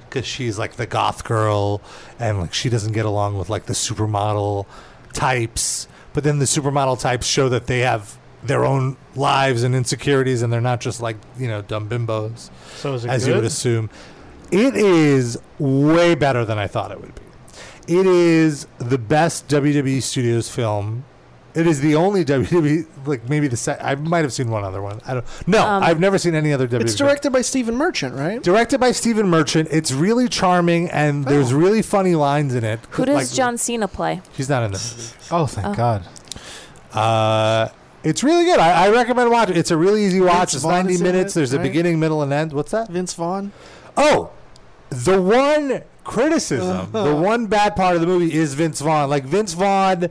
Speaker 3: because she's like the goth girl, and like she doesn't get along with like the supermodel types, but then the supermodel types show that they have their own lives and insecurities, and they're not just like you know dumb bimbos.
Speaker 2: So is it
Speaker 3: as you
Speaker 2: good?
Speaker 3: would assume, it is way better than I thought it would be. It is the best WWE Studios film. It is the only WWE, like maybe the sec- I might have seen one other one. I don't. No,
Speaker 5: Um,
Speaker 3: I've never seen any other WWE.
Speaker 5: It's directed by Stephen Merchant, right?
Speaker 3: Directed by Stephen Merchant. It's really charming and there's really funny lines in it.
Speaker 4: Oh. Who does
Speaker 3: Like-
Speaker 4: John Cena play?
Speaker 3: He's not in this.
Speaker 2: Oh, thank
Speaker 4: Oh.
Speaker 2: God.
Speaker 3: Uh, it's really good. I, I recommend watching. It's a really easy watch.
Speaker 5: Vince
Speaker 3: it's
Speaker 5: Vaughn
Speaker 3: ninety
Speaker 5: is in
Speaker 3: minutes.
Speaker 5: it,
Speaker 3: There's a
Speaker 5: right?
Speaker 3: beginning, middle, and end. What's that?
Speaker 5: Vince Vaughn.
Speaker 3: Oh, the one criticism, the one bad part of the movie is Vince Vaughn. Like Vince Vaughn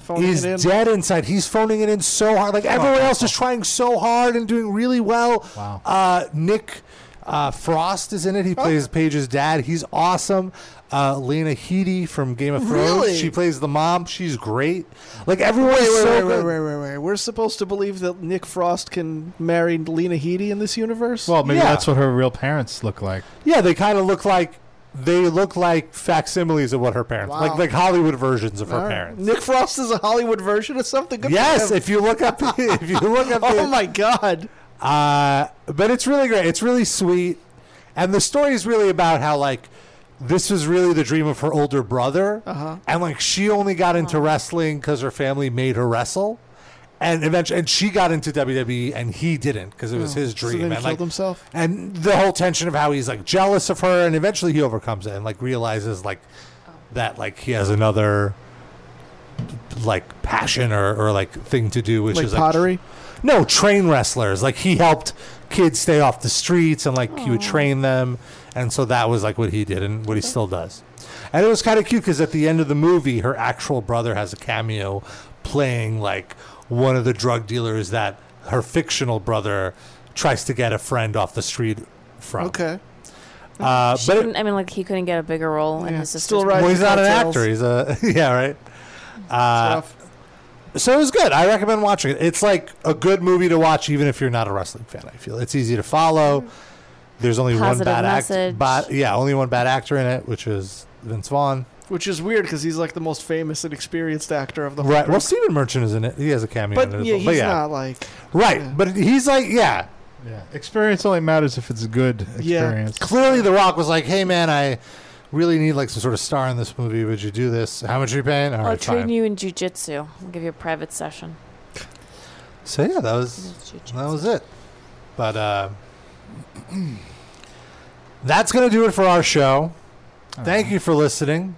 Speaker 5: Phoning
Speaker 3: is
Speaker 5: it in.
Speaker 3: dead inside. He's phoning it in so hard. Like everyone else is trying so hard and doing really well. Wow. Uh, Nick uh, Frost is in it. He
Speaker 5: Oh.
Speaker 3: plays Paige's dad. He's awesome. Uh, Lena Headey from Game of Thrones.
Speaker 5: Really?
Speaker 3: She plays the mom. She's great. Like everyone
Speaker 5: wait,
Speaker 3: is
Speaker 5: wait,
Speaker 3: so
Speaker 5: wait,
Speaker 3: good.
Speaker 5: wait, wait, wait, wait. We're supposed to believe that Nick Frost can marry Lena Headey in this universe?
Speaker 2: Well, maybe that's what her real parents look like.
Speaker 3: Yeah, they kind of look like they look like facsimiles of what her parents
Speaker 5: Wow.
Speaker 3: like, like Hollywood versions of her
Speaker 5: All right.
Speaker 3: parents.
Speaker 5: Nick Frost is a Hollywood version of something. Good for
Speaker 3: Yes,
Speaker 5: him.
Speaker 3: if you look up, if you look up,
Speaker 5: Oh
Speaker 3: the-
Speaker 5: my god!
Speaker 3: Uh, but it's really great. It's really sweet, and the story is really about how like this was really the dream of her older brother,
Speaker 5: Uh huh.
Speaker 3: and like she only got into wrestling because her family made her wrestle, and eventually, and she got into WWE, and he didn't because it was
Speaker 5: Oh,
Speaker 3: his
Speaker 5: so then
Speaker 3: dream.
Speaker 5: he
Speaker 3: and
Speaker 5: killed
Speaker 3: like,
Speaker 5: himself?
Speaker 3: and the whole tension of how he's like jealous of her, and eventually he overcomes it and like realizes like
Speaker 5: Oh.
Speaker 3: that like he has another like passion or, or like thing to do, which
Speaker 5: Like
Speaker 3: is pottery. no, train wrestlers. Like he helped kids stay off the streets, and like he would train them, and so that was like what he did and what he still does. And it was kind of cute because at the end of the movie, her actual brother has a cameo playing like one of the drug dealers that her fictional brother tries to get a friend off the street from.
Speaker 5: Okay.
Speaker 3: Uh,
Speaker 4: She
Speaker 3: but it-
Speaker 4: couldn't- I mean, like he couldn't get a bigger role in his sister's
Speaker 3: well, he's not an
Speaker 4: coattails.
Speaker 3: actor. He's a yeah, right. Uh, so it was good. I recommend watching it. It's like a good movie to watch, even if you're not a wrestling fan. I feel it's easy to follow.
Speaker 5: Hmm.
Speaker 3: There's only
Speaker 5: Positive
Speaker 3: one bad actor,
Speaker 5: message.
Speaker 3: but yeah, only one bad actor in it, which is Vince Vaughn.
Speaker 5: Which is weird because he's like the most famous and experienced actor of the whole
Speaker 3: Right. Well,
Speaker 5: group.
Speaker 3: Stephen Merchant is in it. He has a cameo
Speaker 5: But
Speaker 3: in it. as
Speaker 5: yeah,
Speaker 3: well.
Speaker 5: he's
Speaker 3: but yeah.
Speaker 5: not like
Speaker 3: Right, but he's like, yeah,
Speaker 2: yeah. Experience only matters if it's a good experience.
Speaker 3: Clearly, The Rock was like, "Hey, man, I really need like some sort of star in this movie. Would you do this? How much are you paying? All
Speaker 5: Oh,
Speaker 4: I'll
Speaker 3: right,
Speaker 4: train
Speaker 3: fine."
Speaker 4: you in jujitsu. I'll give you a private session.
Speaker 3: So yeah, that was that was it. But uh, that's gonna do it for our show. Thank you for listening.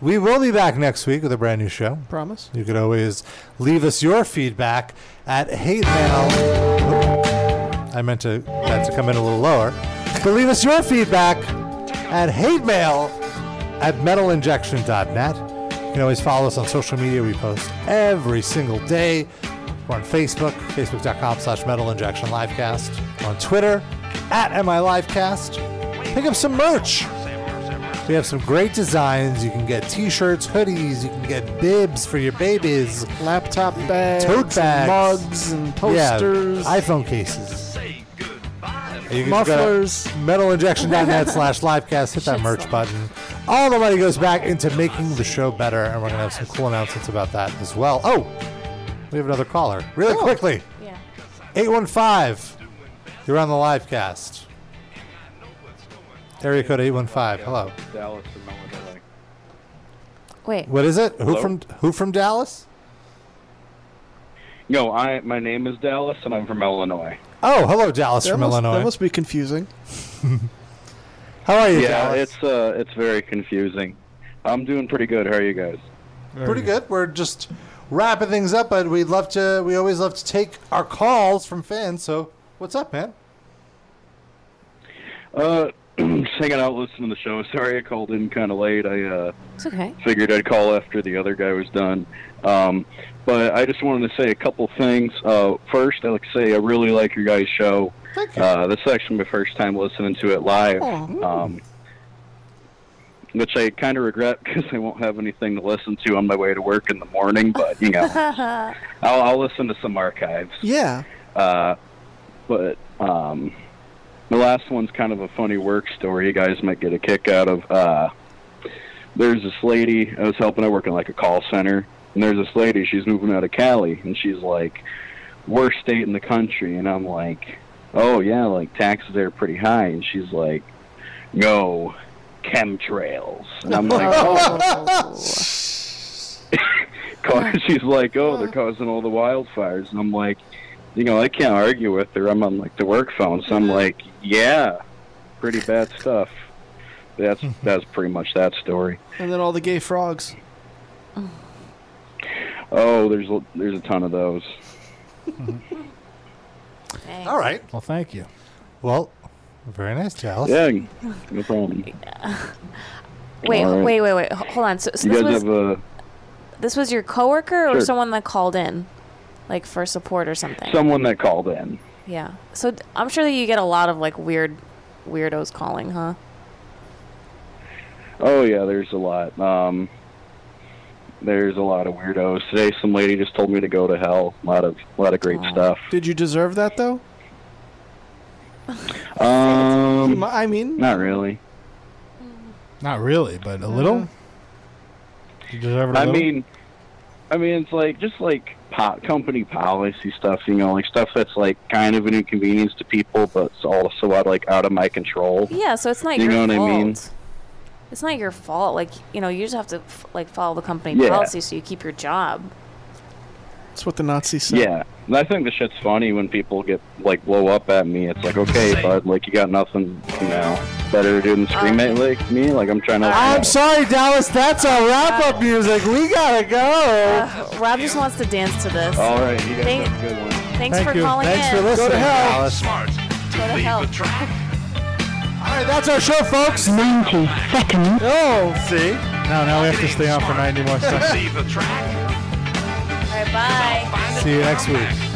Speaker 3: We will be back next week with a brand new show.
Speaker 5: Promise.
Speaker 3: You can always leave us your feedback at hate mail. I meant to that to come in a little lower. But leave us your feedback at hate mail at metalinjection.net. You can always follow us on social media. We post every single day. We're on Facebook, facebook.com slash metal injection livecast. We're on Twitter, at MILivecast. Pick up some merch. We have some great designs. You can get t-shirts, hoodies. You can get bibs for your babies.
Speaker 5: Laptop bags,
Speaker 3: tote bags,
Speaker 5: mugs, and
Speaker 3: Yeah,
Speaker 5: posters.
Speaker 3: iPhone cases, you can go to
Speaker 5: Mufflers.
Speaker 3: metalinjection.net slash livecast. Hit that merch button. All the money goes back into making the show better, and we're gonna have some cool announcements about that as well. Oh, we have another caller. Really quickly.
Speaker 4: Yeah.
Speaker 3: 815. You're on the live cast. Area code 815. Hello.
Speaker 20: Dallas and Melody.
Speaker 4: Wait.
Speaker 3: What is it? Who
Speaker 20: Hello?
Speaker 3: from who from Dallas?
Speaker 20: No, I my name is Dallas and I'm from Illinois.
Speaker 3: Oh, hello Dallas
Speaker 20: That
Speaker 3: from
Speaker 20: must-
Speaker 3: Illinois.
Speaker 20: that
Speaker 5: must be confusing.
Speaker 3: How are you,
Speaker 20: yeah,
Speaker 3: Dallas?
Speaker 20: it's uh it's very confusing. I'm doing pretty good. How are you guys?
Speaker 3: Pretty good. We're just wrapping things up, but we'd love to we always love to take our calls from fans. So, what's up, man?
Speaker 20: Uh just hanging out listening to the show. Sorry I called in kind of late. I uh
Speaker 4: It's okay.
Speaker 20: figured I'd call after the other guy was done. Um, but I just wanted to say a couple things. Uh, first, I'd like to say I really like your guys' show.
Speaker 3: Thank
Speaker 20: you. Uh, this is actually my first time listening to it live,
Speaker 18: Aw.
Speaker 20: um, which I kind of regret because I won't have anything to listen to on my way to work in the morning. But you know, I'll, I'll listen to some archives.
Speaker 5: yeah.
Speaker 20: Uh, but um, the last one's kind of a funny work story. You guys might get a kick out of. Uh, there's this lady I was helping. I work in like a call center, and there's this lady. She's moving out of Cali, and she's like, worst state in the country. And I'm like, oh yeah, like taxes there are pretty high. And she's like, no, chemtrails. And I'm like, oh. Ca- she's like, "Oh, they're causing all the wildfires," and I'm like, "You know, I can't argue with her. I'm on like the work phone, so I'm like, yeah, pretty bad stuff." That's that's pretty much that story.
Speaker 5: And then all the gay frogs.
Speaker 20: Oh, there's a- there's a ton of those.
Speaker 3: All right.
Speaker 2: Well, thank you.
Speaker 3: Well, very nice, Dallas.
Speaker 20: Yeah, no problem.
Speaker 4: Wait,
Speaker 20: All right.
Speaker 4: wait, wait, wait. Ho- Hold on. So, so
Speaker 20: you
Speaker 4: this
Speaker 20: guys
Speaker 4: was
Speaker 20: have a
Speaker 4: this was your coworker or
Speaker 20: Sure.
Speaker 4: someone that called in, like for support or something.
Speaker 20: someone that called in.
Speaker 4: Yeah. So d- I'm sure that you get a lot of like weird weirdos calling, huh?
Speaker 20: Oh yeah, there's a lot. Um, there's a lot of weirdos. Today, some lady just told me to go to hell. A lot of a lot of great stuff.
Speaker 5: Did you deserve that though?
Speaker 20: Um,
Speaker 5: I mean,
Speaker 20: not really.
Speaker 2: Not really, but a little. You deserve it a
Speaker 20: I
Speaker 2: little?
Speaker 20: mean, I mean, it's like just like po- company policy stuff, you know, like stuff that's like kind of an inconvenience to people, but it's also out like out of my control.
Speaker 4: Yeah. So it's not
Speaker 20: you
Speaker 4: your
Speaker 20: know what
Speaker 4: fault.
Speaker 20: I mean?
Speaker 4: It's not your fault. Like you know, you just have to f- like follow the company
Speaker 20: Yeah.
Speaker 4: policy so you keep your job.
Speaker 5: That's what the Nazis said.
Speaker 20: Yeah, and I think the shit's funny when people get like blow up at me. It's like, okay, bud, like you got nothing now better to do than
Speaker 4: Uh,
Speaker 20: scream at like me. Like I'm trying to.
Speaker 3: I'm sorry, Dallas. That's our wrap
Speaker 4: Uh,
Speaker 3: up music. We gotta go.
Speaker 4: Ugh, Rob just wants to dance to this.
Speaker 20: Oh. All right, you guys
Speaker 4: Thank-
Speaker 20: have a good one.
Speaker 4: Thanks for calling in.
Speaker 20: Smart.
Speaker 4: Go to hell.
Speaker 3: All right, that's our show, folks. 90 seconds. Oh, see?
Speaker 2: No, now we have to stay on for 90 more seconds.
Speaker 4: All right, bye.
Speaker 2: See you next week.